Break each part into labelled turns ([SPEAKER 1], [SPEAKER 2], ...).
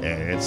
[SPEAKER 1] It's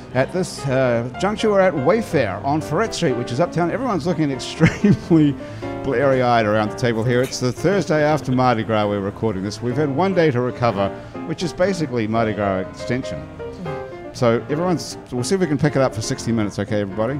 [SPEAKER 1] At this uh, juncture, we're at Wayfair on Ferret Street, which is uptown. Everyone's looking extremely blurry eyed around the table here. It's the Thursday after Mardi Gras we're recording this. We've had one day to recover, which is basically Mardi Gras extension. So everyone's, we'll see if we can pick it up for 60 minutes, okay, everybody?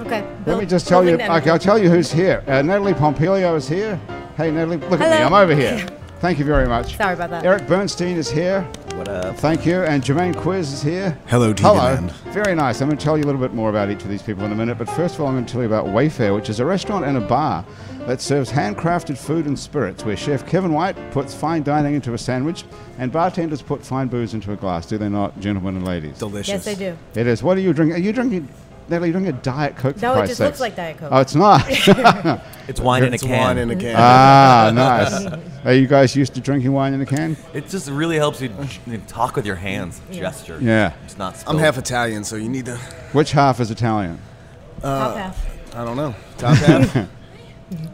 [SPEAKER 2] Okay.
[SPEAKER 1] Let me just tell you, okay, I'll tell you who's here. Uh, Natalie Pompilio is here. Hey, Natalie, look at me,
[SPEAKER 2] Hello.
[SPEAKER 1] I'm over here. Thank you very much.
[SPEAKER 2] Sorry about that.
[SPEAKER 1] Eric Bernstein is here.
[SPEAKER 3] What up?
[SPEAKER 1] Thank you. And Jermaine Quiz is here.
[SPEAKER 4] Hello, Tegan
[SPEAKER 1] Hello.
[SPEAKER 4] Land.
[SPEAKER 1] Very nice. I'm going to tell you a little bit more about each of these people in a minute. But first of all, I'm going to tell you about Wayfair, which is a restaurant and a bar that serves handcrafted food and spirits, where Chef Kevin White puts fine dining into a sandwich and bartenders put fine booze into a glass. Do they not, gentlemen and ladies?
[SPEAKER 4] Delicious.
[SPEAKER 2] Yes, I do.
[SPEAKER 1] It is. What are you drinking? Are you drinking, Natalie, you drinking a Diet Coke? for
[SPEAKER 2] No, it
[SPEAKER 1] Christ's
[SPEAKER 2] just looks
[SPEAKER 1] sakes?
[SPEAKER 2] like Diet Coke.
[SPEAKER 1] Oh, it's not.
[SPEAKER 3] It's wine in a
[SPEAKER 4] It's
[SPEAKER 3] can.
[SPEAKER 4] wine in
[SPEAKER 2] Mm-hmm.
[SPEAKER 4] a can.
[SPEAKER 1] ah, nice. Are you guys used to drinking wine in a can?
[SPEAKER 3] it just really helps you you talk with your hands, gesture.
[SPEAKER 1] Yeah.
[SPEAKER 3] It's not. Spilled.
[SPEAKER 4] I'm half Italian, so you need to.
[SPEAKER 1] Which half is Italian?
[SPEAKER 3] Uh,
[SPEAKER 2] Top half.
[SPEAKER 4] I don't know. Top half.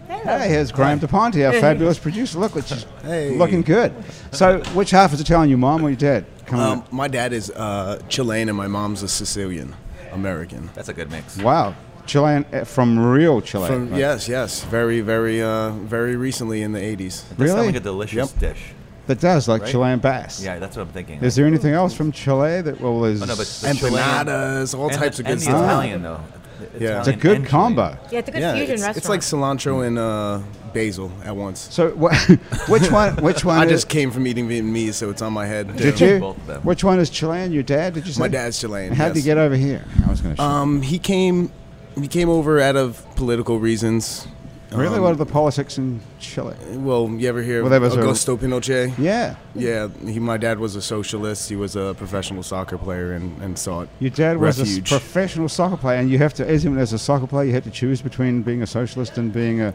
[SPEAKER 1] Hey, here's Graham DePonte, our fabulous producer. Look, which is
[SPEAKER 4] Hey.
[SPEAKER 1] looking good. So, which half is Italian, your mom or your dad? Come
[SPEAKER 4] um, my dad is uh, Chilean and my mom's a Sicilian American.
[SPEAKER 3] That's a good mix.
[SPEAKER 1] on. Wow. Chilean, eh, from real Chile.
[SPEAKER 4] From
[SPEAKER 1] right?
[SPEAKER 4] yes, yes, very, very, uh, very recently in the 80s.
[SPEAKER 3] That sounds
[SPEAKER 1] really?
[SPEAKER 3] like a delicious
[SPEAKER 4] Yep.
[SPEAKER 3] dish.
[SPEAKER 1] That does, like
[SPEAKER 3] Right?
[SPEAKER 1] Chilean bass.
[SPEAKER 3] Yeah, that's what I'm thinking.
[SPEAKER 1] Is there anything else from Chile that, well, there's.
[SPEAKER 3] Oh, no, but the Chilean-
[SPEAKER 4] Empanadas, all
[SPEAKER 3] and
[SPEAKER 4] types
[SPEAKER 3] the,
[SPEAKER 4] of good
[SPEAKER 3] and the
[SPEAKER 4] stuff.
[SPEAKER 3] Italian though.
[SPEAKER 4] Yeah.
[SPEAKER 3] Italian
[SPEAKER 4] It's
[SPEAKER 1] it's a good
[SPEAKER 3] and Chilean.
[SPEAKER 1] combo.
[SPEAKER 2] Yeah, it's a good
[SPEAKER 4] Yeah,
[SPEAKER 2] fusion
[SPEAKER 4] it's,
[SPEAKER 2] restaurant.
[SPEAKER 4] it's like cilantro and uh, basil at once.
[SPEAKER 1] So, wha- which one? Which one?
[SPEAKER 4] I
[SPEAKER 1] is-
[SPEAKER 4] just came from eating Vietnamese, so it's on my head. Uh,
[SPEAKER 1] Did
[SPEAKER 3] Yeah,
[SPEAKER 1] you?
[SPEAKER 3] both of them.
[SPEAKER 1] Which one is Chilean? Your dad? Did you say?
[SPEAKER 4] My dad's Chilean.
[SPEAKER 1] How'd you
[SPEAKER 4] yes.
[SPEAKER 1] get over here? I was going to.
[SPEAKER 4] Um, he came, he came over out of political reasons.
[SPEAKER 1] really?
[SPEAKER 4] Um, uh,
[SPEAKER 1] what are the politics in Chile?
[SPEAKER 4] Well, you ever hear
[SPEAKER 1] Well, that
[SPEAKER 4] of
[SPEAKER 1] was a-
[SPEAKER 4] Augusto Pinochet?
[SPEAKER 1] Yeah.
[SPEAKER 4] Yeah, he, my dad was a socialist. He was a professional soccer player and, and sought
[SPEAKER 1] Your dad was
[SPEAKER 4] refuge.
[SPEAKER 1] a s- professional soccer player, and you have to, as him as a soccer player, you had to choose between being a socialist and being a.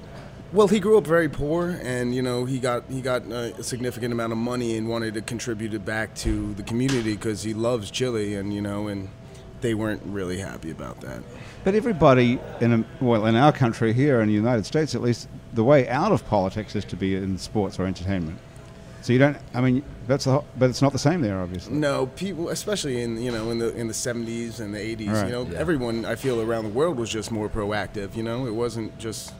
[SPEAKER 4] well, he grew up very poor, and you know he got he got uh, a significant amount of money and wanted to contribute it back to the community because he loves Chile, and you know, and they weren't really happy about that.
[SPEAKER 1] But everybody in a, well, in our country here in the United States, at least, the way out of politics is to be in sports or entertainment. So you don't. I mean, that's the. whole- But it's not the same there, obviously.
[SPEAKER 4] No, people, especially in you know in the in the seventies and the eighties,
[SPEAKER 1] Right.
[SPEAKER 4] you know,
[SPEAKER 3] Yeah.
[SPEAKER 4] everyone I feel around the world was just more proactive. You know, it wasn't just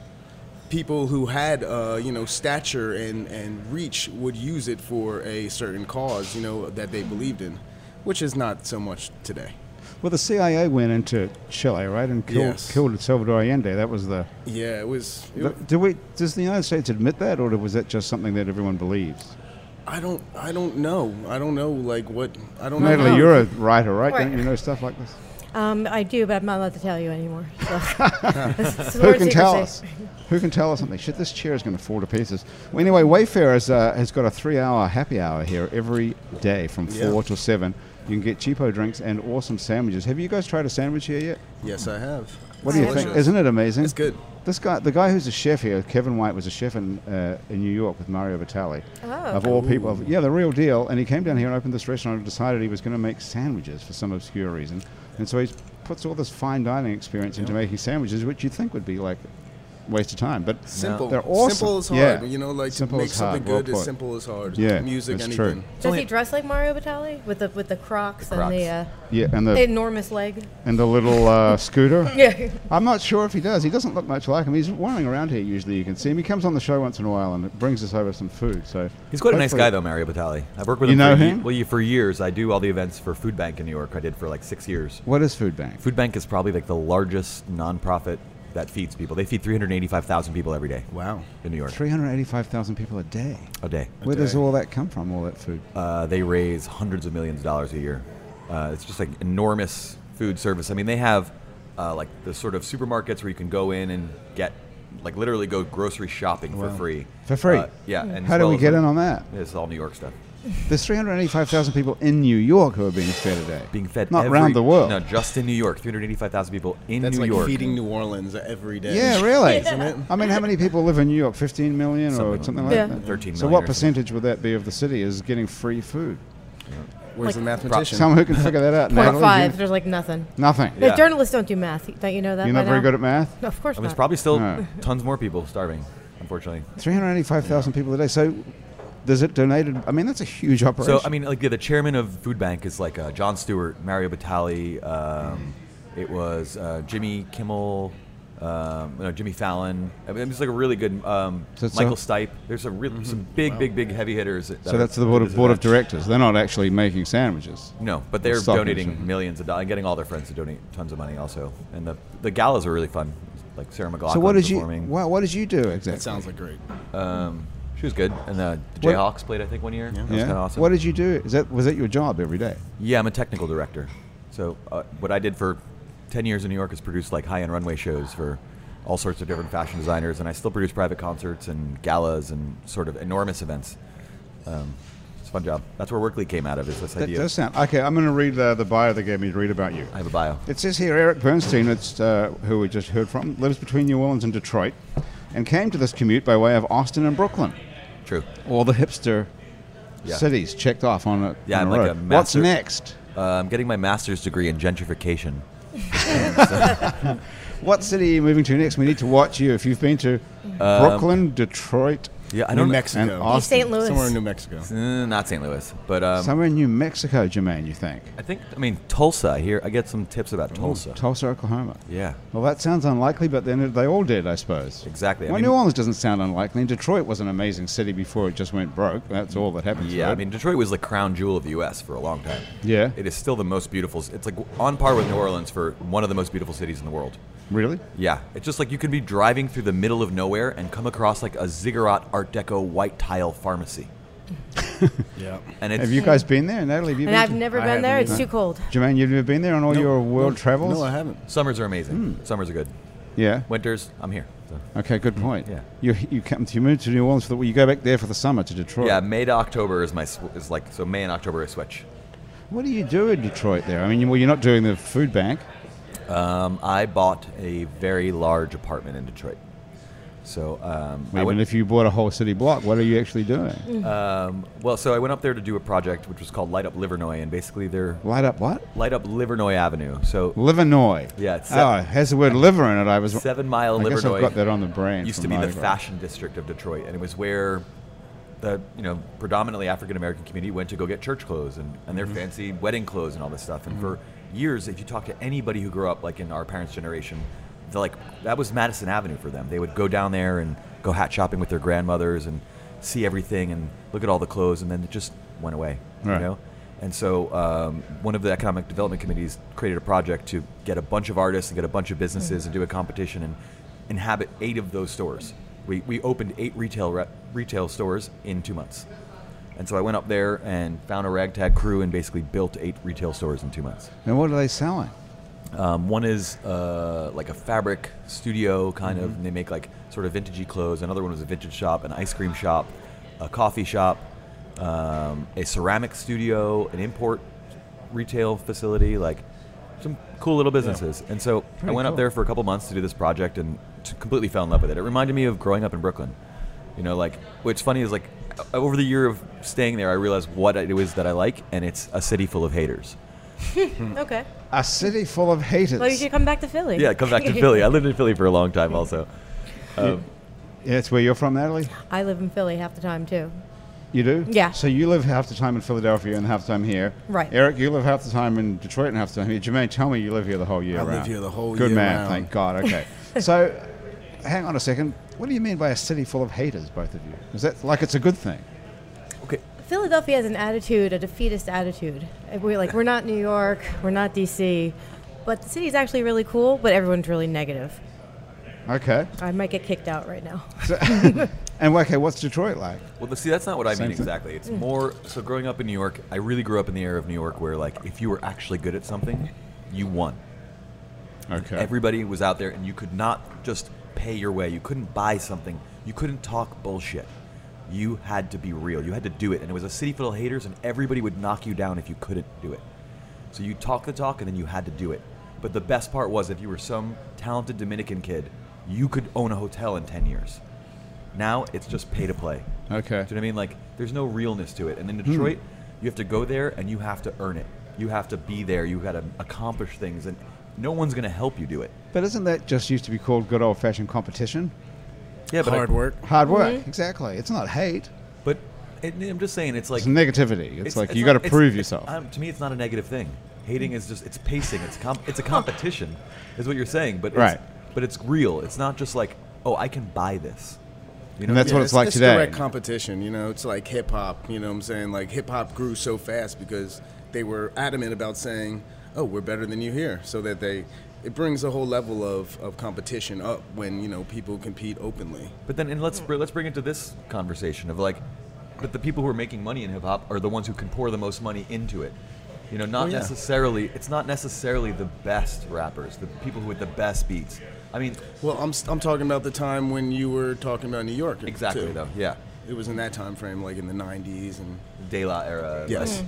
[SPEAKER 4] people who had uh, you know stature and and reach would use it for a certain cause, you know, that they believed in, which is not so much today.
[SPEAKER 1] Well, the CIA went into Chile, right, and killed
[SPEAKER 4] Yes.
[SPEAKER 1] killed Salvador Allende. That was the.
[SPEAKER 4] Yeah, it was. It,
[SPEAKER 1] the- Do we? Does the United States admit that, or was that just something that everyone believes?
[SPEAKER 4] I don't. I don't know. I don't know. Like what? I don't know.
[SPEAKER 1] Natalie, you're a writer, right?
[SPEAKER 2] Right.
[SPEAKER 1] Don't you know stuff like this?
[SPEAKER 2] um, I do, but I'm not allowed to tell you anymore. So.
[SPEAKER 1] Who can tell us? Who can tell us something? Shit, this chair is going to fall to pieces. Well, anyway, Wayfair has, uh, has got a three-hour happy hour here every day from
[SPEAKER 4] Yeah.
[SPEAKER 1] four till seven. You can get cheapo drinks and awesome sandwiches. Have you guys tried a sandwich here yet?
[SPEAKER 4] Yes, I have.
[SPEAKER 1] What do you think?
[SPEAKER 4] Delicious.
[SPEAKER 1] Isn't it amazing?
[SPEAKER 4] It's good.
[SPEAKER 1] This guy, the guy who's a chef here, Kevin White, was a chef in uh, in New York with Mario Batali.
[SPEAKER 2] Oh,
[SPEAKER 1] of all people, of- yeah, the real deal. And he came down here and opened this restaurant and decided he was going to make sandwiches for some obscure reason. And so he puts all this fine dining experience into making sandwiches, which you'd think would be like a waste of time, but
[SPEAKER 4] Simple.
[SPEAKER 1] they're awesome.
[SPEAKER 4] Simple is hard.
[SPEAKER 1] Yeah.
[SPEAKER 4] You know, like
[SPEAKER 1] Simple
[SPEAKER 4] to make
[SPEAKER 1] is hard.
[SPEAKER 4] something
[SPEAKER 1] Well
[SPEAKER 4] good is
[SPEAKER 1] put.
[SPEAKER 4] simple as hard.
[SPEAKER 1] Yeah,
[SPEAKER 4] Music,
[SPEAKER 1] that's true.
[SPEAKER 4] anything.
[SPEAKER 2] Does he dress like Mario Batali with the with the Crocs,
[SPEAKER 3] Crocs.
[SPEAKER 2] and the uh,
[SPEAKER 1] Yeah, and the
[SPEAKER 2] enormous leg?
[SPEAKER 1] and the little uh, scooter.
[SPEAKER 2] Yeah.
[SPEAKER 1] I'm not sure if he does. He doesn't look much like him. He's wandering around here usually. You can see him. He comes on the show once in a while and brings us over some food. So
[SPEAKER 3] He's quite a nice
[SPEAKER 1] hopefully-
[SPEAKER 3] guy, though, Mario Batali. I've worked with
[SPEAKER 1] You
[SPEAKER 3] him.
[SPEAKER 1] know
[SPEAKER 3] for ye-
[SPEAKER 1] him?
[SPEAKER 3] well, yeah, for years. I do all the events for Food Bank in New York. I did for like six years.
[SPEAKER 1] What is Food Bank?
[SPEAKER 3] Food Bank is probably like the largest nonprofit that feeds people. They feed 385,000 people every day
[SPEAKER 4] Wow.
[SPEAKER 3] in New York
[SPEAKER 1] 385,000 people a day.
[SPEAKER 3] a day.
[SPEAKER 1] Where does
[SPEAKER 4] day.
[SPEAKER 1] all that come from, all that food?
[SPEAKER 3] Uh, they raise hundreds of millions of dollars a year. Uh, it's just like enormous food service. I mean, they have uh, like the sort of supermarkets where you can go in and get, like, literally go grocery shopping for free.
[SPEAKER 1] For free?
[SPEAKER 3] Uh, yeah. And
[SPEAKER 1] How do we get in on that?
[SPEAKER 3] It's all New York stuff.
[SPEAKER 1] There's 385,000 people in New York who are being fed a day.
[SPEAKER 3] being fed
[SPEAKER 1] Not
[SPEAKER 3] every-
[SPEAKER 1] around the world.
[SPEAKER 3] No, just in New York, 385,000 people in
[SPEAKER 4] That's
[SPEAKER 3] New
[SPEAKER 4] like
[SPEAKER 3] York.
[SPEAKER 4] feeding New Orleans every day.
[SPEAKER 1] Yeah, really.
[SPEAKER 4] Isn't it?
[SPEAKER 1] I mean, how many people live in New York? 15 million or
[SPEAKER 3] Something
[SPEAKER 1] something
[SPEAKER 3] like
[SPEAKER 1] like
[SPEAKER 2] that.
[SPEAKER 1] that?
[SPEAKER 2] Yeah.
[SPEAKER 3] 13
[SPEAKER 1] So,
[SPEAKER 3] million
[SPEAKER 1] what
[SPEAKER 3] or something.
[SPEAKER 1] percentage would that be of the city is getting free food?
[SPEAKER 4] Where's the
[SPEAKER 2] Like-
[SPEAKER 4] mathematician?
[SPEAKER 1] Someone who can figure that out.
[SPEAKER 2] Point
[SPEAKER 1] Natalie,
[SPEAKER 2] five.
[SPEAKER 1] you-
[SPEAKER 2] There's like nothing.
[SPEAKER 1] Nothing.
[SPEAKER 2] But
[SPEAKER 3] Yeah.
[SPEAKER 2] journalists don't do math. Don't you know that?
[SPEAKER 1] You're
[SPEAKER 2] by
[SPEAKER 1] not very
[SPEAKER 2] now?
[SPEAKER 1] good at math?
[SPEAKER 2] No, of course
[SPEAKER 3] I mean,
[SPEAKER 2] not.
[SPEAKER 3] it's probably still
[SPEAKER 1] No.
[SPEAKER 3] tons more people starving, unfortunately.
[SPEAKER 1] 385,000 people a day. So, does it donated? I mean, that's a huge operation.
[SPEAKER 3] So I mean, like yeah, the chairman of Food Bank is like uh, John Stewart, Mario Batali. Um, it was uh, Jimmy Kimmel, um, you know, Jimmy Fallon. I mean, it's like a really good um,
[SPEAKER 1] So it's
[SPEAKER 3] Michael
[SPEAKER 1] a-
[SPEAKER 3] Stipe. There's some real, some big, big, big heavy hitters. that
[SPEAKER 1] so
[SPEAKER 3] are
[SPEAKER 1] that's the board
[SPEAKER 3] at
[SPEAKER 1] of,
[SPEAKER 3] this
[SPEAKER 1] board of
[SPEAKER 3] event.
[SPEAKER 1] directors. They're not actually making sandwiches.
[SPEAKER 3] No, but they're
[SPEAKER 1] Stock
[SPEAKER 3] donating
[SPEAKER 1] issue.
[SPEAKER 3] millions of dollars, and getting all their friends to donate tons of money also. And the the galas are really fun. Like Sarah McLaughlin
[SPEAKER 1] So, what did you?
[SPEAKER 3] performing.
[SPEAKER 1] What, what did you do exactly?
[SPEAKER 4] That sounds like great.
[SPEAKER 3] Um, she was good, and uh, the
[SPEAKER 1] What-
[SPEAKER 3] Jayhawks played I think one year. That was
[SPEAKER 1] yeah.
[SPEAKER 3] kind of awesome.
[SPEAKER 1] What did you do? Is that was that your job every day?
[SPEAKER 3] Yeah, I'm a technical director. So uh, what I did for 10 years in New York is produce like high-end runway shows for all sorts of different fashion designers, and I still produce private concerts and galas and sort of enormous events. Um, it's a fun job. That's where Workley came out of. Is this
[SPEAKER 1] That
[SPEAKER 3] idea?
[SPEAKER 1] does sound okay. I'm going to read uh, the bio they gave me to read about you.
[SPEAKER 3] I have a bio.
[SPEAKER 1] It says here Eric Bernstein, it's, uh, who we just heard from, lives between New Orleans and Detroit, and came to this commute by way of Austin and Brooklyn,
[SPEAKER 3] True.
[SPEAKER 1] all the hipster
[SPEAKER 3] Yeah.
[SPEAKER 1] cities checked off on a,
[SPEAKER 3] Yeah,
[SPEAKER 1] on
[SPEAKER 3] I'm
[SPEAKER 1] a
[SPEAKER 3] like
[SPEAKER 1] road.
[SPEAKER 3] a
[SPEAKER 1] What's
[SPEAKER 3] master-
[SPEAKER 1] next?
[SPEAKER 3] Uh, I'm getting my master's degree in gentrification.
[SPEAKER 1] What city are you moving to next? We need to watch you if you've been to
[SPEAKER 3] Um,
[SPEAKER 1] Brooklyn, Detroit,
[SPEAKER 3] Yeah, I
[SPEAKER 4] New
[SPEAKER 3] don't.
[SPEAKER 1] and
[SPEAKER 4] Mexico.
[SPEAKER 2] East
[SPEAKER 1] Austin.
[SPEAKER 2] St. Louis.
[SPEAKER 4] Somewhere in New Mexico.
[SPEAKER 3] Uh, not St. Louis, but um,
[SPEAKER 1] Somewhere in New Mexico, Jermaine, you think?
[SPEAKER 3] I think. I mean, Tulsa. I hear I get some tips about Tulsa.
[SPEAKER 1] Tulsa, Oklahoma.
[SPEAKER 3] yeah.
[SPEAKER 1] Well, that sounds unlikely, but then they all did, I suppose.
[SPEAKER 3] Exactly. I
[SPEAKER 1] Well,
[SPEAKER 3] mean-
[SPEAKER 1] New Orleans doesn't sound unlikely, and Detroit was an amazing city before it just went broke. That's all that happened. to
[SPEAKER 3] Yeah,
[SPEAKER 1] it.
[SPEAKER 3] I mean, Detroit was the crown jewel of the U.S. for a long time.
[SPEAKER 1] Yeah.
[SPEAKER 3] It is still the most beautiful. c- It's like on par with New Orleans for one of the most beautiful cities in the world.
[SPEAKER 1] really?
[SPEAKER 3] Yeah, it's just like you can be driving through the middle of nowhere and come across like a ziggurat Art Deco white tile pharmacy.
[SPEAKER 4] Yeah.
[SPEAKER 3] And it's
[SPEAKER 1] Have you guys been there, Natalie? Have you
[SPEAKER 2] And
[SPEAKER 1] been
[SPEAKER 2] I've
[SPEAKER 1] to-
[SPEAKER 2] never
[SPEAKER 4] I
[SPEAKER 2] been there.
[SPEAKER 4] haven't
[SPEAKER 2] It's too cold.
[SPEAKER 1] Jermaine, you've never been there on all your world travels?
[SPEAKER 4] No, I haven't.
[SPEAKER 3] summers are amazing.
[SPEAKER 1] Hmm.
[SPEAKER 3] Summers are good.
[SPEAKER 1] Yeah.
[SPEAKER 3] Winters, I'm here. So.
[SPEAKER 1] Okay, good point.
[SPEAKER 3] Yeah.
[SPEAKER 1] You you come you move to New Orleans for the you go back there for the summer to Detroit.
[SPEAKER 3] Yeah, May to October is my sw- is like so May and October I switch.
[SPEAKER 1] What do you do in Detroit there? I mean, you- well, you're not doing the food bank.
[SPEAKER 3] Um, I bought a very large apartment in Detroit. So um, I
[SPEAKER 1] even
[SPEAKER 3] went-
[SPEAKER 1] if you bought a whole city block, what are you actually doing?
[SPEAKER 2] Mm.
[SPEAKER 3] Um, well, so I went up there to do a project which was called Light Up Livernois, and basically they're
[SPEAKER 1] Light up what?
[SPEAKER 3] Light Up Livernois Avenue. So
[SPEAKER 1] Livernois.
[SPEAKER 3] Yeah, it's
[SPEAKER 1] oh,
[SPEAKER 3] se-
[SPEAKER 1] it has the word liver in it. I was
[SPEAKER 3] Seven Mile
[SPEAKER 1] I guess I've
[SPEAKER 3] Livernois
[SPEAKER 1] got that on the brain.
[SPEAKER 3] used to
[SPEAKER 1] from
[SPEAKER 3] be the
[SPEAKER 1] Mardi Gras.
[SPEAKER 3] fashion district of Detroit, and it was where the you know predominantly African American community went to go get church clothes and, and
[SPEAKER 1] Mm-hmm.
[SPEAKER 3] their fancy wedding clothes and all this stuff. And for years, if you talk to anybody who grew up like in our parents' generation, they're like that was Madison Avenue for them. They would go down there and go hat shopping with their grandmothers and see everything and look at all the clothes, and then it just went away.
[SPEAKER 1] Right.
[SPEAKER 3] You know. And so, um, one of the economic development committees created a project to get a bunch of artists and get a bunch of businesses and do a competition and inhabit eight of those stores. We, we opened eight retail re- retail stores in two months. And so I went up there and found a ragtag crew and basically built eight retail stores in two months.
[SPEAKER 1] And what are they selling?
[SPEAKER 3] Um, one is uh, like a fabric studio kind
[SPEAKER 1] Mm-hmm.
[SPEAKER 3] of, and they make like sort of vintagey clothes. Another one was a vintage shop, an ice cream shop, a coffee shop, um, a ceramic studio, an import retail facility, like some cool little businesses. And so I
[SPEAKER 1] Pretty
[SPEAKER 3] went
[SPEAKER 1] cool.
[SPEAKER 3] up there for a couple months to do this project and t- completely fell in love with it. It reminded me of growing up in Brooklyn. You know, like what's funny is like o- over the year of staying there, I realized what it is that I like, and it's a city full of haters.
[SPEAKER 2] Okay.
[SPEAKER 1] A city full of haters.
[SPEAKER 2] Well, you should come back to Philly.
[SPEAKER 3] Hmm. Yeah, come back to Philly. I lived in Philly for a long time, also. Um,
[SPEAKER 1] Yeah, That's where you're from, Natalie.
[SPEAKER 2] I live in Philly half the time too.
[SPEAKER 1] You do?
[SPEAKER 2] Yeah.
[SPEAKER 1] So you live half the time in Philadelphia and half the time here.
[SPEAKER 2] Right.
[SPEAKER 1] Eric, you live half the time in Detroit and half the time here. Jermaine, tell me you live here the whole year
[SPEAKER 4] I
[SPEAKER 1] round.
[SPEAKER 4] live here the whole
[SPEAKER 1] Good
[SPEAKER 4] year
[SPEAKER 1] man,
[SPEAKER 4] round.
[SPEAKER 1] thank God. Okay. so hang on a second. What do you mean by a city full of haters, both of you? Is that like it's a good thing?
[SPEAKER 3] okay,
[SPEAKER 2] Philadelphia has an attitude, a defeatist attitude. We're like, we're not New York, we're not DC, but the city's actually really cool, but everyone's really negative.
[SPEAKER 1] Okay.
[SPEAKER 2] I might get kicked out right now.
[SPEAKER 1] So- and okay, what's Detroit like?
[SPEAKER 3] well, the- see, that's not what I
[SPEAKER 1] Same
[SPEAKER 3] mean
[SPEAKER 1] thing.
[SPEAKER 3] exactly. It's more so. Growing up in New York, I really grew up in the era of New York where, like, if you were actually good at something, you won.
[SPEAKER 1] Okay.
[SPEAKER 3] Everybody was out there, and you could not just pay your way. You couldn't buy something. You couldn't talk bullshit. you had to be real. You had to do it, and it was a city full of haters, and everybody would knock you down if you couldn't do it. So you talk the talk, and then you had to do it. But the best part was if you were some talented Dominican kid, you could own a hotel in ten years. Now it's just pay to play.
[SPEAKER 1] Okay. Hmm.
[SPEAKER 3] Do you know what I mean? Like, there's no realness to it. And in Detroit, you have to go there and you have to earn it. You have to be there. You got to accomplish things, and no one's going to help you do it.
[SPEAKER 1] But isn't that just used to be called good old fashioned competition?
[SPEAKER 3] Yeah, but I-
[SPEAKER 4] Hard work.
[SPEAKER 1] Hard work. Exactly. It's not hate.
[SPEAKER 3] but it, I'm just saying, it's like
[SPEAKER 1] It's negativity. It's, like you
[SPEAKER 3] not-
[SPEAKER 1] got to
[SPEAKER 3] it's-
[SPEAKER 1] prove
[SPEAKER 3] it's-
[SPEAKER 1] yourself.
[SPEAKER 3] um, to me, it's not a negative thing. Hating is just it's pacing. It's com- it's a competition, is what you're saying. But it's,
[SPEAKER 1] Right.
[SPEAKER 3] But it's real. It's not just like oh, I can buy this. You know,
[SPEAKER 1] And that's
[SPEAKER 4] Yeah,
[SPEAKER 1] what it's like today.
[SPEAKER 4] direct competition, you know. It's like hip hop, you know what I'm saying? Like hip hop grew so fast because they were adamant about saying, "Oh, we're better than you here." So that they it brings a whole level of, of competition up when, you know, people compete openly.
[SPEAKER 3] But then, and let's br- let's bring it to this conversation of like, but the people who are making money in hip hop are the ones who can pour the most money into it. You know, not
[SPEAKER 4] Oh, yeah.
[SPEAKER 3] necessarily. It's not necessarily the best rappers, the people who with the best beats. I mean,
[SPEAKER 4] Well, I'm s- I'm talking about the time when you were talking about New York.
[SPEAKER 3] exactly
[SPEAKER 4] too.
[SPEAKER 3] though. Yeah,
[SPEAKER 4] It was in that time frame like in the 90s and
[SPEAKER 3] De La era.
[SPEAKER 4] yes.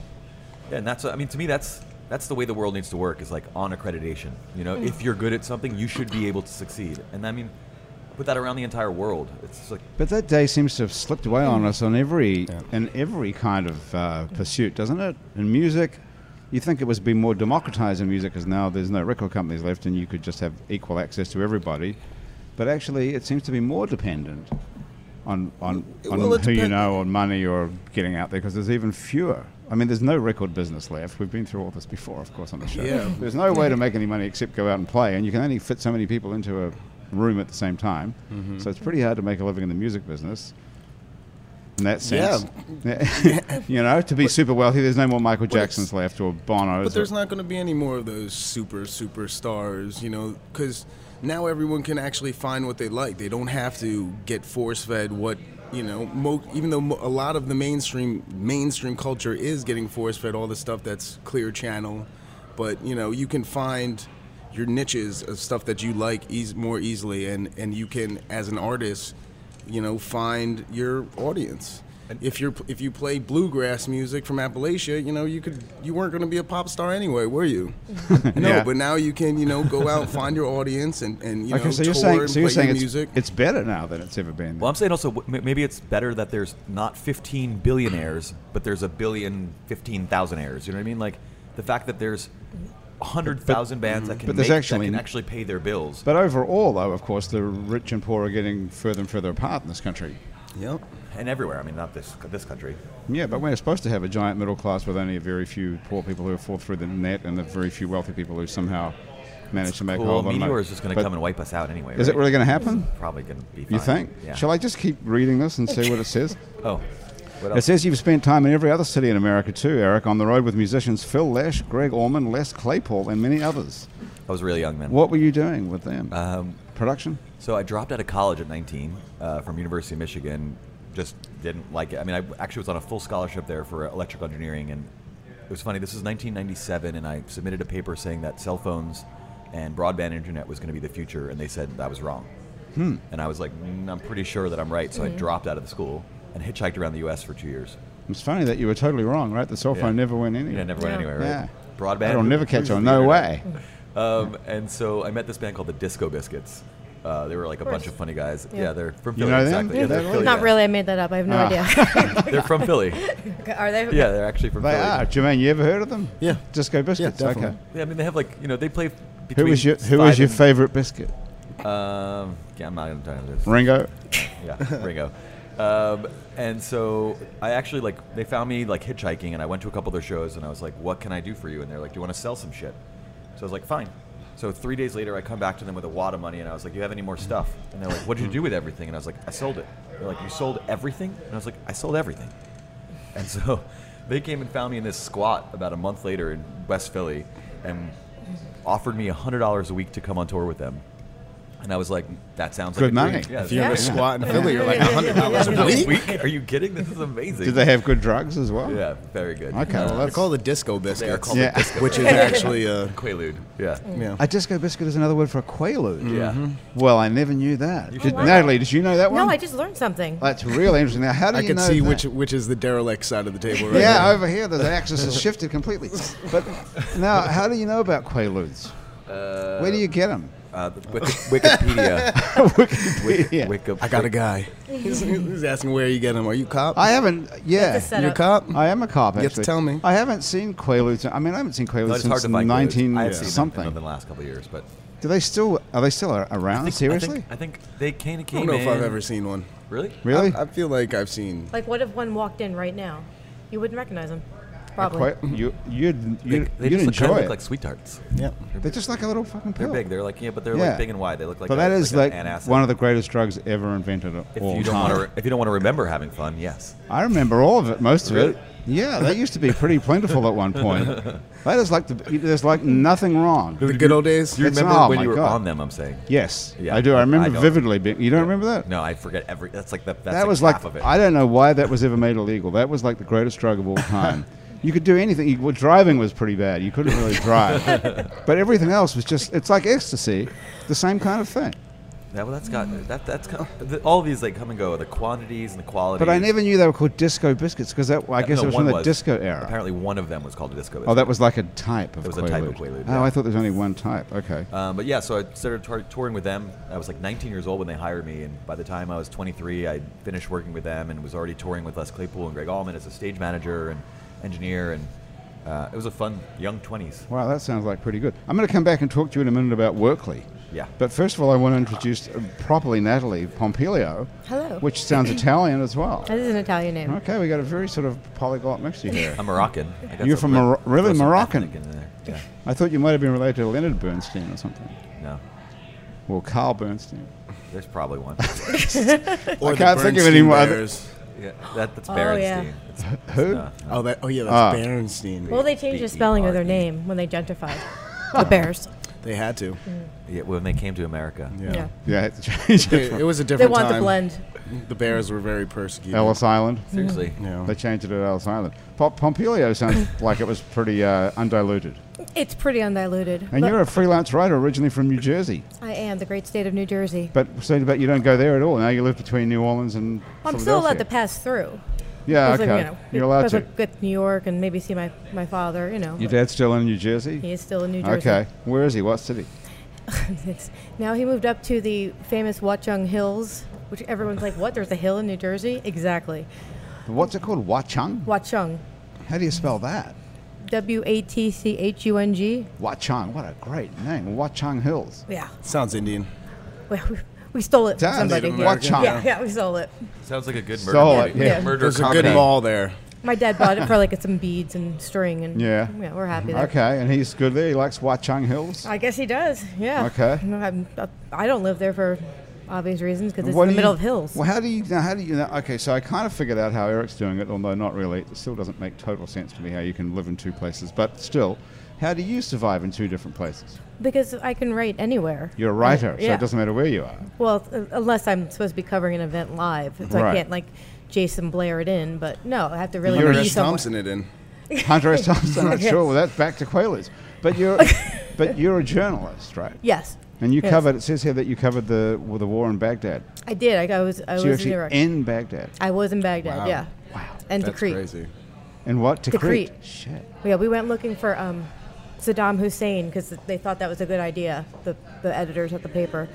[SPEAKER 3] Yeah, and that's I mean to me that's that's the way the world needs to work is like on accreditation. You know, if you're good at something, you should be able to succeed. And I mean, put that around the entire world. It's just like
[SPEAKER 1] But that day seems to have slipped away on us on every in every kind of uh, pursuit, doesn't it? In music, you think it was be more democratized in music because now there's no record companies left, and you could just have equal access to everybody. But actually, it seems to be more dependent on on, on
[SPEAKER 4] Well, it
[SPEAKER 1] who you
[SPEAKER 4] depend-
[SPEAKER 1] know, on money, or getting out there because there's even fewer. I mean, there's no record business left. We've been through all this before, of course, on the show.
[SPEAKER 4] Yeah.
[SPEAKER 1] There's no way to make any money except go out and play, and you can only fit so many people into a room at the same time.
[SPEAKER 4] Mm-hmm.
[SPEAKER 1] So it's pretty hard to make a living in the music business. In that sense, yeah. you know, to be super wealthy, there's no more Michael Jacksons left or Bono's.
[SPEAKER 4] But there's
[SPEAKER 1] or-
[SPEAKER 4] not going to be any more of those super superstars, you know, because now everyone can actually find what they like. They don't have to get force fed what you know. Mo- even though mo- a lot of the mainstream mainstream culture is getting force fed all the stuff that's clear channel, but you know you can find your niches of stuff that you like eas- more easily, and and you can as an artist, you know, find your audience. If you're if you play bluegrass music from Appalachia, you know you could you weren't going to be a pop star anyway, were you? no,
[SPEAKER 1] Yeah.
[SPEAKER 4] but now you can you know go out find your audience and and you
[SPEAKER 1] okay,
[SPEAKER 4] know
[SPEAKER 1] so
[SPEAKER 4] tour
[SPEAKER 1] you're saying
[SPEAKER 4] and
[SPEAKER 1] so you're
[SPEAKER 4] play
[SPEAKER 1] saying
[SPEAKER 4] your
[SPEAKER 1] it's,
[SPEAKER 4] music.
[SPEAKER 1] it's better now than it's ever been.
[SPEAKER 3] well, I'm saying also w- m- maybe it's better that there's not 15 billionaires, but there's a billion 15,000 heirs. You know what I mean? Like the fact that there's 100,000 bands that can
[SPEAKER 1] But there's
[SPEAKER 3] make-
[SPEAKER 1] actually-
[SPEAKER 3] that can actually pay their bills.
[SPEAKER 1] but overall, though, of course, the rich and poor are getting further and further apart in this country.
[SPEAKER 4] yep.
[SPEAKER 3] and everywhere. I mean, not this this country.
[SPEAKER 1] Yeah, but we're supposed to have a giant middle class with only a very few poor people who fall through the net and the very few wealthy people who somehow manage to make a
[SPEAKER 3] Well,
[SPEAKER 1] whole
[SPEAKER 3] a
[SPEAKER 1] lot of money.
[SPEAKER 3] meteor is just going to
[SPEAKER 1] But
[SPEAKER 3] come and wipe us out anyway.
[SPEAKER 1] Is it
[SPEAKER 3] right?
[SPEAKER 1] really going to happen?
[SPEAKER 3] Probably going to be. Fine.
[SPEAKER 1] You think?
[SPEAKER 3] Yeah.
[SPEAKER 1] Shall I just keep reading this and see what it says?
[SPEAKER 3] Oh, what
[SPEAKER 1] It
[SPEAKER 3] else?
[SPEAKER 1] says you've spent time in every other city in America too, Eric, on the road with musicians Phil Lesh, Greg Orman, Les Claypool, and many others.
[SPEAKER 3] I was really young, man.
[SPEAKER 1] What were you doing with them?
[SPEAKER 3] Um,
[SPEAKER 1] Production?
[SPEAKER 3] So I dropped out of college at 19 uh, from University of Michigan. Just didn't like it. I mean, I actually was on a full scholarship there for electrical engineering, and it was funny. This was 1997, and I submitted a paper saying that cell phones and broadband internet was going to be the future, and they said I was wrong.
[SPEAKER 1] Hmm.
[SPEAKER 3] And I was like, "Mm, I'm pretty sure that I'm right. So I dropped out of the school and hitchhiked around the U.S. for two years.
[SPEAKER 1] It's funny that you were totally wrong, right? The cell
[SPEAKER 3] Yeah.
[SPEAKER 1] phone never went
[SPEAKER 3] Yeah,
[SPEAKER 1] anywhere.
[SPEAKER 3] never went
[SPEAKER 2] Yeah.
[SPEAKER 3] anywhere, right?
[SPEAKER 1] Yeah.
[SPEAKER 3] Broadband.
[SPEAKER 1] It'll never catch
[SPEAKER 3] Who's
[SPEAKER 1] on.
[SPEAKER 3] the
[SPEAKER 1] No
[SPEAKER 3] internet?
[SPEAKER 1] way.
[SPEAKER 3] Um, and so I met this band called the Disco Biscuits. Uh, they were like a bunch of funny guys. Yeah,
[SPEAKER 2] Yeah.
[SPEAKER 3] they're from
[SPEAKER 1] You
[SPEAKER 3] Philly.
[SPEAKER 1] know them?
[SPEAKER 3] exactly. Yeah,
[SPEAKER 1] They're
[SPEAKER 3] they're
[SPEAKER 1] really-
[SPEAKER 3] Philly,
[SPEAKER 2] Not
[SPEAKER 3] Oh, yeah.
[SPEAKER 2] really. I made that up. I have no idea.
[SPEAKER 3] They're from Philly.
[SPEAKER 2] Are they?
[SPEAKER 3] Yeah, they're actually from
[SPEAKER 1] They
[SPEAKER 3] Philly.
[SPEAKER 1] are. Jermaine, you ever heard of them?
[SPEAKER 4] Yeah.
[SPEAKER 1] Disco Biscuits.
[SPEAKER 4] definitely.
[SPEAKER 1] okay.
[SPEAKER 3] Yeah, I mean, they have like you know they play.
[SPEAKER 1] Who
[SPEAKER 3] Between
[SPEAKER 1] was your Who
[SPEAKER 3] five
[SPEAKER 1] was your
[SPEAKER 3] and-
[SPEAKER 1] favorite biscuit?
[SPEAKER 3] Um, yeah, I'm not gonna tell you this.
[SPEAKER 1] Ringo.
[SPEAKER 3] Yeah, Ringo. Um, and so I actually like they found me like hitchhiking, and I went to a couple of their shows, and I was like, "What can I do for you?" And they're like, "Do you want to sell some shit?" So I was like, "Fine." So three days later, I come back to them with a wad of money, and I was like, "You have any more stuff?" And they're like, "What'd you do with everything?" And I was like, "I sold it." They're like, "You sold everything?" And I was like, "I sold everything." And so they came and found me in this squat about a month later in West Philly, and offered me hundred dollars a week to come on tour with them. And I was like, that sounds
[SPEAKER 1] Good
[SPEAKER 3] like a
[SPEAKER 1] money.
[SPEAKER 3] dream. Yeah,
[SPEAKER 1] If
[SPEAKER 4] If you're
[SPEAKER 2] Yeah.
[SPEAKER 4] in a squat in
[SPEAKER 2] Yeah.
[SPEAKER 4] Philly, you're like
[SPEAKER 2] Yeah, yeah,
[SPEAKER 4] hundred dollars
[SPEAKER 2] yeah,
[SPEAKER 4] a
[SPEAKER 2] yeah.
[SPEAKER 3] a
[SPEAKER 4] week.
[SPEAKER 3] week? Are you kidding? This is amazing.
[SPEAKER 1] Did they have good drugs as well?
[SPEAKER 3] Yeah, very good.
[SPEAKER 1] Okay, well,
[SPEAKER 4] They're
[SPEAKER 1] that's
[SPEAKER 4] called the disco
[SPEAKER 3] They are
[SPEAKER 4] biscuits,
[SPEAKER 3] called
[SPEAKER 1] Yeah.
[SPEAKER 3] the disco
[SPEAKER 4] which is
[SPEAKER 3] biscuits.
[SPEAKER 4] actually uh,
[SPEAKER 3] Quaalude. Yeah.
[SPEAKER 4] yeah.
[SPEAKER 1] a disco biscuit is another word for a quaalude.
[SPEAKER 3] Yeah.
[SPEAKER 1] Well, I never knew that.
[SPEAKER 3] You
[SPEAKER 1] Did-
[SPEAKER 3] should know.
[SPEAKER 1] Natalie, did you know that one?
[SPEAKER 2] Oh, No, I just learned something.
[SPEAKER 1] That's really interesting. Now, how do
[SPEAKER 4] I
[SPEAKER 1] you
[SPEAKER 4] can
[SPEAKER 1] know
[SPEAKER 4] see
[SPEAKER 1] that?
[SPEAKER 4] which which is the derelict side of the table right
[SPEAKER 1] Yeah,
[SPEAKER 4] now.
[SPEAKER 1] over here, the axis has shifted completely. But now, how do you know about quaaludes? Where do you get them?
[SPEAKER 3] Uh, the Wiki- Wikipedia.
[SPEAKER 1] Yeah.
[SPEAKER 3] Wiki-
[SPEAKER 4] I got a guy. he's, he's asking where you get him. Are you cop?
[SPEAKER 1] I uh, haven't. Yeah,
[SPEAKER 2] That's a set-
[SPEAKER 4] you a cop?
[SPEAKER 1] I am a cop.
[SPEAKER 4] You have to
[SPEAKER 1] actually.
[SPEAKER 4] tell me.
[SPEAKER 1] I haven't seen quaaludes. I mean, I haven't seen quaaludes
[SPEAKER 3] No, it's
[SPEAKER 1] since
[SPEAKER 3] hard to find Quaaludes.
[SPEAKER 1] nineteen
[SPEAKER 3] I have seen
[SPEAKER 1] something.
[SPEAKER 3] them in the last couple of years, but
[SPEAKER 1] do they still? Are they still a- around?
[SPEAKER 3] I think-
[SPEAKER 1] Seriously?
[SPEAKER 3] I think, I think they came.
[SPEAKER 4] I don't know if I've ever seen one.
[SPEAKER 3] Really?
[SPEAKER 1] really?
[SPEAKER 4] I, I feel like I've seen.
[SPEAKER 2] Like, what if one walked in right now? You wouldn't recognize him. Probably.
[SPEAKER 1] Quail- you you'd
[SPEAKER 3] They,
[SPEAKER 1] you'd,
[SPEAKER 3] they
[SPEAKER 1] you'd
[SPEAKER 3] just look,
[SPEAKER 1] enjoy
[SPEAKER 3] kind of
[SPEAKER 1] it.
[SPEAKER 3] look like sweet tarts.
[SPEAKER 4] Yeah.
[SPEAKER 1] they're just like a little fucking
[SPEAKER 3] They're
[SPEAKER 1] pill.
[SPEAKER 3] big. They're like yeah, but they're
[SPEAKER 1] Yeah.
[SPEAKER 3] like big and wide. They look like.
[SPEAKER 1] but
[SPEAKER 3] a,
[SPEAKER 1] that is
[SPEAKER 3] like,
[SPEAKER 1] like,
[SPEAKER 3] an antacid.
[SPEAKER 1] one of the greatest drugs ever invented. At
[SPEAKER 3] If
[SPEAKER 1] all
[SPEAKER 3] you don't
[SPEAKER 1] time.
[SPEAKER 3] want to, if you don't want to remember having fun, yes.
[SPEAKER 1] I remember all of it, most of it.
[SPEAKER 3] Really?
[SPEAKER 1] Yeah, they used to be pretty plentiful at one point. That is like the, there's like nothing wrong.
[SPEAKER 4] The good old days.
[SPEAKER 3] Do you
[SPEAKER 1] It's-
[SPEAKER 3] remember
[SPEAKER 1] oh
[SPEAKER 3] when
[SPEAKER 1] my
[SPEAKER 3] you were
[SPEAKER 1] God.
[SPEAKER 3] on them? I'm saying.
[SPEAKER 1] Yes,
[SPEAKER 3] Yeah,
[SPEAKER 1] I do. I
[SPEAKER 3] I
[SPEAKER 1] remember
[SPEAKER 3] don't.
[SPEAKER 1] vividly. Being, you don't remember that?
[SPEAKER 3] No, I forget every. That's like the. That's
[SPEAKER 1] that was like
[SPEAKER 3] half of it.
[SPEAKER 1] I don't know why that was ever made illegal. That was like the greatest drug of all time. you could do anything. You, well, driving was pretty bad. You couldn't really drive, but everything else was just. It's like ecstasy, the same kind of thing.
[SPEAKER 3] Yeah, well, that's got that. That's got, the, all these like come and go. The quantities and the quality.
[SPEAKER 1] But I never knew they were called disco biscuits because that I guess it was from the disco era.
[SPEAKER 3] Apparently, one of them was called a disco.
[SPEAKER 1] Oh,
[SPEAKER 3] Biscuit.
[SPEAKER 1] that was like a type of
[SPEAKER 3] It was
[SPEAKER 1] Quaalude.
[SPEAKER 3] a type of Quaalude,
[SPEAKER 1] Oh,
[SPEAKER 3] yeah.
[SPEAKER 1] I thought there was only one type. Okay.
[SPEAKER 3] Um, but yeah, so I started tour- touring with them. I was like 19 years old when they hired me, and by the time I was 23, I finished working with them and was already touring with Les Claypool and Greg Allman as a stage manager and engineer, and uh, it was a fun young 20s.
[SPEAKER 1] Wow, that sounds like pretty good. I'm going to come back and talk to you in a minute about Workley.
[SPEAKER 3] Yeah.
[SPEAKER 1] But first of all, I want to introduce uh, properly Natalie Pompilio.
[SPEAKER 2] Hello.
[SPEAKER 1] Which sounds Italian as well.
[SPEAKER 2] That is an Italian name.
[SPEAKER 1] Okay, we got a very sort of polyglot mixture here.
[SPEAKER 3] I'm Moroccan. I got
[SPEAKER 1] You're
[SPEAKER 3] some
[SPEAKER 1] from Mor-
[SPEAKER 3] throw
[SPEAKER 1] really
[SPEAKER 3] some
[SPEAKER 1] Moroccan?
[SPEAKER 3] ethnic in there. Yeah.
[SPEAKER 1] I thought you might have been related to Leonard Bernstein or something.
[SPEAKER 3] No,
[SPEAKER 1] Well, Carl Bernstein.
[SPEAKER 3] there's probably one.
[SPEAKER 4] Or the
[SPEAKER 1] can't think of
[SPEAKER 4] Bernstein
[SPEAKER 1] any more other-
[SPEAKER 4] Bears.
[SPEAKER 3] yeah, that, that's
[SPEAKER 2] Oh,
[SPEAKER 3] Berenstein.
[SPEAKER 2] yeah.
[SPEAKER 3] It's-
[SPEAKER 1] Who?
[SPEAKER 3] no, no.
[SPEAKER 4] Oh, that, oh yeah, that's
[SPEAKER 1] Ah.
[SPEAKER 4] Bernstein.
[SPEAKER 2] Well, they changed the spelling of their
[SPEAKER 3] B E R E.
[SPEAKER 2] name when they gentrified. the Bears.
[SPEAKER 4] They had to.
[SPEAKER 2] Mm-hmm.
[SPEAKER 3] Yeah, when they came to America.
[SPEAKER 4] Yeah.
[SPEAKER 2] Yeah.
[SPEAKER 1] Yeah, it's changed it
[SPEAKER 4] It,
[SPEAKER 1] from
[SPEAKER 4] it was a
[SPEAKER 2] They
[SPEAKER 4] different
[SPEAKER 2] want the
[SPEAKER 4] time.
[SPEAKER 2] blend.
[SPEAKER 4] The Bears were very persecuted.
[SPEAKER 1] Ellis Island.
[SPEAKER 3] Seriously.
[SPEAKER 4] Yeah.
[SPEAKER 1] They changed it at Ellis Island. Pop- Pompilio sounds like it was pretty uh, undiluted.
[SPEAKER 2] It's pretty undiluted.
[SPEAKER 1] And
[SPEAKER 2] but
[SPEAKER 1] you're a freelance writer originally from New Jersey.
[SPEAKER 2] I am the great state of New Jersey.
[SPEAKER 1] But so, but you don't go there at all. Now you live between New Orleans and.
[SPEAKER 2] I'm still allowed
[SPEAKER 1] Philadelphia.
[SPEAKER 2] to pass through.
[SPEAKER 1] Yeah,
[SPEAKER 2] Because,
[SPEAKER 1] okay.
[SPEAKER 2] like,
[SPEAKER 1] you are allowed
[SPEAKER 2] because
[SPEAKER 1] to.
[SPEAKER 2] I go to New York and maybe see my, my father, you know.
[SPEAKER 1] Your dad's still in New Jersey.
[SPEAKER 2] He is still in New Jersey.
[SPEAKER 1] Okay, where is he? What city?
[SPEAKER 2] It's- now he moved up to the famous Watchung Hills, which everyone's like, what? There's a hill in New Jersey? Exactly.
[SPEAKER 1] What's it called? Wachung.
[SPEAKER 2] Watchung.
[SPEAKER 1] How do you spell that?
[SPEAKER 2] W A T C H U N G.
[SPEAKER 1] Wachung. What a great name. Wachung Hills.
[SPEAKER 2] Yeah.
[SPEAKER 4] Sounds Indian.
[SPEAKER 2] Well, we, we stole it from
[SPEAKER 1] Sounds
[SPEAKER 2] somebody.
[SPEAKER 4] Native
[SPEAKER 2] Yeah.
[SPEAKER 4] American.
[SPEAKER 1] Wachung.
[SPEAKER 2] yeah, yeah, we stole it.
[SPEAKER 3] Sounds like a good murder.
[SPEAKER 1] Solid,
[SPEAKER 3] movie.
[SPEAKER 1] yeah.
[SPEAKER 3] Murder
[SPEAKER 4] There's a
[SPEAKER 3] comedy.
[SPEAKER 4] good mall there.
[SPEAKER 2] My dad bought it for like some beads and string, and
[SPEAKER 1] Yeah. Mm-hmm.
[SPEAKER 2] we're happy. There.
[SPEAKER 1] Okay, and he's good there. He likes Wachung Hills.
[SPEAKER 2] I guess he does. Yeah.
[SPEAKER 1] Okay.
[SPEAKER 2] No, I'm, I don't live there for obvious reasons because it's
[SPEAKER 1] What
[SPEAKER 2] in the
[SPEAKER 1] do
[SPEAKER 2] middle
[SPEAKER 1] you-
[SPEAKER 2] of hills.
[SPEAKER 1] Well, how do you now? How do you now? Okay, so I kind of figured out how Eric's doing it, although not really. It still doesn't make total sense to me how you can live in two places. But still, how do you survive in two different places?
[SPEAKER 2] Because I can write anywhere.
[SPEAKER 1] You're a writer,
[SPEAKER 2] I-
[SPEAKER 1] so
[SPEAKER 2] yeah.
[SPEAKER 1] it doesn't matter where you are.
[SPEAKER 2] Well, th- unless I'm supposed to be covering an event live, so
[SPEAKER 1] Right.
[SPEAKER 2] I can't like Jason Blair it in. But no, I have to really
[SPEAKER 1] You're
[SPEAKER 2] be
[SPEAKER 4] Chris
[SPEAKER 2] somewhere.
[SPEAKER 4] Thompson it in.
[SPEAKER 1] Hunter S. Thompson. I'm
[SPEAKER 2] Yes.
[SPEAKER 1] sure. Well, that's back to Quailers. But you're, but you're a journalist, right?
[SPEAKER 2] Yes.
[SPEAKER 1] And you
[SPEAKER 2] Yes.
[SPEAKER 1] covered. It says here that you covered the well, the war in Baghdad.
[SPEAKER 2] I did. I, I was.
[SPEAKER 1] So you're
[SPEAKER 2] I was in
[SPEAKER 1] actually
[SPEAKER 2] Iraq.
[SPEAKER 1] in Baghdad.
[SPEAKER 2] I was in Baghdad.
[SPEAKER 4] Wow.
[SPEAKER 2] Yeah.
[SPEAKER 1] Wow.
[SPEAKER 2] And
[SPEAKER 4] That's
[SPEAKER 2] Tikrit.
[SPEAKER 4] crazy.
[SPEAKER 1] And what? To
[SPEAKER 2] Tikrit.
[SPEAKER 1] Crete. Shit.
[SPEAKER 2] Yeah, we went looking for um, Saddam Hussein because they thought that was a good idea. The, the editors at the paper.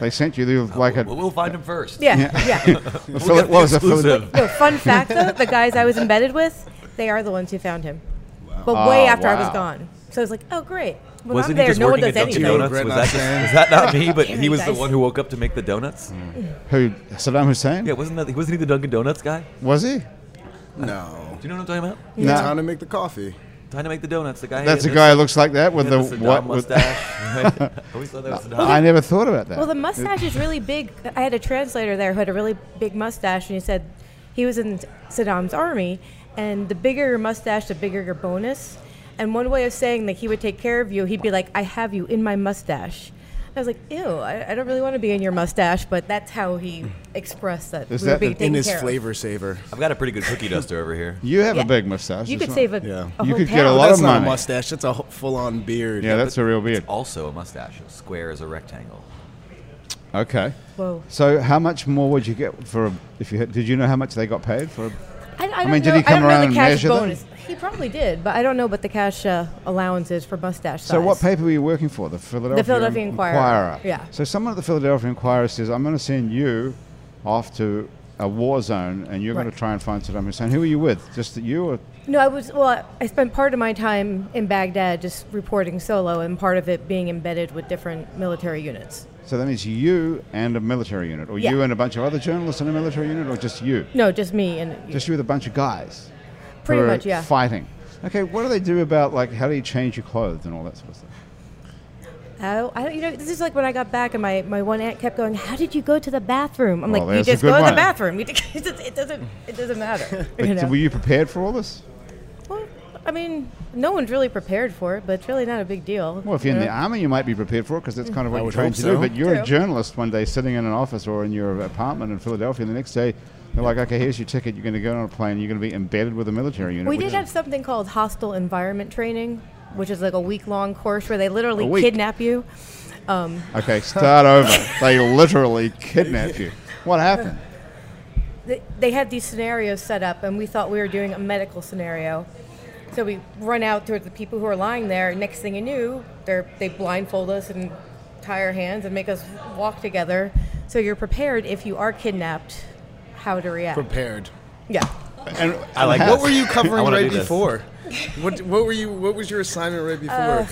[SPEAKER 1] They sent you the, like a.
[SPEAKER 3] Well, we'll find him first.
[SPEAKER 2] Yeah,
[SPEAKER 1] Yeah.
[SPEAKER 2] yeah.
[SPEAKER 1] a Phil- what was it? Phil-
[SPEAKER 3] Exclusive.
[SPEAKER 2] no, fun fact though, the guys I was embedded with, they are the ones who found him. But way
[SPEAKER 1] Oh,
[SPEAKER 2] after I
[SPEAKER 1] wow.
[SPEAKER 2] was gone, so I was like, oh great. When
[SPEAKER 3] Wasn't
[SPEAKER 2] I'm
[SPEAKER 3] he
[SPEAKER 2] there,
[SPEAKER 3] just
[SPEAKER 2] no one
[SPEAKER 3] working
[SPEAKER 2] does
[SPEAKER 3] at Dunkin'
[SPEAKER 2] anything.
[SPEAKER 3] Donuts? Was that,
[SPEAKER 4] Donuts,
[SPEAKER 3] just,
[SPEAKER 4] man.
[SPEAKER 3] was that not me? But
[SPEAKER 2] Damn
[SPEAKER 3] he
[SPEAKER 2] you
[SPEAKER 3] was the
[SPEAKER 2] guys.
[SPEAKER 3] one who woke up to make the donuts.
[SPEAKER 1] Mm. Who? Saddam Hussein?
[SPEAKER 3] Yeah, wasn't that? Wasn't he the Dunkin' Donuts guy? Do
[SPEAKER 1] Was he?
[SPEAKER 4] No.
[SPEAKER 3] you know what I'm talking about?
[SPEAKER 4] It's
[SPEAKER 1] No.
[SPEAKER 4] time to make the coffee.
[SPEAKER 3] Time to make the donuts. The guy.
[SPEAKER 1] That's
[SPEAKER 3] who
[SPEAKER 1] a guy who looks like that with
[SPEAKER 3] had the
[SPEAKER 1] the
[SPEAKER 3] Saddam
[SPEAKER 1] what? with-
[SPEAKER 3] mustache. I always thought that was Saddam.
[SPEAKER 1] I never thought about that.
[SPEAKER 2] Well, the mustache is really big. I had a translator there who had a really big mustache, and he said he was in Saddam's army, and the bigger your mustache, the bigger your bonus. And one way of saying that he would take care of you, he'd be like, I have you in my mustache. I was like, ew, I, I don't really want to be in your mustache, but that's how he expressed that.
[SPEAKER 1] Is
[SPEAKER 2] we were
[SPEAKER 1] that
[SPEAKER 2] being
[SPEAKER 1] the-
[SPEAKER 2] taken
[SPEAKER 4] in his
[SPEAKER 2] care of.
[SPEAKER 4] flavor saver.
[SPEAKER 3] I've got a pretty good cookie duster over here.
[SPEAKER 1] You have a
[SPEAKER 2] Yeah.
[SPEAKER 1] big mustache.
[SPEAKER 2] You
[SPEAKER 1] it's
[SPEAKER 2] could
[SPEAKER 1] not-
[SPEAKER 2] save a,
[SPEAKER 4] Yeah.
[SPEAKER 2] a
[SPEAKER 1] You
[SPEAKER 2] whole
[SPEAKER 1] could get a
[SPEAKER 2] pound.
[SPEAKER 1] lot
[SPEAKER 4] That's
[SPEAKER 1] of
[SPEAKER 4] not
[SPEAKER 1] money.
[SPEAKER 4] a mustache. That's a full on beard.
[SPEAKER 1] Yeah, that's a real beard.
[SPEAKER 3] Also a mustache, a square is a rectangle.
[SPEAKER 1] Okay.
[SPEAKER 2] Whoa.
[SPEAKER 1] So how much more would you get for a, if you had, did you know how much they got paid for? a-
[SPEAKER 2] I, I, don't
[SPEAKER 1] mean, did
[SPEAKER 2] know,
[SPEAKER 1] he come
[SPEAKER 2] I don't
[SPEAKER 1] around
[SPEAKER 2] know
[SPEAKER 1] and
[SPEAKER 2] the cash
[SPEAKER 1] measure them?
[SPEAKER 2] bonus. He probably did, but I don't know what the cash uh, allowance is for mustache
[SPEAKER 1] So what
[SPEAKER 2] size.
[SPEAKER 1] paper were you working for? The Philadelphia,
[SPEAKER 2] Philadelphia Inquirer. Yeah.
[SPEAKER 1] So someone at the Philadelphia Inquirer says, "I'm going to send you off to a war zone, and you're going
[SPEAKER 2] Right.
[SPEAKER 1] to try and find Saddam Hussein." Who are you with? Just that you or
[SPEAKER 2] No, I was well. I spent part of my time in Baghdad just reporting solo, and part of it being embedded with different military units.
[SPEAKER 1] so that means you and a military unit, or
[SPEAKER 2] Yeah.
[SPEAKER 1] you and a bunch of other journalists in a military unit, or just you,
[SPEAKER 2] No, just me and
[SPEAKER 1] just you with a bunch of guys. who
[SPEAKER 2] Pretty
[SPEAKER 1] are
[SPEAKER 2] much, yeah.
[SPEAKER 1] Fighting. Okay. What do they do about like how do you change your clothes and all that sort of stuff?
[SPEAKER 2] I, I don't, you know, this is like when I got back, and my, my one aunt kept going, "How did you go to the bathroom?" I'm
[SPEAKER 1] Well,
[SPEAKER 2] like, "You
[SPEAKER 1] there's a
[SPEAKER 2] just
[SPEAKER 1] good
[SPEAKER 2] go to
[SPEAKER 1] one.
[SPEAKER 2] the bathroom. You, just- it, doesn't, it doesn't it doesn't matter."
[SPEAKER 1] But
[SPEAKER 2] you know?
[SPEAKER 1] were you prepared for all this?
[SPEAKER 2] well, I mean, no one's really prepared for it, but it's really not a big deal.
[SPEAKER 1] Well, if you're
[SPEAKER 2] you
[SPEAKER 1] in the
[SPEAKER 2] know?
[SPEAKER 1] army, you might be prepared for it because that's kind of what
[SPEAKER 4] I
[SPEAKER 1] you're
[SPEAKER 4] would
[SPEAKER 1] trained
[SPEAKER 4] hope
[SPEAKER 1] to do.
[SPEAKER 4] so.
[SPEAKER 1] But you're a
[SPEAKER 2] True.
[SPEAKER 1] journalist one day sitting in an office or in your apartment in Philadelphia, and the next day they're like, okay, here's your ticket. You're going to go on a plane. You're going to be embedded with a military unit.
[SPEAKER 2] we
[SPEAKER 1] which
[SPEAKER 2] did
[SPEAKER 1] is-
[SPEAKER 2] have something called hostile environment training, which is like a week long course where they literally
[SPEAKER 1] A week.
[SPEAKER 2] kidnap you. Um,
[SPEAKER 1] Okay, start over. They literally kidnapped you. What happened?
[SPEAKER 2] they, they had these scenarios set up, and we thought we were doing a medical scenario. So we run out towards the people who are lying there. and Next thing you knew, they're, they blindfold us and tie our hands and make us walk together. So you're prepared if you are kidnapped, how to react.
[SPEAKER 4] Prepared.
[SPEAKER 2] yeah.
[SPEAKER 1] And
[SPEAKER 3] I like
[SPEAKER 1] how-
[SPEAKER 4] What were you
[SPEAKER 3] I
[SPEAKER 4] covering
[SPEAKER 3] wanna
[SPEAKER 4] right
[SPEAKER 3] do this.
[SPEAKER 4] before? What, what were you? What was your assignment right before?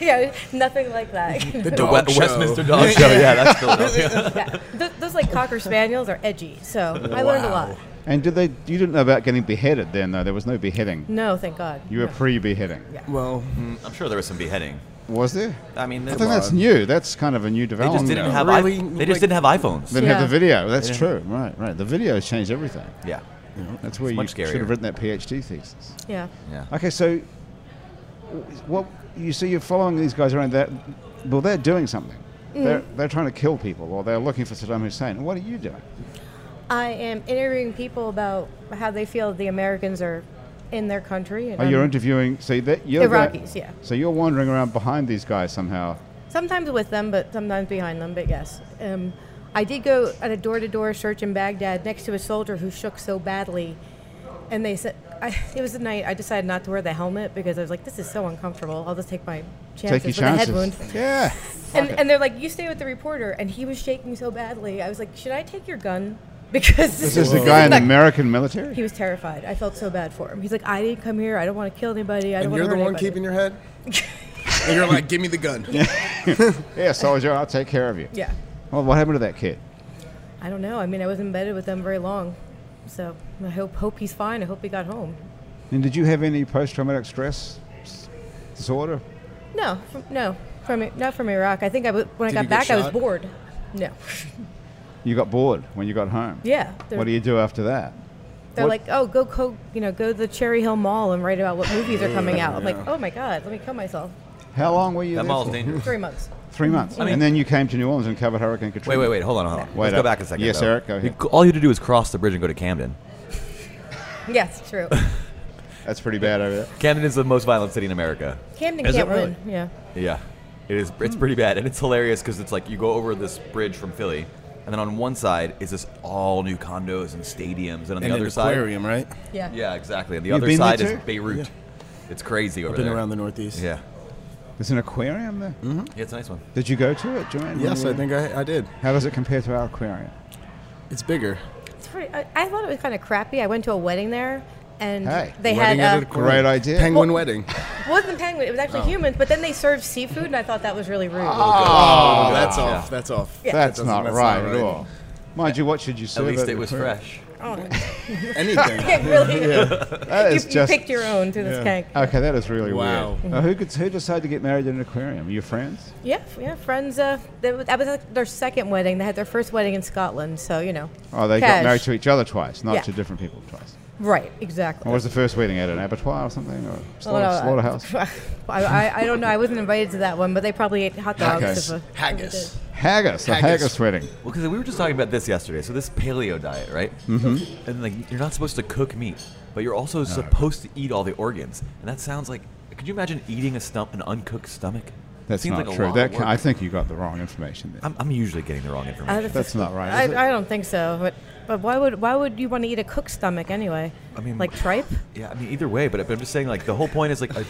[SPEAKER 2] Yeah, nothing like that.
[SPEAKER 4] the
[SPEAKER 3] The
[SPEAKER 4] dog
[SPEAKER 3] West-
[SPEAKER 4] show.
[SPEAKER 3] Westminster Dog Show, yeah, that's Philadelphia.
[SPEAKER 2] Yeah. Th- those like cocker spaniels are edgy, so I learned a lot.
[SPEAKER 4] Wow.
[SPEAKER 1] And did they? You didn't know about getting beheaded then, though. There was no beheading.
[SPEAKER 2] No, thank God.
[SPEAKER 1] You were
[SPEAKER 2] No.
[SPEAKER 1] pre-beheading.
[SPEAKER 2] Yeah.
[SPEAKER 4] Well,
[SPEAKER 2] Mm-hmm.
[SPEAKER 3] I'm sure there was some beheading.
[SPEAKER 1] Was there?
[SPEAKER 3] I mean,
[SPEAKER 1] I
[SPEAKER 3] there
[SPEAKER 1] think
[SPEAKER 3] was.
[SPEAKER 1] that's new. That's kind of a new
[SPEAKER 3] They
[SPEAKER 1] development.
[SPEAKER 3] just didn't have
[SPEAKER 4] Really?
[SPEAKER 3] i- They
[SPEAKER 4] Like-
[SPEAKER 3] just didn't have iPhones.
[SPEAKER 1] They didn't have the
[SPEAKER 2] Yeah.
[SPEAKER 1] video. That's true. Right, right. The video changed everything.
[SPEAKER 3] yeah,
[SPEAKER 1] That's where you
[SPEAKER 3] Oh, much
[SPEAKER 1] should
[SPEAKER 3] scarier.
[SPEAKER 1] have written that PhD thesis.
[SPEAKER 2] Yeah.
[SPEAKER 3] yeah.
[SPEAKER 1] Okay, so what you see, you're following these guys around. That well, they're doing something.
[SPEAKER 2] Mm.
[SPEAKER 1] They're they're trying to kill people, or they're looking for Saddam Hussein. And what are you doing?
[SPEAKER 2] I am interviewing people about how they feel the Americans are in their country. And
[SPEAKER 1] Oh, you're
[SPEAKER 2] I'm-
[SPEAKER 1] interviewing. So that you're the-
[SPEAKER 2] Um, Iraqis, yeah.
[SPEAKER 1] So you're wandering around behind these guys somehow.
[SPEAKER 2] sometimes with them, but sometimes behind them. But yes, um, I did go on a door-to-door search in Baghdad next to a soldier who shook so badly, and they said I, it was the night I decided not to wear the helmet because I was like, this is so uncomfortable. I'll just take my
[SPEAKER 1] Take
[SPEAKER 2] chances
[SPEAKER 1] your
[SPEAKER 2] with
[SPEAKER 1] chances.
[SPEAKER 2] a head wound.
[SPEAKER 1] Yeah.
[SPEAKER 2] And, and they're like, you stay with the reporter, and he was shaking so badly. I was like, should I take your gun? Because
[SPEAKER 1] This is the guy in the
[SPEAKER 2] not-
[SPEAKER 1] American military.
[SPEAKER 2] He was terrified. I felt so bad for him. He's like, I didn't come here. I don't want to kill anybody. I don't
[SPEAKER 4] and
[SPEAKER 2] want
[SPEAKER 4] you're
[SPEAKER 2] to
[SPEAKER 4] the one keeping your head. and you're like, give me the gun.
[SPEAKER 1] yeah, soldier. I'll take care of you.
[SPEAKER 2] Yeah.
[SPEAKER 1] Well, what happened to that kid?
[SPEAKER 2] I don't know. I mean, I was embedded with them very long, so I hope hope he's fine. I hope he got home.
[SPEAKER 1] And did you have any post-traumatic stress s- disorder?
[SPEAKER 2] No, from, no, from not from Iraq. I think I w- when
[SPEAKER 4] Did
[SPEAKER 2] I got
[SPEAKER 4] you get
[SPEAKER 2] back, I was
[SPEAKER 4] shot?
[SPEAKER 2] bored. No.
[SPEAKER 1] You got bored when you got home.
[SPEAKER 2] yeah. They're,
[SPEAKER 1] What do you do after that?
[SPEAKER 2] they're
[SPEAKER 1] what-
[SPEAKER 2] like, oh, go, co- you know, go to the Cherry Hill Mall and write about what movies are coming out. I'm like,
[SPEAKER 4] Yeah.
[SPEAKER 2] oh my god, let me kill myself.
[SPEAKER 1] How long were you
[SPEAKER 3] That
[SPEAKER 1] there
[SPEAKER 3] mall's
[SPEAKER 1] for?
[SPEAKER 3] dangerous.
[SPEAKER 2] Three months.
[SPEAKER 1] Three months.
[SPEAKER 3] mean-
[SPEAKER 1] and then you came to New Orleans and covered Hurricane
[SPEAKER 3] Wait,
[SPEAKER 1] Katrina.
[SPEAKER 3] wait, wait. Hold on, hold on.
[SPEAKER 1] Wait
[SPEAKER 3] Let's go
[SPEAKER 1] up.
[SPEAKER 3] back a second.
[SPEAKER 1] Yes,
[SPEAKER 3] though.
[SPEAKER 1] Eric, go
[SPEAKER 3] You
[SPEAKER 1] ahead.
[SPEAKER 3] c- all you had to do was cross the bridge and go to Camden.
[SPEAKER 2] Yes, true.
[SPEAKER 1] That's pretty bad over there.
[SPEAKER 3] Camden is the most violent city in America.
[SPEAKER 2] Camden
[SPEAKER 3] Is it
[SPEAKER 2] can't Hmm.
[SPEAKER 3] really?
[SPEAKER 2] win. Yeah.
[SPEAKER 3] Yeah, it is. It's pretty bad, and it's hilarious because it's like you go over this bridge from Philly, and then on one side is this all new condos and stadiums, and on the
[SPEAKER 4] And
[SPEAKER 3] other
[SPEAKER 4] an
[SPEAKER 3] side,
[SPEAKER 4] aquarium, right?
[SPEAKER 2] Yeah.
[SPEAKER 3] yeah, exactly. And the
[SPEAKER 1] You've
[SPEAKER 3] other
[SPEAKER 1] been there
[SPEAKER 3] side is
[SPEAKER 1] too?
[SPEAKER 3] Beirut. It's crazy over
[SPEAKER 4] Been
[SPEAKER 3] there.
[SPEAKER 4] around the Northeast.
[SPEAKER 3] yeah,
[SPEAKER 1] There's an aquarium there. Mm-hmm.
[SPEAKER 3] yeah, it's a nice one.
[SPEAKER 1] Did you go to it, Joanne?
[SPEAKER 4] Yes, I think I, I did.
[SPEAKER 1] How does it compare to our aquarium?
[SPEAKER 4] It's bigger.
[SPEAKER 2] It's pretty, I, I thought it was kind of crappy. I went to a wedding there, and
[SPEAKER 1] Hey,
[SPEAKER 2] they
[SPEAKER 4] Wedding at
[SPEAKER 2] had
[SPEAKER 4] an
[SPEAKER 2] uh,
[SPEAKER 4] aquarium.
[SPEAKER 1] Great idea.
[SPEAKER 4] Penguin wedding.
[SPEAKER 3] Ah,
[SPEAKER 2] It wasn't penguin. It was actually humans. But then they served seafood, and I thought that was really rude.
[SPEAKER 4] Oh, that's
[SPEAKER 3] yeah.
[SPEAKER 4] off. That's off.
[SPEAKER 2] Yeah.
[SPEAKER 4] That
[SPEAKER 1] That's,
[SPEAKER 4] doesn't-
[SPEAKER 1] not, right at all. Mind you, what should you
[SPEAKER 3] At
[SPEAKER 1] serve?
[SPEAKER 3] least
[SPEAKER 1] the
[SPEAKER 3] it was
[SPEAKER 1] aquarium?
[SPEAKER 3] fresh.
[SPEAKER 4] Anything.
[SPEAKER 2] It really is.
[SPEAKER 1] That
[SPEAKER 2] You,
[SPEAKER 1] is
[SPEAKER 2] you
[SPEAKER 1] just.
[SPEAKER 2] picked your own through this tank.
[SPEAKER 1] Okay, that is really
[SPEAKER 4] Wow.
[SPEAKER 1] weird. Now, who could who decided to get married in an aquarium? Your friends?
[SPEAKER 2] Yeah, f- yeah. Friends. Uh, they, w- that was like their second wedding. They had their first wedding in Scotland, so you know.
[SPEAKER 1] Oh, they got
[SPEAKER 2] Cash.
[SPEAKER 1] married to each other twice, not
[SPEAKER 2] Yeah.
[SPEAKER 1] to different people twice.
[SPEAKER 2] Right, exactly.
[SPEAKER 1] What was the first wedding at an abattoir or something, or slaughter,
[SPEAKER 2] Well, Oh, no, uh, I-
[SPEAKER 1] slaughterhouse?
[SPEAKER 2] I, I, I don't know. I wasn't invited to that one, but they probably ate hot dogs.
[SPEAKER 1] Haggis.
[SPEAKER 2] if a- if it
[SPEAKER 4] Haggis.
[SPEAKER 1] haggis, the
[SPEAKER 4] Haggis.
[SPEAKER 1] haggis wedding.
[SPEAKER 3] Well, because we were just talking about this yesterday. So this paleo diet, right? Mm-hmm. And like, you're not supposed to cook meat, but you're also supposed to eat all the organs. And that sounds like, could you imagine eating a stump, an uncooked stomach?
[SPEAKER 1] That's
[SPEAKER 3] Seems
[SPEAKER 1] not
[SPEAKER 3] like a
[SPEAKER 1] true.
[SPEAKER 3] lot
[SPEAKER 1] That
[SPEAKER 3] of
[SPEAKER 1] ca-
[SPEAKER 3] work.
[SPEAKER 1] I think you got the wrong information there.
[SPEAKER 3] I'm, I'm usually getting the wrong
[SPEAKER 2] I
[SPEAKER 3] information.
[SPEAKER 2] don't-
[SPEAKER 1] That's not right, is it?
[SPEAKER 2] I, I don't think so. But but why would why would you want to eat a cooked stomach anyway?
[SPEAKER 3] I mean- uh,
[SPEAKER 2] like tripe.
[SPEAKER 3] Yeah, I mean, either way, but I'm just saying, like, the whole point is, like, I-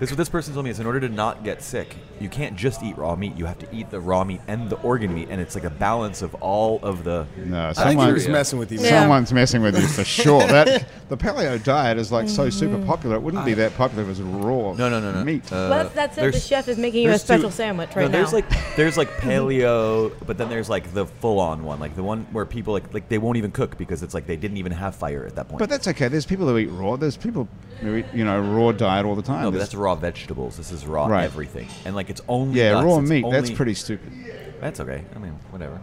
[SPEAKER 3] this what this person told me is in order to not get sick, you can't just eat raw meat. You have to eat the raw meat and the organ meat, and it's like a balance of all of the.
[SPEAKER 1] no,
[SPEAKER 4] I think
[SPEAKER 1] someone,
[SPEAKER 4] you're just messing with you.
[SPEAKER 2] Yeah.
[SPEAKER 1] someone's messing with you for sure. That the paleo diet is like so super
[SPEAKER 2] Mm.
[SPEAKER 1] popular. It wouldn't be that popular if it was raw
[SPEAKER 3] No, no, no, no.
[SPEAKER 1] meat.
[SPEAKER 3] Uh,
[SPEAKER 2] well, that's it. The
[SPEAKER 3] there's-
[SPEAKER 2] chef is making you a
[SPEAKER 3] there's
[SPEAKER 2] special
[SPEAKER 3] two-
[SPEAKER 2] sandwich
[SPEAKER 3] no,
[SPEAKER 2] right now.
[SPEAKER 3] There's like there's like paleo, but then there's like the full-on one, like the one where people like like they won't even cook because it's like they didn't even have fire at that point.
[SPEAKER 1] but that's okay. There's people who eat raw. There's people who eat you know raw diet all the time.
[SPEAKER 3] no, but
[SPEAKER 1] There's-
[SPEAKER 3] that's raw vegetables. This is raw
[SPEAKER 1] Right.
[SPEAKER 3] everything, and like it's only
[SPEAKER 1] yeah,
[SPEAKER 3] nuts.
[SPEAKER 1] raw
[SPEAKER 3] It's
[SPEAKER 1] meat. That's
[SPEAKER 3] only-
[SPEAKER 1] pretty stupid.
[SPEAKER 3] That's okay. I mean, whatever.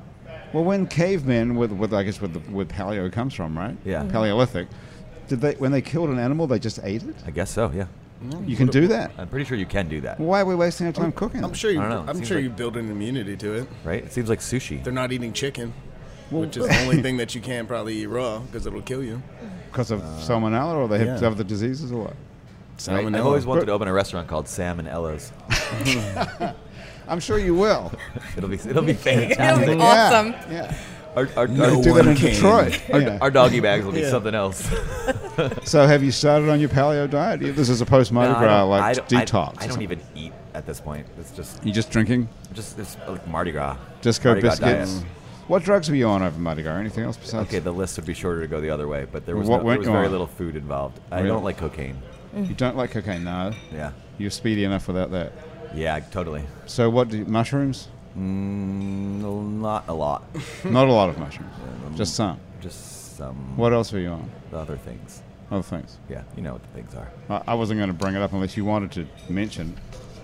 [SPEAKER 1] Well, when cavemen with, with I guess with the, with paleo comes from, right?
[SPEAKER 3] Yeah. Mhm.
[SPEAKER 1] Paleolithic. Did they when they killed an animal, they just ate it?
[SPEAKER 3] I guess so. Yeah,
[SPEAKER 1] You can do that.
[SPEAKER 3] I'm pretty sure you can do that,
[SPEAKER 1] Why are we wasting our time cooking?
[SPEAKER 4] I'm sure you.
[SPEAKER 3] I don't know.
[SPEAKER 4] I'm
[SPEAKER 3] Seems
[SPEAKER 4] sure
[SPEAKER 3] like-
[SPEAKER 4] you build an immunity to it.
[SPEAKER 3] right? It seems like sushi.
[SPEAKER 4] They're not eating chicken, which is the only thing that you can probably eat raw because it'll kill you.
[SPEAKER 1] because
[SPEAKER 3] Uh,
[SPEAKER 1] of salmonella, or they have
[SPEAKER 4] yeah.
[SPEAKER 1] other diseases, or what?
[SPEAKER 3] I've
[SPEAKER 4] Salmonella.
[SPEAKER 3] always wanted to open a restaurant called Sam and Ella's.
[SPEAKER 1] I'm sure you will.
[SPEAKER 3] It'll be it'll
[SPEAKER 2] It'll
[SPEAKER 3] be
[SPEAKER 2] be
[SPEAKER 3] fantastic.
[SPEAKER 2] awesome.
[SPEAKER 1] Yeah. yeah.
[SPEAKER 3] Our, our,
[SPEAKER 1] They
[SPEAKER 4] No
[SPEAKER 1] do that
[SPEAKER 4] one
[SPEAKER 1] in
[SPEAKER 4] can.
[SPEAKER 1] Detroit.
[SPEAKER 3] our,
[SPEAKER 1] Yeah.
[SPEAKER 3] our doggy bags will be
[SPEAKER 4] Yeah.
[SPEAKER 3] something else.
[SPEAKER 1] so, have you started on your paleo diet? Yeah, This is a post Mardi
[SPEAKER 3] No, I
[SPEAKER 1] Gras
[SPEAKER 3] don't- I
[SPEAKER 1] like
[SPEAKER 3] don't- I-
[SPEAKER 1] detox.
[SPEAKER 3] I, don't even eat at this point. It's just
[SPEAKER 1] You just drinking
[SPEAKER 3] just it's like Mardi Gras.
[SPEAKER 1] disco
[SPEAKER 3] Mardi Gras diet.
[SPEAKER 1] biscuits? What drugs were you on over Mardi Gras? Anything else besides?
[SPEAKER 3] Okay, the list would be shorter to go the other way, but there was,
[SPEAKER 1] What
[SPEAKER 3] no-
[SPEAKER 1] went
[SPEAKER 3] there was
[SPEAKER 1] you
[SPEAKER 3] very
[SPEAKER 1] on?
[SPEAKER 3] little food involved. I
[SPEAKER 1] Really?
[SPEAKER 3] don't like cocaine.
[SPEAKER 1] You don't like cocaine, no.
[SPEAKER 3] Yeah,
[SPEAKER 1] You're speedy enough without that.
[SPEAKER 3] yeah, totally.
[SPEAKER 1] So, what do you, mushrooms?
[SPEAKER 3] Mm, no, not a lot.
[SPEAKER 1] Not a lot of mushrooms, just some.
[SPEAKER 3] Just some
[SPEAKER 1] What else were you on?
[SPEAKER 3] other things.
[SPEAKER 1] Other things.
[SPEAKER 3] Yeah, you know what the things are.
[SPEAKER 1] I, I wasn't going to bring it up unless you wanted to mention.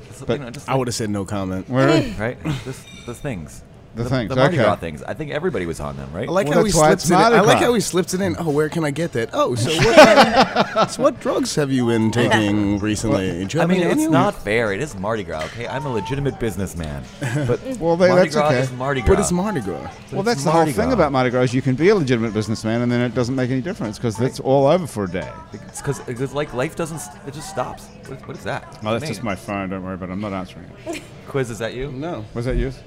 [SPEAKER 3] Just,
[SPEAKER 1] But
[SPEAKER 3] you know, just
[SPEAKER 4] I would have said no comment.
[SPEAKER 1] Where?
[SPEAKER 3] right? Just the things.
[SPEAKER 1] The things,
[SPEAKER 3] The Mardi
[SPEAKER 1] okay.
[SPEAKER 3] Gras things. I think everybody was on them, right?
[SPEAKER 4] I like
[SPEAKER 1] Well,
[SPEAKER 4] how he
[SPEAKER 1] that's why
[SPEAKER 4] slips
[SPEAKER 1] it's
[SPEAKER 4] it. In.
[SPEAKER 1] Mardi
[SPEAKER 4] I like
[SPEAKER 1] Gras.
[SPEAKER 4] how he slips it in. Oh, where can I get that? Oh, so what? uh, so what drugs have you been taking recently? Do you
[SPEAKER 3] I
[SPEAKER 4] have
[SPEAKER 3] mean,
[SPEAKER 4] any-
[SPEAKER 3] it's
[SPEAKER 4] any-
[SPEAKER 3] not fair. It is Mardi Gras, okay? I'm a legitimate businessman. But
[SPEAKER 1] Well, they-
[SPEAKER 3] Mardi
[SPEAKER 1] that's
[SPEAKER 3] Gras
[SPEAKER 1] okay.
[SPEAKER 3] is Mardi Gras.
[SPEAKER 4] But it's Mardi Gras.
[SPEAKER 3] But
[SPEAKER 1] Well,
[SPEAKER 3] it's
[SPEAKER 1] that's the
[SPEAKER 3] Mardi
[SPEAKER 1] whole thing
[SPEAKER 3] Gras.
[SPEAKER 1] about Mardi Gras. is You can be a legitimate businessman, and then it doesn't make any difference because it's all over for a day.
[SPEAKER 3] It's because like life doesn't. st- It just stops. What is, what is that?
[SPEAKER 1] Oh, that's
[SPEAKER 3] Name.
[SPEAKER 1] just my phone. Don't worry about it. I'm not answering it.
[SPEAKER 3] quiz. Is that you?
[SPEAKER 4] No.
[SPEAKER 1] Was that yours?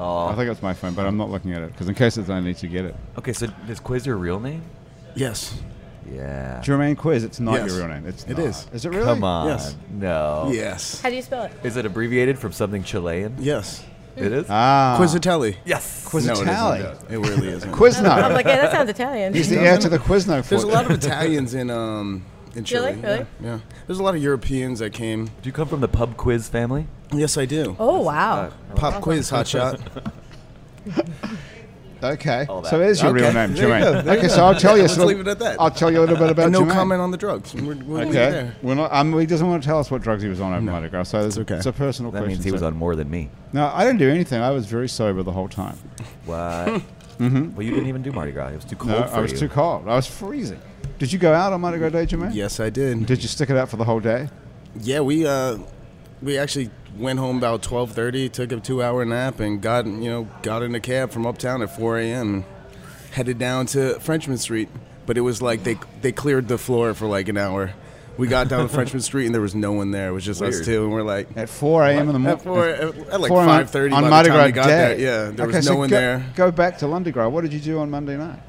[SPEAKER 1] Oh. I think it's my phone, but I'm not looking at it because in case it's, I need to get it.
[SPEAKER 3] Okay, so is quiz your real name?
[SPEAKER 4] Yes.
[SPEAKER 3] Yeah.
[SPEAKER 1] Jermaine Quiz. It's not
[SPEAKER 4] Yes.
[SPEAKER 1] your real name. It's
[SPEAKER 4] It
[SPEAKER 1] not.
[SPEAKER 4] is.
[SPEAKER 1] Is it really?
[SPEAKER 3] Come on.
[SPEAKER 4] Yes.
[SPEAKER 3] No.
[SPEAKER 4] Yes.
[SPEAKER 2] How do you spell it?
[SPEAKER 3] Is it abbreviated from something Chilean?
[SPEAKER 4] Yes.
[SPEAKER 3] It is.
[SPEAKER 1] Ah.
[SPEAKER 4] Quizatelli.
[SPEAKER 3] yes.
[SPEAKER 4] No, it
[SPEAKER 1] Quizatelli.
[SPEAKER 4] isn't. It really isn't.
[SPEAKER 2] I'm
[SPEAKER 1] Quizno.
[SPEAKER 2] like, yeah, that sounds Italian.
[SPEAKER 1] He's the heir to the Quizno.
[SPEAKER 4] There's a
[SPEAKER 1] fortune.
[SPEAKER 4] lot of Italians in um in Chile.
[SPEAKER 2] Really? Really?
[SPEAKER 4] Yeah. yeah. There's a lot of Europeans that came.
[SPEAKER 3] Do you come from the pub quiz family?
[SPEAKER 4] Yes, I do.
[SPEAKER 2] oh
[SPEAKER 1] Uh,
[SPEAKER 2] wow.
[SPEAKER 4] Pop quiz, hotshot.
[SPEAKER 1] Okay.
[SPEAKER 3] All that.
[SPEAKER 1] So it is your
[SPEAKER 4] Okay.
[SPEAKER 1] real name,
[SPEAKER 4] There you go.
[SPEAKER 1] Jermaine.
[SPEAKER 4] There you
[SPEAKER 1] Okay,
[SPEAKER 4] go.
[SPEAKER 1] so I'll tell you.
[SPEAKER 4] Let's
[SPEAKER 1] a little-
[SPEAKER 4] leave it at that.
[SPEAKER 1] I'll tell you a little bit about
[SPEAKER 4] And no
[SPEAKER 1] Jermaine.
[SPEAKER 4] comment on the drugs. We're, we're leaving it
[SPEAKER 1] Okay.
[SPEAKER 4] there.
[SPEAKER 1] We're not, um, he doesn't want to tell us what drugs he was on over Mardi Gras, so it's,
[SPEAKER 4] okay.
[SPEAKER 1] it's a personal
[SPEAKER 3] That
[SPEAKER 1] question.
[SPEAKER 3] means he was
[SPEAKER 1] so-
[SPEAKER 3] on more than me.
[SPEAKER 1] No, I didn't do anything. I was very sober the whole time.
[SPEAKER 3] What? Well, you didn't even do Mardi Gras. It was too cold
[SPEAKER 1] Mm-hmm. No,
[SPEAKER 3] for
[SPEAKER 1] I was
[SPEAKER 3] you.
[SPEAKER 1] too cold. I was freezing. Did you go out on Mardi Gras Day, Jermaine?
[SPEAKER 4] Yes, I did.
[SPEAKER 1] Did you stick it out for the whole day?
[SPEAKER 4] Yeah, we uh, we actually went home about twelve thirty, took a two hour nap, and got you know got in a cab from uptown at four a.m. Headed down to Frenchman Street, but it was like they they cleared the floor for like an hour. We got down to Frenchman Street and there was no one there. It was just us
[SPEAKER 3] Weird.
[SPEAKER 4] two, and we're like.
[SPEAKER 1] At 4 a.m. in the morning?
[SPEAKER 4] At four, at like
[SPEAKER 1] Four a.m.
[SPEAKER 4] five thirty
[SPEAKER 1] on
[SPEAKER 4] by
[SPEAKER 1] Mardi
[SPEAKER 4] the
[SPEAKER 1] Gras
[SPEAKER 4] time we got
[SPEAKER 1] Day.
[SPEAKER 4] there, yeah, there
[SPEAKER 1] Okay,
[SPEAKER 4] was no
[SPEAKER 1] so
[SPEAKER 4] one
[SPEAKER 1] go,
[SPEAKER 4] there.
[SPEAKER 1] Go back to Mardi Gras. What did you do on Monday night?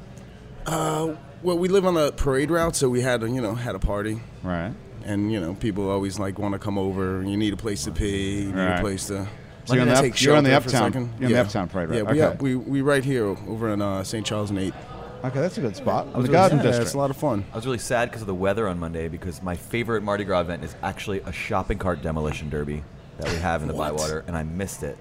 [SPEAKER 4] Uh, Well, we live on the parade route, so we had a, you know had a party,
[SPEAKER 1] Right.
[SPEAKER 4] and you know people always like want to come over. You need a place to pee. You need
[SPEAKER 1] Right.
[SPEAKER 4] a place to.
[SPEAKER 1] So you're on the
[SPEAKER 4] Take
[SPEAKER 1] up- you're on the
[SPEAKER 4] shelter for a
[SPEAKER 1] uptown-
[SPEAKER 4] second.
[SPEAKER 1] you're on the uptown parade route.
[SPEAKER 4] Yeah, we,
[SPEAKER 1] Okay.
[SPEAKER 4] up- we we right here over in uh, St. Charles and Eight.
[SPEAKER 1] Okay, that's a good spot. In
[SPEAKER 3] was
[SPEAKER 1] the
[SPEAKER 3] really
[SPEAKER 1] Garden
[SPEAKER 3] sad.
[SPEAKER 4] Yeah,
[SPEAKER 1] District.
[SPEAKER 4] it's a lot of fun.
[SPEAKER 3] I was really sad because of the weather on Monday because my favorite Mardi Gras event is actually a shopping cart demolition derby that we have in the
[SPEAKER 4] What?
[SPEAKER 3] Bywater, and I missed it.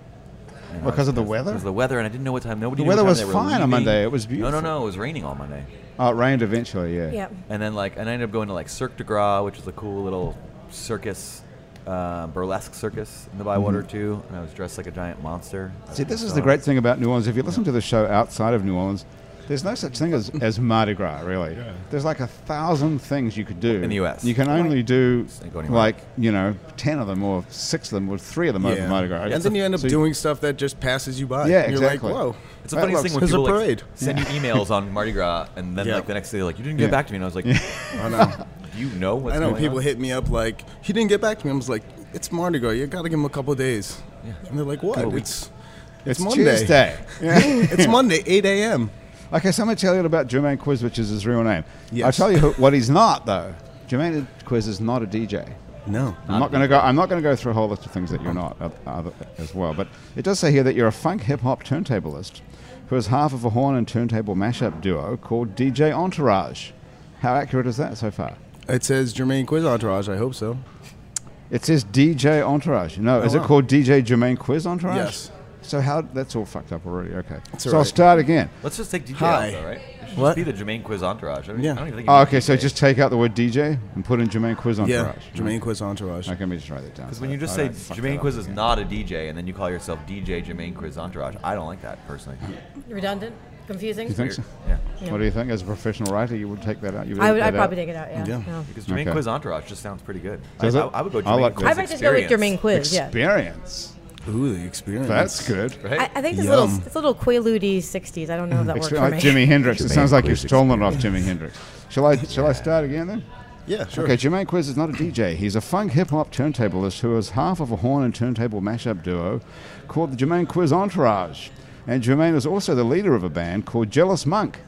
[SPEAKER 3] And I
[SPEAKER 1] What, 'cause
[SPEAKER 3] was-
[SPEAKER 1] of the weather?
[SPEAKER 3] Because of the weather, and I didn't know what time. Nobody
[SPEAKER 1] The
[SPEAKER 3] knew what
[SPEAKER 1] weather
[SPEAKER 3] time
[SPEAKER 1] was
[SPEAKER 3] they were
[SPEAKER 1] fine on
[SPEAKER 3] leaving.
[SPEAKER 1] Monday. It was
[SPEAKER 3] No,
[SPEAKER 1] beautiful.
[SPEAKER 3] no, no. It was raining all Monday.
[SPEAKER 1] Oh, it rained eventually, yeah.
[SPEAKER 2] Yeah.
[SPEAKER 3] And then like, and I ended up going to like Cirque du Gras, which is a cool little circus, uh, burlesque circus in the Bywater
[SPEAKER 1] Mm-hmm.
[SPEAKER 3] too. And I was dressed like a giant monster.
[SPEAKER 1] See, this is the great thing about New Orleans. If you listen to the show outside of New Orleans, There's no such thing as, as Mardi Gras, really. There's like a thousand things you could do
[SPEAKER 3] In the US.
[SPEAKER 1] You can only do
[SPEAKER 3] Doesn't go anywhere.
[SPEAKER 1] like you know ten of them, or six of them, or three of them over
[SPEAKER 4] Yeah.
[SPEAKER 1] Mardi Gras.
[SPEAKER 4] And then you end up
[SPEAKER 1] So
[SPEAKER 4] doing stuff that just passes you by.
[SPEAKER 1] Yeah,
[SPEAKER 4] You're
[SPEAKER 1] exactly.
[SPEAKER 4] like, whoa.
[SPEAKER 3] It's the
[SPEAKER 4] that
[SPEAKER 3] funniest
[SPEAKER 4] looks-
[SPEAKER 3] thing when
[SPEAKER 4] it's
[SPEAKER 3] people
[SPEAKER 4] a
[SPEAKER 3] like,
[SPEAKER 4] parade.
[SPEAKER 3] send you emails on Mardi Gras, and then
[SPEAKER 4] Yeah.
[SPEAKER 3] like the next day, like you didn't get
[SPEAKER 1] Yeah.
[SPEAKER 3] back to me, and I was like,
[SPEAKER 4] I know.
[SPEAKER 3] you know what's
[SPEAKER 4] I know
[SPEAKER 3] going
[SPEAKER 4] people
[SPEAKER 3] on?
[SPEAKER 4] hit me up like, he didn't get back to me. I was like, it's Mardi Gras. You got to give him a couple of days. And they're like, what?
[SPEAKER 3] Couple
[SPEAKER 4] It's,
[SPEAKER 1] It's,
[SPEAKER 4] it's Monday.
[SPEAKER 1] Tuesday. Yeah.
[SPEAKER 4] it's Monday, 8 a.m.
[SPEAKER 1] okay, so I'm going to tell you about Jermaine Quiz, which is his real name.
[SPEAKER 4] Yes.
[SPEAKER 1] I'll tell you who, what he's not though. Jermaine Quiz is not a DJ.
[SPEAKER 4] No.
[SPEAKER 1] I'm not going to go. I'm not going to go through a whole list of things that you're not uh, other, as well. But it does say here that you're a funk hip hop turntablist, who is half of a horn and turntable mashup duo called DJ Entourage. How accurate is that so far?
[SPEAKER 4] It says Jermaine Quiz Entourage. I hope so.
[SPEAKER 1] It says DJ Entourage. No, is it
[SPEAKER 4] Oh, wow.
[SPEAKER 1] called DJ Jermaine Quiz Entourage?
[SPEAKER 4] Yes.
[SPEAKER 1] So how? That's all fucked up already. Okay. so
[SPEAKER 4] all
[SPEAKER 1] I'll
[SPEAKER 4] right.
[SPEAKER 1] start again.
[SPEAKER 3] Let's just take DJ
[SPEAKER 4] Hi.
[SPEAKER 3] out, though, right? It should
[SPEAKER 4] What?
[SPEAKER 3] Just be the Jermaine Quiz entourage. I don't,
[SPEAKER 4] Yeah.
[SPEAKER 3] I don't even think
[SPEAKER 1] Oh, okay. So just take out the word DJ and put in Jermaine Quiz Entourage.
[SPEAKER 4] Yeah. Jermaine Quiz Entourage.
[SPEAKER 1] Okay, let me just write that down.
[SPEAKER 3] Because when you just
[SPEAKER 1] I
[SPEAKER 3] say
[SPEAKER 1] don't fuck that
[SPEAKER 3] Jermaine
[SPEAKER 1] up
[SPEAKER 3] Quiz is
[SPEAKER 1] again.
[SPEAKER 3] not a DJ, and then you call yourself DJ Jermaine Quiz entourage, I don't like that personally.
[SPEAKER 2] Redundant, confusing.
[SPEAKER 1] You think so?
[SPEAKER 3] Yeah.
[SPEAKER 2] Yeah.
[SPEAKER 1] What do you think? As a professional writer, you would take that out. You would
[SPEAKER 2] I
[SPEAKER 1] edit
[SPEAKER 2] would.
[SPEAKER 1] that
[SPEAKER 2] I'd probably
[SPEAKER 1] out?
[SPEAKER 2] take it out. Yeah.
[SPEAKER 4] Yeah.
[SPEAKER 2] No.
[SPEAKER 3] Because Jermaine
[SPEAKER 1] Okay.
[SPEAKER 3] Quiz entourage just sounds pretty good.
[SPEAKER 1] Does
[SPEAKER 3] I,
[SPEAKER 1] it?
[SPEAKER 3] I, I would go
[SPEAKER 1] I
[SPEAKER 3] Jermaine
[SPEAKER 1] like
[SPEAKER 3] Quiz.
[SPEAKER 1] that.
[SPEAKER 2] I might just go with
[SPEAKER 3] Experience.
[SPEAKER 2] Jermaine Quiz. Yeah.
[SPEAKER 1] Experience.
[SPEAKER 4] Ooh, the experience.
[SPEAKER 1] That's good.
[SPEAKER 3] Right?
[SPEAKER 2] I, I think this
[SPEAKER 4] Yum.
[SPEAKER 2] little this little Quaaludes '60s. I don't know if that worked
[SPEAKER 1] Exper-
[SPEAKER 2] for
[SPEAKER 1] like
[SPEAKER 2] me.
[SPEAKER 1] Jimi Hendrix. It
[SPEAKER 3] Jermaine
[SPEAKER 1] sounds like you've
[SPEAKER 3] Quiz
[SPEAKER 1] stolen it off Jimi Hendrix. Shall I? Shall I start again then?
[SPEAKER 4] Yeah, sure.
[SPEAKER 1] Okay, Jermaine Quiz is not a DJ. He's a funk hip hop turntablist who is half of a horn and turntable mashup duo called the Jermaine Quiz Entourage. And Jermaine is also the leader of a band called Jealous Monk,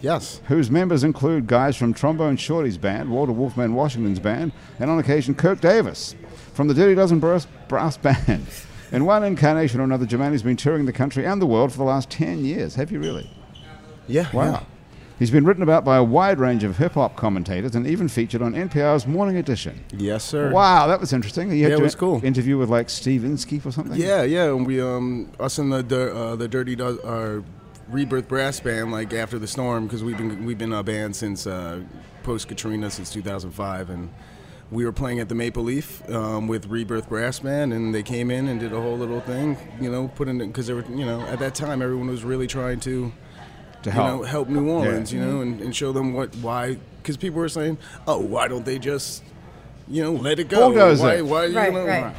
[SPEAKER 4] Yes.
[SPEAKER 1] whose members include guys from Trombone Shorty's band, Walter Wolfman Washington's band, and on occasion Kirk Davis from the Dirty Dozen Brass, brass Band. In one incarnation or another, Jermaine has been touring the country and the world for the last 10 years. Have you really?
[SPEAKER 4] Yeah.
[SPEAKER 1] Wow.
[SPEAKER 4] yeah.
[SPEAKER 1] He's been written about by a wide range of hip hop commentators and even featured on NPR's Morning Edition.
[SPEAKER 4] Yes, sir.
[SPEAKER 1] Wow, that was interesting. You had
[SPEAKER 4] Yeah, it
[SPEAKER 1] to
[SPEAKER 4] was cool.
[SPEAKER 1] interview with like Steve Inskeep or something.
[SPEAKER 4] Yeah, yeah. And we um us and the dir- uh, the Dirty Do- our Rebirth Brass Band like after the storm because we've been we've been a band since uh, post Katrina since 2005 and. We were playing at the Maple Leaf um, with Rebirth Brass Band, and they came in and did a whole little thing, you know, put in because they were, you know, at that time everyone was really trying to
[SPEAKER 1] to
[SPEAKER 4] you
[SPEAKER 1] help.
[SPEAKER 4] know, help New Orleans,
[SPEAKER 1] Yeah. Mm-hmm.
[SPEAKER 4] you know, and, and show them what why because people were saying, oh, why don't they just you know let it go?
[SPEAKER 1] Bulldoze
[SPEAKER 4] why,
[SPEAKER 1] it.
[SPEAKER 4] why you
[SPEAKER 2] Right,
[SPEAKER 4] know?
[SPEAKER 2] right.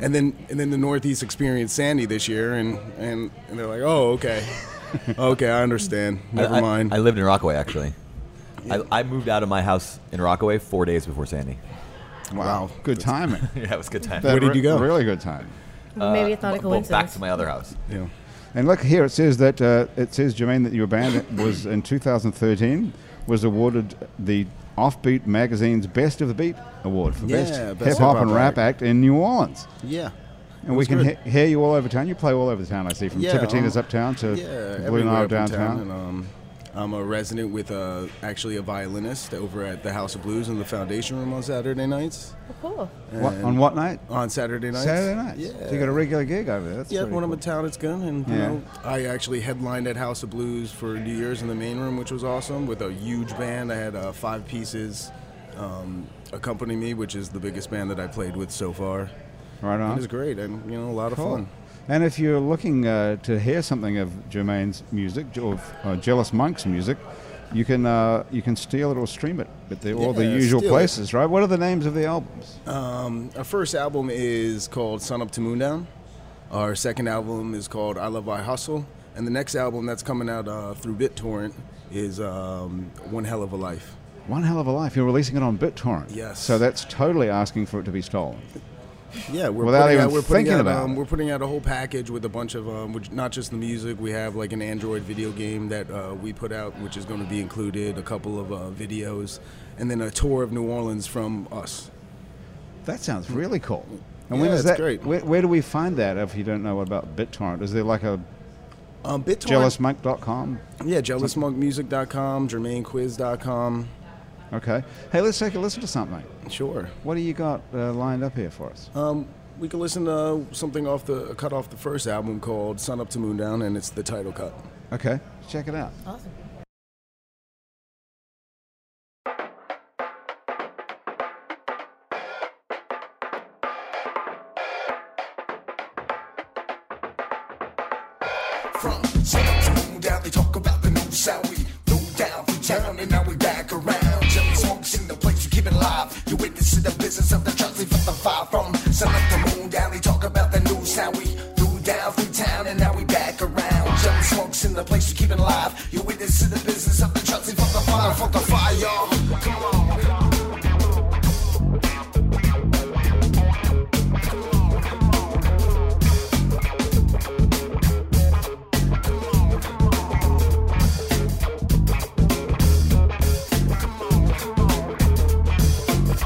[SPEAKER 4] And then and then the Northeast experienced Sandy this year, and and, and they're like, oh, okay, okay, I understand. Never
[SPEAKER 3] I- I-
[SPEAKER 4] mind.
[SPEAKER 3] I, lived in Rockaway actually. I, I moved out of my house in Rockaway four days before Sandy.
[SPEAKER 1] Wow, good timing.
[SPEAKER 3] yeah, it was a good time.
[SPEAKER 1] That
[SPEAKER 4] did
[SPEAKER 1] re-
[SPEAKER 4] you go?
[SPEAKER 1] Really good timing.
[SPEAKER 2] Maybe it's not a
[SPEAKER 3] Uh, Well, back
[SPEAKER 2] coincidence.
[SPEAKER 3] to my other house.
[SPEAKER 4] yeah.
[SPEAKER 1] And look here, it says that uh, it says Jermaine that your band was in 2013 was awarded the Offbeat magazine's Best of the Beat award for
[SPEAKER 4] Yeah,
[SPEAKER 1] best,
[SPEAKER 4] best
[SPEAKER 1] hip hop
[SPEAKER 4] hip-hop
[SPEAKER 1] and rap act in New Orleans.
[SPEAKER 4] Yeah.
[SPEAKER 1] And we
[SPEAKER 4] was
[SPEAKER 1] can
[SPEAKER 4] good.
[SPEAKER 1] he- hear you all over town. You play all over town. I see from
[SPEAKER 4] Yeah,
[SPEAKER 1] Tipitina's
[SPEAKER 4] um,
[SPEAKER 1] uptown to
[SPEAKER 4] Yeah,
[SPEAKER 1] Blue
[SPEAKER 4] everywhere
[SPEAKER 1] Nile
[SPEAKER 4] up in town,
[SPEAKER 1] downtown.
[SPEAKER 4] And, um, I'm a resident with uh, actually a violinist over at the House of Blues in the Foundation Room on Saturday nights.
[SPEAKER 2] Oh, cool.
[SPEAKER 1] What, on what night?
[SPEAKER 4] On Saturday nights.
[SPEAKER 1] Saturday night.
[SPEAKER 4] Yeah.
[SPEAKER 1] So you got a regular gig over there. That's
[SPEAKER 4] Yeah,
[SPEAKER 1] pretty
[SPEAKER 4] when I'm
[SPEAKER 1] cool.
[SPEAKER 4] in town, it's good. And you
[SPEAKER 1] Yeah.
[SPEAKER 4] know, I actually headlined at House of Blues for New Year's in the main room, which was awesome with a huge band. I had uh, five pieces um, accompany me, which is the biggest band that I played with so far.
[SPEAKER 1] Right on.
[SPEAKER 4] It was great, and you know, a lot of
[SPEAKER 1] Cool.
[SPEAKER 4] fun.
[SPEAKER 1] And if you're looking uh, to hear something of Jermaine's music, or of, uh, Jealous Monk's music, you can uh, you can steal it or stream it at the, all the
[SPEAKER 4] Yeah,
[SPEAKER 1] usual
[SPEAKER 4] steal it.
[SPEAKER 1] places, right? What are the names of the albums?
[SPEAKER 4] Um, our first album is called Sun Up to Moondown. Our second album is called I Love I Hustle, and the next album that's coming out uh, through BitTorrent is um, One Hell of a Life.
[SPEAKER 1] One Hell of a Life. You're releasing it on BitTorrent.
[SPEAKER 4] Yes.
[SPEAKER 1] So that's totally asking for it to be stolen.
[SPEAKER 4] Yeah, we're
[SPEAKER 1] Without
[SPEAKER 4] putting
[SPEAKER 1] even
[SPEAKER 4] out, we're
[SPEAKER 1] thinking
[SPEAKER 4] putting out,
[SPEAKER 1] about
[SPEAKER 4] um,
[SPEAKER 1] it.
[SPEAKER 4] We're putting out a whole package with a bunch of um, which, not just the music. We have like an Android video game that uh, we put out, which is going to be included. A couple of uh, videos, and then a tour of New Orleans from us.
[SPEAKER 1] That sounds really cool. And
[SPEAKER 4] Yeah,
[SPEAKER 1] when is
[SPEAKER 4] it's
[SPEAKER 1] that?
[SPEAKER 4] great.
[SPEAKER 1] Where, where do we find that if you don't know about BitTorrent? Is there like a
[SPEAKER 4] Um, BitTorrent,
[SPEAKER 1] jealousmonkcom?
[SPEAKER 4] yeah, jealousmonkmusic.com, JermaineQuiz.com.
[SPEAKER 1] Okay. Hey, let's take a listen to something.
[SPEAKER 4] Sure.
[SPEAKER 1] What do you got uh, lined up here for us?
[SPEAKER 4] Um, we can listen to something off the cut off the first album called "Sun Up to Moondown," and it's the title cut.
[SPEAKER 1] Okay. Check it out.
[SPEAKER 2] Awesome.
[SPEAKER 5] from sun up to moon down. They talk about the new from Shall we? Low down from town, and now we back around. Jelly smokes in the place, you keep it alive. You witness to the business of the trusty from the fire. From sun up to moon down, they talk about the news. How we threw down through town, and now we back around. Jelly smokes in the place, you keep it alive. You witness to the business of the trusty from the fire. From the fire, y'all. Come on.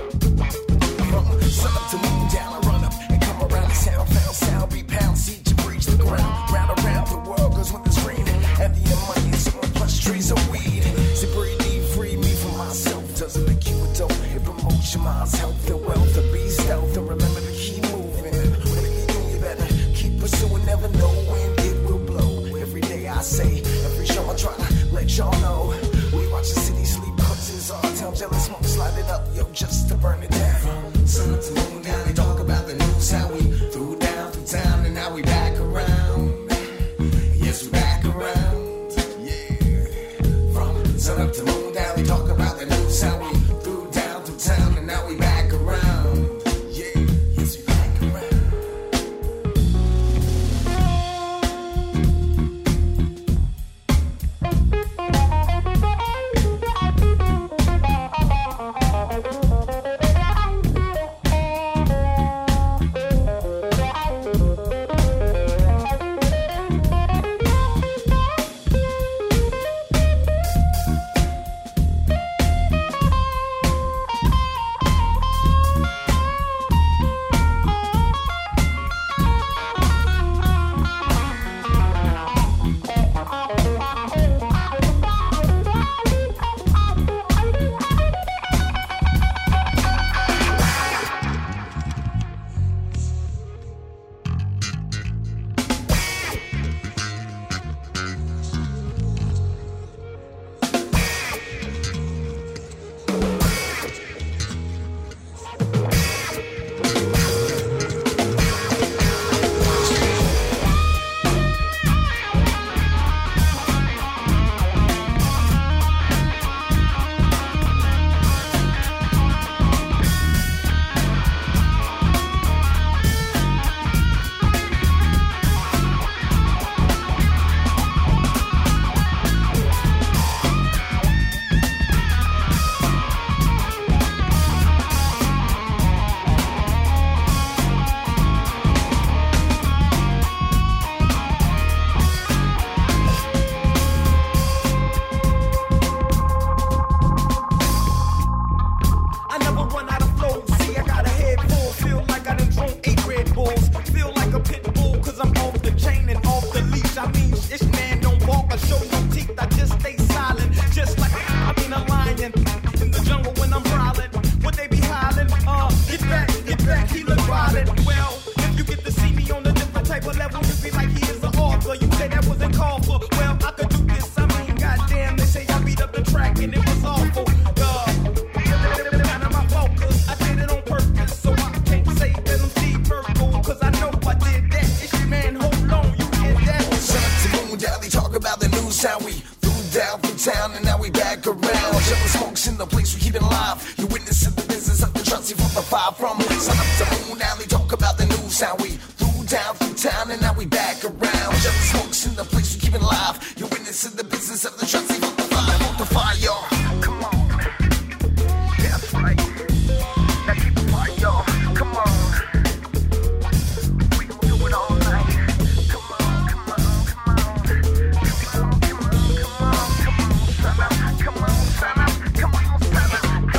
[SPEAKER 5] From sun up to moon down, I run up and come around the sound, found sound, be pound, seed to breach the ground. Round around the world goes with the screen. Heavy in money and someone plus trees of weed. See, breathe, free me from myself. Doesn't make you a dope. It promotes your mind's health and wealth. To be stealth and remember to keep moving. When you do, you better keep pursuing, never know when it will blow. Every day I say, every show I try to let y'all know. We watch the city sleep, cause it's our town. Jealous smoke, slide it up, yo, just to burn it down. From sun up to moon down, they talk about the news, how we threw down through town, and now we back around. Yes, we back around, yeah. From sun up to moon down, they talk about the news, how we threw down through town, and now we back around. Yeah, yes, we back around.
[SPEAKER 6] I never run out of flow. See, I got a head full. Feel like I done drunk eight Red Bulls. Feel like a pit bull, cause I'm off the chain and off the leash. I mean, this man don't bark I show no teeth. I just stay silent. Just like, I mean, a lion in the jungle when I'm prowling. Would they be hollering? Uh, get back, get back, he look violent. Well, if you get to see me on a different type of level, you be like he is an author. You say that wasn't called for. Well, I could do this. I mean, goddamn, they say I beat up the track and it was awful. Duh. Out of my focus. I did it on purpose, so I can't say that I'm Steve Urkel, 'cause I know I did that. It's your man, hold on, you get that?
[SPEAKER 5] Sun up to moon down, they talk about the news, how we threw down through town, and now we back around. Jelly smokes in the place we keep it alive. You witness the business of the trusty from the fire. From sun up to moon down, they talk about the news, how we threw down through town, and now we back around. Jelly smokes in the place we keep it alive. You witness the business of the trusty from the fire. From the fire, y'all. Come on. That's right. Now keep it fire, y'all. Come on. We gon' do it all night. Come on, come on, come on. Come on, come on, come on, come on, son up. Come on, son up. Come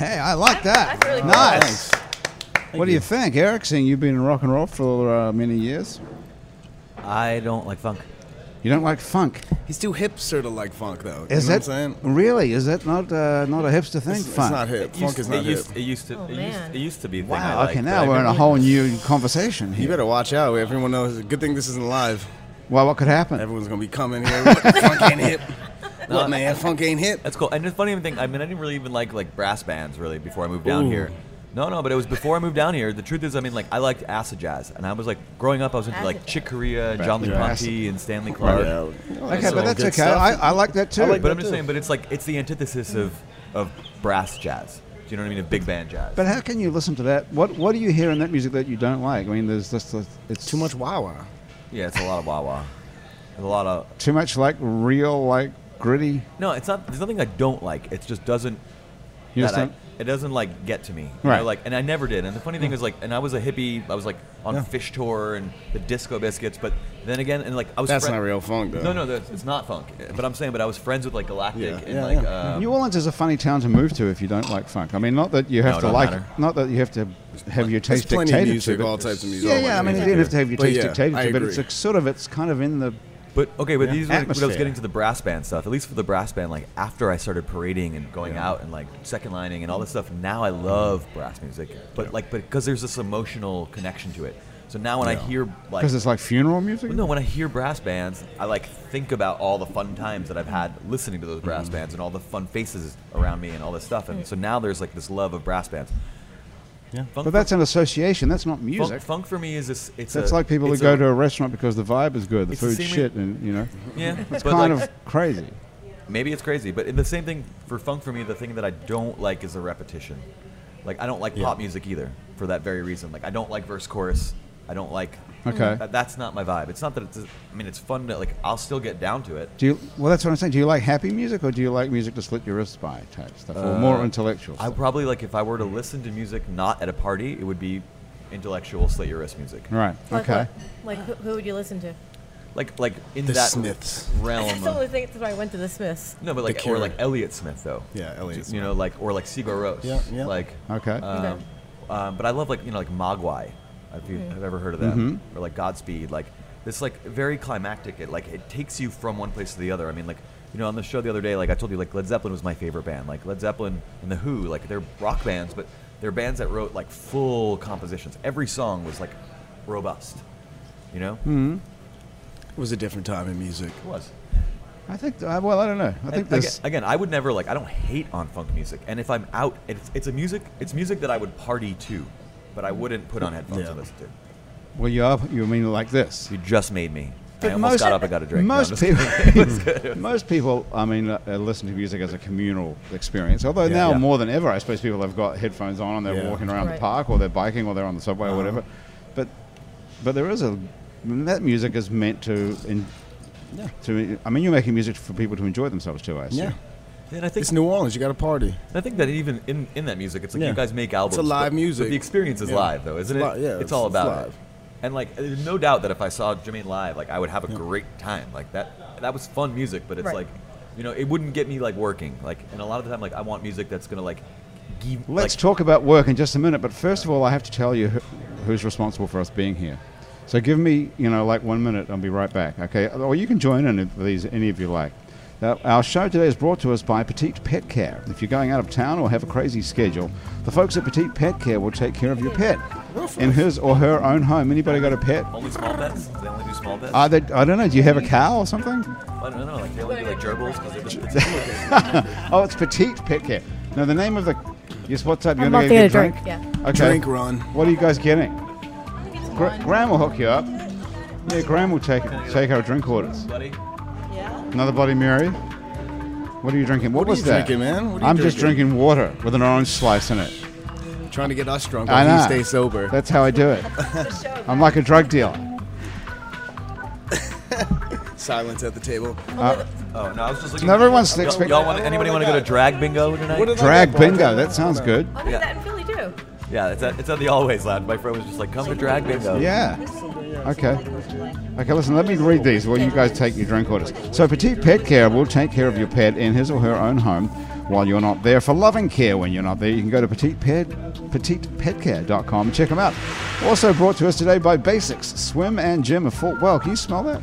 [SPEAKER 1] I like that.
[SPEAKER 2] That's really cool.
[SPEAKER 1] nice. What do you think, Eric? Seeing you've been in rock and roll for uh, many years,
[SPEAKER 3] I don't like funk.
[SPEAKER 1] you don't like funk.
[SPEAKER 4] He's too hip, sort of like funk, though.
[SPEAKER 1] Is
[SPEAKER 4] you know
[SPEAKER 1] that
[SPEAKER 4] what I'm saying?
[SPEAKER 1] really? Is that not uh, not a hipster thing?
[SPEAKER 4] It's, it's
[SPEAKER 1] funk.
[SPEAKER 4] not hip. Funk is
[SPEAKER 3] it
[SPEAKER 4] not hip.
[SPEAKER 3] used, it used to.
[SPEAKER 2] Oh,
[SPEAKER 3] it,
[SPEAKER 2] man.
[SPEAKER 3] used, it used to be. A thing I
[SPEAKER 1] Wow.
[SPEAKER 3] liked,
[SPEAKER 1] Okay,
[SPEAKER 3] but
[SPEAKER 1] now
[SPEAKER 3] I
[SPEAKER 1] we're in a
[SPEAKER 3] remember-
[SPEAKER 1] whole new conversation
[SPEAKER 4] You
[SPEAKER 1] here.
[SPEAKER 4] better watch out. Everyone knows. Good thing this isn't live.
[SPEAKER 1] Well, what could happen?
[SPEAKER 4] Everyone's gonna be coming here. What, funk ain't hip. What man? Funk ain't hip.
[SPEAKER 3] That's cool. And the funny thing, I mean, I didn't really even like like brass bands really before I moved down
[SPEAKER 4] Ooh.
[SPEAKER 3] here. No, no, but it was before I moved down here. The truth is, I mean, like I liked acid jazz, and I was like growing up, I was into
[SPEAKER 2] Acid
[SPEAKER 3] like
[SPEAKER 2] jazz.
[SPEAKER 3] Chick Corea, and John
[SPEAKER 1] jazz.
[SPEAKER 3] LeConte, and Stanley Clarke.
[SPEAKER 1] Okay,
[SPEAKER 3] So
[SPEAKER 1] but that's
[SPEAKER 4] good
[SPEAKER 1] okay.
[SPEAKER 4] stuff.
[SPEAKER 1] I, I like that too.
[SPEAKER 3] but I'm just saying, but it's like it's the antithesis of of brass jazz. Do you know what I mean? Of big band jazz.
[SPEAKER 1] But how can you listen to that? What What do you hear in that music that you don't like? I mean, there's just a- it's
[SPEAKER 4] Too much wah wah.
[SPEAKER 3] yeah, it's a lot of wah wah. There's a lot of
[SPEAKER 1] too much like real like gritty.
[SPEAKER 3] no. It's not. There's nothing I don't like. It just doesn't
[SPEAKER 1] You
[SPEAKER 3] that I-
[SPEAKER 1] understand?
[SPEAKER 3] it doesn't like get to me, you
[SPEAKER 1] Right.
[SPEAKER 3] Know, like, and I never did. And the funny thing is, like, and I was a hippie. I was like on Fish Tour and the Disco Biscuits, but then again, and like I was.
[SPEAKER 4] That's
[SPEAKER 3] fri-
[SPEAKER 4] not real funk, though.
[SPEAKER 3] No, no, that's, it's not funk. But I'm saying, but I was friends with like Galactic
[SPEAKER 4] Yeah,
[SPEAKER 3] and
[SPEAKER 4] yeah,
[SPEAKER 3] like.
[SPEAKER 4] yeah.
[SPEAKER 3] Uh,
[SPEAKER 1] New Orleans is a funny town to move to if you don't like funk. I mean, not that you have
[SPEAKER 3] No, it
[SPEAKER 1] to
[SPEAKER 3] don't
[SPEAKER 1] like,
[SPEAKER 3] matter.
[SPEAKER 1] not that you have to have your
[SPEAKER 4] There's
[SPEAKER 1] taste
[SPEAKER 4] plenty
[SPEAKER 1] dictated
[SPEAKER 4] of
[SPEAKER 1] to
[SPEAKER 4] music,
[SPEAKER 1] you, but-
[SPEAKER 4] all types of music.
[SPEAKER 1] Yeah,
[SPEAKER 4] all
[SPEAKER 1] yeah. I
[SPEAKER 4] kinds
[SPEAKER 1] mean,
[SPEAKER 4] of
[SPEAKER 1] you
[SPEAKER 4] music.
[SPEAKER 1] didn't have to have your
[SPEAKER 4] But
[SPEAKER 1] taste
[SPEAKER 4] yeah,
[SPEAKER 1] dictated
[SPEAKER 4] I
[SPEAKER 1] to, you, but
[SPEAKER 4] agree.
[SPEAKER 1] it's like sort of it's kind of in the
[SPEAKER 3] but okay, but these are what I was
[SPEAKER 1] Atmosphere.
[SPEAKER 3] getting to the brass band stuff. At least for the brass band, like after I started parading and going out and like second lining and all this stuff. Now I love brass music, but like, but because there's this emotional connection to it. So now when I hear like
[SPEAKER 1] because it's like funeral music.
[SPEAKER 3] Well, no, when I hear brass bands, I like think about all the fun times that I've had listening to those brass bands and all the fun faces around me and all this stuff. And so now there's like this love of brass bands. Yeah, funk,
[SPEAKER 1] but that's
[SPEAKER 3] for,
[SPEAKER 1] an association. That's not
[SPEAKER 3] funk-
[SPEAKER 1] music.
[SPEAKER 3] funk for me is this. It's
[SPEAKER 1] That's
[SPEAKER 3] a-
[SPEAKER 1] like people who
[SPEAKER 3] it's
[SPEAKER 1] go
[SPEAKER 3] a-
[SPEAKER 1] to a restaurant because the vibe is good, the
[SPEAKER 3] It's the
[SPEAKER 1] food's
[SPEAKER 3] same way-
[SPEAKER 1] shit, and you know,
[SPEAKER 3] yeah.
[SPEAKER 1] it's
[SPEAKER 3] but
[SPEAKER 1] kind
[SPEAKER 3] like,
[SPEAKER 1] of crazy.
[SPEAKER 3] maybe it's crazy, but the same thing for funk for me. The thing that I don't like is the repetition. Like I don't like pop music either for that very reason. Like I don't like verse chorus. I don't like.
[SPEAKER 1] Okay.
[SPEAKER 3] That, that's not my vibe. It's not that it's. I mean, it's fun to like. I'll still get down to it.
[SPEAKER 1] Do you? Well, that's what I'm saying. Do you like happy music, or do you like music to slit your wrists by type stuff, or more intellectual?
[SPEAKER 3] Uh, I
[SPEAKER 1] stuff?
[SPEAKER 3] probably like if I were to listen to music not at a party, it would be intellectual slit your wrist music.
[SPEAKER 1] right.
[SPEAKER 2] Like
[SPEAKER 1] Okay.
[SPEAKER 2] what- Like, who, who would you listen to?
[SPEAKER 3] Like like in
[SPEAKER 4] The
[SPEAKER 3] that
[SPEAKER 4] Smiths.
[SPEAKER 2] That's
[SPEAKER 3] realm.
[SPEAKER 2] the only
[SPEAKER 3] Of,
[SPEAKER 2] thing. That's why I went to the Smiths.
[SPEAKER 3] no, but
[SPEAKER 4] The
[SPEAKER 3] like or
[SPEAKER 4] Cure.
[SPEAKER 3] like Elliott Smith though.
[SPEAKER 4] Yeah, Elliott
[SPEAKER 3] You know, like or like Sigur Rós.
[SPEAKER 4] Yeah, yeah.
[SPEAKER 3] Like
[SPEAKER 1] Okay.
[SPEAKER 3] Um,
[SPEAKER 2] Okay.
[SPEAKER 3] um, but I love like you know like Mogwai. If you have ever heard of that,
[SPEAKER 1] Mm-hmm.
[SPEAKER 3] or like Godspeed, like it's like very climactic. It like it takes you from one place to the other. I mean, like you know on the show the other day, like I told you, like Led Zeppelin was my favorite band. Like Led Zeppelin and the Who, like they're rock bands, but they're bands that wrote like full compositions. Every song was like robust. You know,
[SPEAKER 1] Hmm.
[SPEAKER 4] It was a different time in music.
[SPEAKER 3] it was.
[SPEAKER 1] I think. Uh, well, I don't know. I think
[SPEAKER 3] And
[SPEAKER 1] there's.
[SPEAKER 3] again, again, I would never like. I don't hate on funk music, and if I'm out, it's, it's a music. It's music that I would party to, but I wouldn't put on headphones
[SPEAKER 4] Yeah.
[SPEAKER 3] and listen to.
[SPEAKER 1] Well, you are. You mean like this?
[SPEAKER 3] You just made me. I almost got up and got a drink. No, I'm
[SPEAKER 1] Most
[SPEAKER 3] just-
[SPEAKER 1] people, most people, I mean, uh, uh, listen to music as a communal experience. Although now
[SPEAKER 3] Yeah.
[SPEAKER 1] more than ever, I suppose people have got headphones on and they're
[SPEAKER 4] Yeah.
[SPEAKER 1] walking around the
[SPEAKER 2] Right.
[SPEAKER 1] park or they're biking or they're on the subway
[SPEAKER 3] Uh-huh.
[SPEAKER 1] or whatever. But but there is a that music is meant to. In, To, I mean, you're making music for people to enjoy themselves too, I assume.
[SPEAKER 4] Yeah.
[SPEAKER 3] and I think
[SPEAKER 4] It's New Orleans. You got to party.
[SPEAKER 3] I think that even in, in that music, it's like
[SPEAKER 4] Yeah.
[SPEAKER 3] you guys make
[SPEAKER 4] It's
[SPEAKER 3] albums.
[SPEAKER 4] a live
[SPEAKER 3] but-
[SPEAKER 4] music.
[SPEAKER 3] But the experience is
[SPEAKER 4] Yeah.
[SPEAKER 3] live, though, isn't it?
[SPEAKER 4] It's li- yeah,
[SPEAKER 3] it's,
[SPEAKER 4] it's-
[SPEAKER 3] all
[SPEAKER 4] it's
[SPEAKER 3] about it.
[SPEAKER 4] live.
[SPEAKER 3] And like, there's no doubt that if I saw Jermaine live, like I would have a great time. Like that, that was fun music, but it's
[SPEAKER 2] Right.
[SPEAKER 3] like, you know, it wouldn't get me like working. Like, and a lot of the time, like I want music that's gonna like, give,
[SPEAKER 1] Let's
[SPEAKER 3] like,
[SPEAKER 1] talk about work in just a minute, but first of all, I have to tell you who, who's responsible for us being here. So give me, you know, like one minute. I'll be right back. Okay, or you can join in if these any of you like. Now, our show today is brought to us by Petite Pet Care. If you're going out of town or have a crazy schedule, the folks at Petite Pet Care will take care of your pet in his or her own home. Anybody got a pet?
[SPEAKER 3] only small bets. They only do small bets.
[SPEAKER 1] Are they, I don't know. Do you have a cow or something?
[SPEAKER 3] I don't know. Like they only do like gerbils because they're just. It's cool.
[SPEAKER 1] Oh, it's Petite Pet Care. Now the name of the yes. What's up? You're
[SPEAKER 2] I'm
[SPEAKER 1] gonna
[SPEAKER 2] off
[SPEAKER 1] get
[SPEAKER 2] to
[SPEAKER 1] a
[SPEAKER 2] get
[SPEAKER 1] drink.
[SPEAKER 2] a drink,
[SPEAKER 1] Okay.
[SPEAKER 4] Drink run.
[SPEAKER 1] What are you guys getting? Gra- Graham will hook you up. Yeah, Graham will take take our drink orders.
[SPEAKER 3] buddy.
[SPEAKER 1] Another Bloody Mary. What are you drinking? What,
[SPEAKER 4] are
[SPEAKER 1] was
[SPEAKER 4] you
[SPEAKER 1] that?
[SPEAKER 4] drinking, man? What are you
[SPEAKER 1] I'm just
[SPEAKER 4] drinking?
[SPEAKER 1] drinking water with an orange slice in it.
[SPEAKER 4] Trying to get us drunk.
[SPEAKER 1] I
[SPEAKER 4] while
[SPEAKER 1] know.
[SPEAKER 4] You stay sober.
[SPEAKER 1] That's how I do it. I'm like a drug dealer.
[SPEAKER 4] Silence at the table.
[SPEAKER 1] Uh,
[SPEAKER 3] Oh no, I was just looking.
[SPEAKER 1] No, everyone's
[SPEAKER 3] Y'all-
[SPEAKER 1] expecting-
[SPEAKER 3] Y'all want anybody want to go to drag bingo tonight?
[SPEAKER 4] What did I
[SPEAKER 1] Drag
[SPEAKER 4] get, Barton?
[SPEAKER 1] bingo. That sounds good.
[SPEAKER 2] Oh, there's
[SPEAKER 3] Yeah.
[SPEAKER 2] that in Philly too.
[SPEAKER 3] Yeah, it's at, it's at the Always Lounge. My friend was just like, come to drag bingo.
[SPEAKER 1] Yeah. Okay. Okay, listen, let me read these while you guys take your drink orders. So, Petite Pet Care will take care of your pet in his or her own home while you're not there. For loving care when you're not there, you can go to Petite Pet, petitepetcare.com and check them out. Also brought to us today by Basics Swim and Gym of Fort Well. Can you smell that?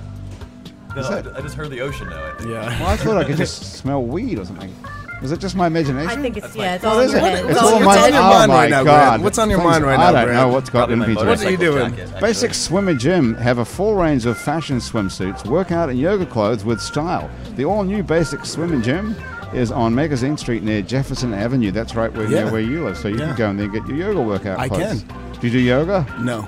[SPEAKER 3] No,
[SPEAKER 1] Is that-
[SPEAKER 3] I just heard the ocean though. I think.
[SPEAKER 4] Yeah.
[SPEAKER 1] Well, I thought I could just smell weed or something. Was it just my imagination?
[SPEAKER 2] I think it's yeah, it's
[SPEAKER 1] Oh,
[SPEAKER 2] all in
[SPEAKER 1] is
[SPEAKER 2] your
[SPEAKER 1] it?
[SPEAKER 2] head.
[SPEAKER 1] It's
[SPEAKER 4] What's
[SPEAKER 1] all
[SPEAKER 4] on-
[SPEAKER 1] in
[SPEAKER 4] what's
[SPEAKER 1] my,
[SPEAKER 4] on your
[SPEAKER 1] oh
[SPEAKER 4] mind
[SPEAKER 1] my
[SPEAKER 4] right now,
[SPEAKER 1] God.
[SPEAKER 4] Grant? What's on your
[SPEAKER 1] Things-
[SPEAKER 4] mind right
[SPEAKER 1] I
[SPEAKER 4] now,
[SPEAKER 1] don't know
[SPEAKER 4] Grant?
[SPEAKER 1] what's got in me today.
[SPEAKER 4] motorcycle. What are you doing?
[SPEAKER 1] Basic Swim and Gym have a full range of fashion swimsuits, workout and yoga clothes with style. The all-new Basic Swim and Gym is on Magazine Street near Jefferson Avenue. That's right where,
[SPEAKER 4] Yeah.
[SPEAKER 1] near where you live. So you
[SPEAKER 4] Yeah.
[SPEAKER 1] can go in there and get your yoga workout
[SPEAKER 4] I
[SPEAKER 1] clothes.
[SPEAKER 4] can.
[SPEAKER 1] Do you do yoga?
[SPEAKER 4] No.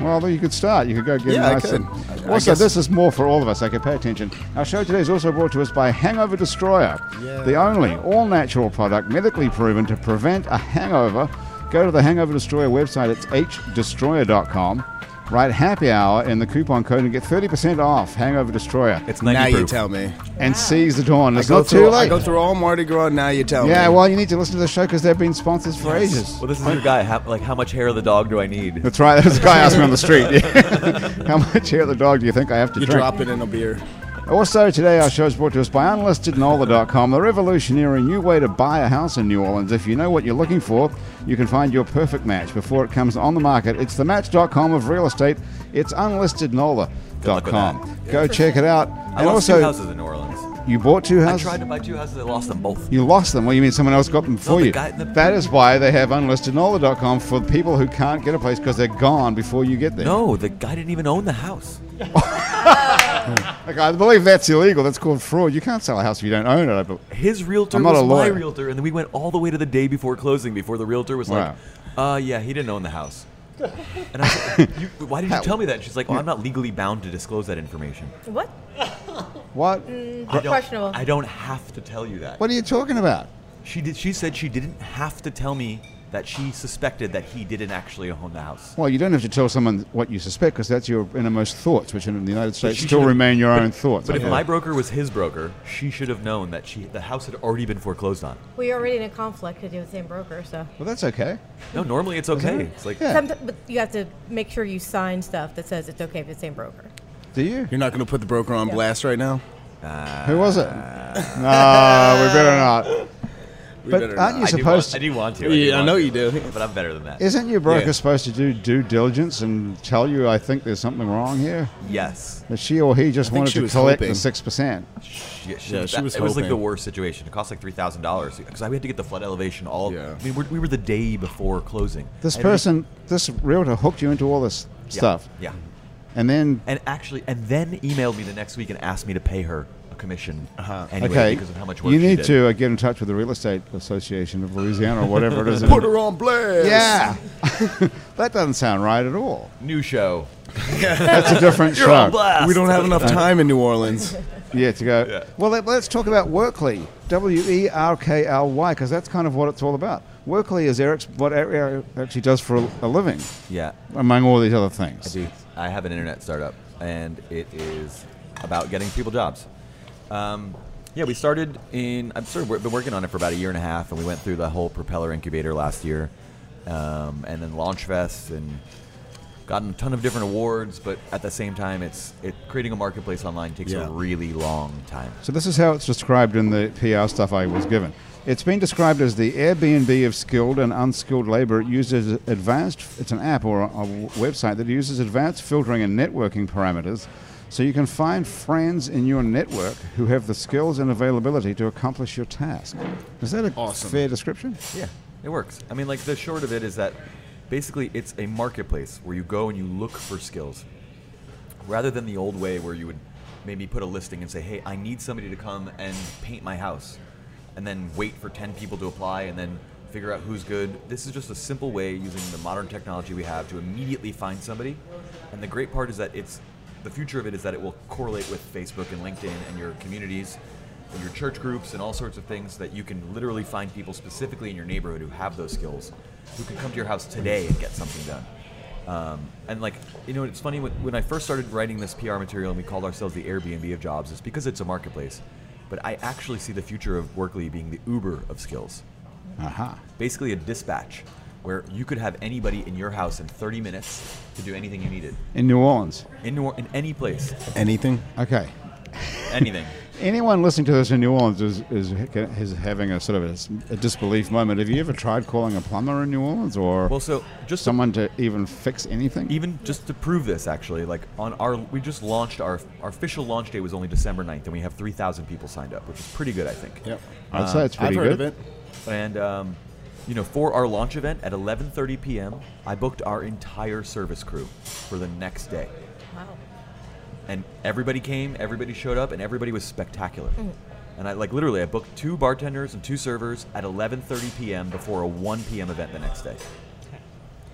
[SPEAKER 1] Well, then you could start. You could go get
[SPEAKER 4] Yeah,
[SPEAKER 1] a
[SPEAKER 4] I
[SPEAKER 1] nice...
[SPEAKER 4] could. I- I
[SPEAKER 1] Also,
[SPEAKER 4] guess-
[SPEAKER 1] this is more for all of us. I could pay attention. Our show today is also brought to us by Hangover Destroyer,
[SPEAKER 4] Yeah.
[SPEAKER 1] the only all-natural product medically proven to prevent a hangover. Go to the Hangover Destroyer website. It's hdestroyer.com. Write happy hour in the coupon code and get 30% off Hangover Destroyer
[SPEAKER 3] It's 90
[SPEAKER 4] Now you
[SPEAKER 3] proof.
[SPEAKER 4] tell me.
[SPEAKER 1] and seize the dawn.
[SPEAKER 4] I
[SPEAKER 1] It's
[SPEAKER 4] go
[SPEAKER 1] not too
[SPEAKER 4] through. I go
[SPEAKER 1] late.
[SPEAKER 4] through all Mardi Gras. Now you tell me.
[SPEAKER 1] Yeah, well, you need to listen to the show because they've been sponsors for ages.
[SPEAKER 3] Well, this is your guy. How, like, how much hair of the dog do I need?
[SPEAKER 1] That's right. There's a guy asked me on the street, yeah. "How much hair of the dog do you think I have to
[SPEAKER 4] you
[SPEAKER 1] drink?"
[SPEAKER 4] drop it in a beer.
[SPEAKER 1] Also, today our show is brought to us by unlistednola.com, the revolutionary new way to buy a house in New Orleans. If you know what you're looking for, you can find your perfect match before it comes on the market. It's the match.com of real estate. It's
[SPEAKER 3] with
[SPEAKER 1] unlistednola.com.
[SPEAKER 3] that.
[SPEAKER 1] Go check it out.
[SPEAKER 3] I
[SPEAKER 1] And
[SPEAKER 3] lost two
[SPEAKER 1] also,
[SPEAKER 3] houses in New Orleans.
[SPEAKER 1] you bought two
[SPEAKER 3] I
[SPEAKER 1] houses?
[SPEAKER 3] tried to buy two houses. I lost them both.
[SPEAKER 1] You lost them. Well, you mean someone else got them for
[SPEAKER 3] the
[SPEAKER 1] you.
[SPEAKER 3] guy- the-
[SPEAKER 1] that is why they have unlistednola.com for people who can't get a place because they're gone before you get there.
[SPEAKER 3] No, the guy didn't even own the house.
[SPEAKER 1] Like, I believe that's illegal. That's called fraud. You can't sell a house if you don't own it. I believe.
[SPEAKER 3] His realtor
[SPEAKER 1] I'm not
[SPEAKER 3] was
[SPEAKER 1] a
[SPEAKER 3] my
[SPEAKER 1] lawyer.
[SPEAKER 3] realtor, and then we went all the way to the day before closing before the realtor was like, "Uh, yeah, he didn't own the house." And I was like, you, "Why did you tell me that?" And she's like, "Well, I'm not legally bound to disclose that information."
[SPEAKER 2] What?
[SPEAKER 1] What?
[SPEAKER 3] I don't,
[SPEAKER 2] Questionable.
[SPEAKER 3] I don't have to tell you that.
[SPEAKER 1] What are you talking about?
[SPEAKER 3] She did. She said she didn't have to tell me that she suspected that he didn't actually own the house.
[SPEAKER 1] Well, you don't have to tell someone what you suspect because that's your innermost thoughts, which in the United States
[SPEAKER 3] she
[SPEAKER 1] still
[SPEAKER 3] should've-
[SPEAKER 1] remain your own thoughts.
[SPEAKER 3] But
[SPEAKER 1] I
[SPEAKER 3] if
[SPEAKER 1] think.
[SPEAKER 3] my broker was his broker, she should have known that she the house had already been foreclosed on.
[SPEAKER 2] We're already in a conflict because you're the same broker, so.
[SPEAKER 1] well, that's okay.
[SPEAKER 3] No, normally it's okay. It's like
[SPEAKER 1] Yeah.
[SPEAKER 2] Somet- but you have to make sure you sign stuff that says it's okay if it's the same broker.
[SPEAKER 1] Do you?
[SPEAKER 4] You're not going to put the broker on blast right now.
[SPEAKER 3] Uh,
[SPEAKER 1] Who was it? No, we better not.
[SPEAKER 4] We
[SPEAKER 1] But
[SPEAKER 4] better
[SPEAKER 1] aren't you
[SPEAKER 4] not.
[SPEAKER 3] I, do
[SPEAKER 1] supposed
[SPEAKER 3] want,
[SPEAKER 1] to?
[SPEAKER 3] I do want to. I do
[SPEAKER 4] Yeah, I
[SPEAKER 3] want
[SPEAKER 4] know
[SPEAKER 3] to,
[SPEAKER 4] you do.
[SPEAKER 3] But I'm better than that.
[SPEAKER 1] Isn't your broker
[SPEAKER 4] Yeah.
[SPEAKER 1] supposed to do due diligence and tell you, I think there's something wrong here?
[SPEAKER 3] yes.
[SPEAKER 1] That she or he just
[SPEAKER 4] think
[SPEAKER 1] wanted
[SPEAKER 4] she
[SPEAKER 1] to
[SPEAKER 4] was
[SPEAKER 1] collect the
[SPEAKER 4] hoping.
[SPEAKER 1] 6%.
[SPEAKER 3] She, she,
[SPEAKER 4] Yeah, she
[SPEAKER 3] that-
[SPEAKER 4] was
[SPEAKER 3] It was like
[SPEAKER 4] hoping.
[SPEAKER 3] the worst situation. It cost like three thousand dollars because we had to get the flood elevation. All.
[SPEAKER 4] Yeah.
[SPEAKER 3] I mean, we're, we were the day before closing.
[SPEAKER 1] This
[SPEAKER 3] And we-
[SPEAKER 1] person, this realtor hooked you into all this
[SPEAKER 3] yeah,
[SPEAKER 1] stuff.
[SPEAKER 3] Yeah.
[SPEAKER 1] And then,
[SPEAKER 3] And actually, and then emailed me the next week and asked me to pay her a commission
[SPEAKER 4] Uh-huh.
[SPEAKER 3] anyway
[SPEAKER 1] okay,
[SPEAKER 3] because of how much work
[SPEAKER 1] you
[SPEAKER 3] she
[SPEAKER 1] need
[SPEAKER 3] did.
[SPEAKER 1] to uh, get in touch with the Real Estate Association of Louisiana or whatever it is.
[SPEAKER 4] Put her on blast.
[SPEAKER 1] Yeah. that doesn't sound right at all.
[SPEAKER 3] New show.
[SPEAKER 1] That's a different
[SPEAKER 3] You're on
[SPEAKER 1] show.
[SPEAKER 3] blast.
[SPEAKER 4] We don't have enough time in New Orleans.
[SPEAKER 1] Yeah, to go.
[SPEAKER 3] Yeah.
[SPEAKER 1] Well, let, us talk about Workley. W E R K L Y, because that's kind of what it's all about. Workley is Eric's what Eric actually does for a, a living,
[SPEAKER 3] Yeah.
[SPEAKER 1] among all these other things.
[SPEAKER 3] I do. I have an internet startup, and it is about getting people jobs. Um, yeah, we started in. I've sort of wor- been working on it for about a year and a half, and we went through the whole Propeller Incubator last year, um, and then Launch Fest, and gotten a ton of different awards. But at the same time, it's it creating a marketplace online takes
[SPEAKER 4] Yeah.
[SPEAKER 3] a really long time.
[SPEAKER 1] So this is how it's described in the PR stuff I was given. It's been described as the Airbnb of skilled and unskilled labor. It uses advanced. It's an app or a, a website that uses advanced filtering and networking parameters, so you can find friends in your network who have the skills and availability to accomplish your task. Is that a
[SPEAKER 4] Awesome.
[SPEAKER 1] fair description?
[SPEAKER 3] Yeah, it works. I mean, like the short of it is that basically it's a marketplace where you go and you look for skills, rather than the old way where you would maybe put a listing and say, "Hey, I need somebody to come and paint my house," and then wait for ten people to apply and then figure out who's good. This is just a simple way using the modern technology we have to immediately find somebody. And the great part is that it's the future of it is that it will correlate with Facebook and LinkedIn and your communities in your church groups and all sorts of things that you can literally find people specifically in your neighborhood who have those skills, who can come to your house today and get something done. Um, and like you know, it's funny when, when I first started writing this PR material and we called ourselves the Airbnb of jobs, it's because it's a marketplace. But I actually see the future of Workley being the Uber of skills
[SPEAKER 1] Aha.
[SPEAKER 3] basically a dispatch where you could have anybody in your house in 30 minutes to do anything you needed
[SPEAKER 1] in New Orleans.
[SPEAKER 3] in New Or- in any place,
[SPEAKER 4] Anything?
[SPEAKER 1] Okay.
[SPEAKER 3] anything.
[SPEAKER 1] Anyone listening to this in New Orleans is, is, is having a sort of a s- a, disbelief moment. Have you ever tried calling a plumber in New Orleans or
[SPEAKER 3] Well, so just to
[SPEAKER 1] someone to even fix anything?
[SPEAKER 3] even just to prove this actually like on our we just launched our our official launch day was only december 9th and we have 3000 people signed up which is pretty good i think
[SPEAKER 4] Yep.
[SPEAKER 1] I'd say it's
[SPEAKER 4] Ah, I've
[SPEAKER 1] pretty
[SPEAKER 4] heard
[SPEAKER 1] good.
[SPEAKER 4] of it.
[SPEAKER 3] and um, you know for our launch event at 11.30 p.m i booked our entire service crew for the next day
[SPEAKER 2] Wow.
[SPEAKER 3] and everybody came everybody showed up and everybody was spectacular and i like literally i booked two bartenders and two servers at 11.30 p.m before a 1 p.m event the next day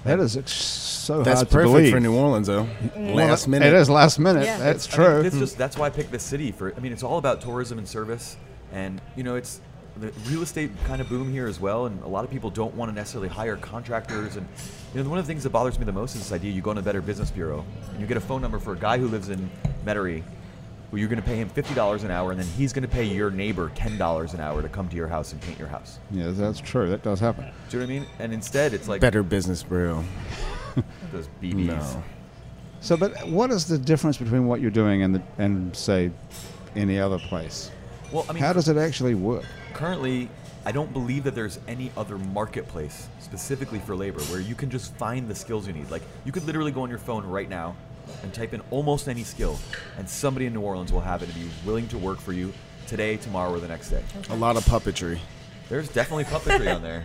[SPEAKER 1] That is ex- so
[SPEAKER 4] That's
[SPEAKER 1] hard to
[SPEAKER 4] perfect
[SPEAKER 1] believe.
[SPEAKER 4] for New Orleans, though.
[SPEAKER 1] Well,
[SPEAKER 4] Last minute.
[SPEAKER 1] It is last minute.
[SPEAKER 2] Yeah.
[SPEAKER 1] That's
[SPEAKER 3] I mean,
[SPEAKER 1] true.
[SPEAKER 3] it's just that's why I picked this city for. I mean, it's all about tourism and service, and you know, it's the real estate kind of boom here as well. And a lot of people don't want to necessarily hire contractors. And you know, one of the things that bothers me the most is this idea: you go on the Better Business Bureau and you get a phone number for a guy who lives in Metairie, who you're going to pay him fifty dollars an hour, and then he's going to pay your neighbor ten dollars an hour to come to your house and paint your house.
[SPEAKER 1] yeah, that's true. That does happen.
[SPEAKER 3] Do you know what I mean? And instead, it's like
[SPEAKER 4] Better Business Bureau.
[SPEAKER 3] those BBs.
[SPEAKER 1] So, but what is the difference between what you're doing and the, and say any other place?
[SPEAKER 3] Well, I mean,
[SPEAKER 1] How does it actually work?
[SPEAKER 3] currently i don't believe that there's any other marketplace specifically for labor where you can just find the skills you need like you could literally go on your phone right now and type in almost any skill and somebody in new orleans will have it and be willing to work for you today tomorrow or the next day
[SPEAKER 4] A lot of puppetry.
[SPEAKER 3] there's definitely puppetry on there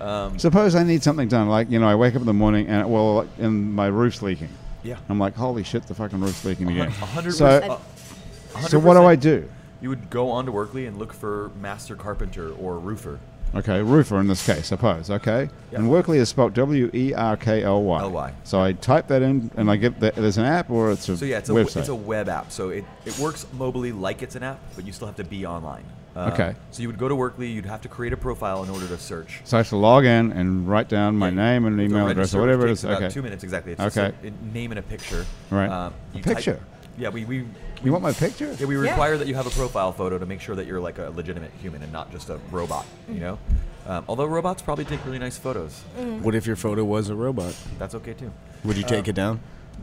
[SPEAKER 4] Um,
[SPEAKER 1] Suppose I need something done, like you know, I wake up in the morning and well, and my roof's leaking.
[SPEAKER 3] Yeah.
[SPEAKER 1] I'm like, holy shit, the fucking roof's leaking again.
[SPEAKER 3] 100
[SPEAKER 1] So, so what do I do?
[SPEAKER 3] you would go on to workley and look for master carpenter or roofer
[SPEAKER 1] Okay, roofer in this case, suppose. Okay,
[SPEAKER 3] Yeah.
[SPEAKER 1] and Workly is spelled W E R K L Y.
[SPEAKER 3] L-Y.
[SPEAKER 1] So I type that in, and I get that there's an app or it's a
[SPEAKER 3] So yeah, it's a, w-
[SPEAKER 1] website.
[SPEAKER 3] it's a web app. So it, it works mobilely like it's an app, but you still have to be online. Uh,
[SPEAKER 1] Okay.
[SPEAKER 3] So you would go to Workly, you'd have to create a profile in order to search.
[SPEAKER 1] so I have to log in and write down my
[SPEAKER 3] Yeah,
[SPEAKER 1] name and
[SPEAKER 3] you go
[SPEAKER 1] email
[SPEAKER 3] register,
[SPEAKER 1] address or
[SPEAKER 3] which
[SPEAKER 1] whatever it
[SPEAKER 3] takes
[SPEAKER 1] is.
[SPEAKER 3] About
[SPEAKER 1] Okay.
[SPEAKER 3] two minutes exactly. It's
[SPEAKER 1] Okay.
[SPEAKER 3] Just a, a name and a picture. Um,
[SPEAKER 1] Right. A
[SPEAKER 3] you type-
[SPEAKER 1] picture?
[SPEAKER 3] yeah, we, we, we
[SPEAKER 1] You want my picture?
[SPEAKER 3] Yeah, we
[SPEAKER 2] Yeah.
[SPEAKER 3] require that you have a profile photo to make sure that you're like a legitimate human and not just a robot. You know, um, although robots probably take really nice photos.
[SPEAKER 2] Mm.
[SPEAKER 4] What if your photo was a robot?
[SPEAKER 3] That's okay too.
[SPEAKER 4] Would you take it down?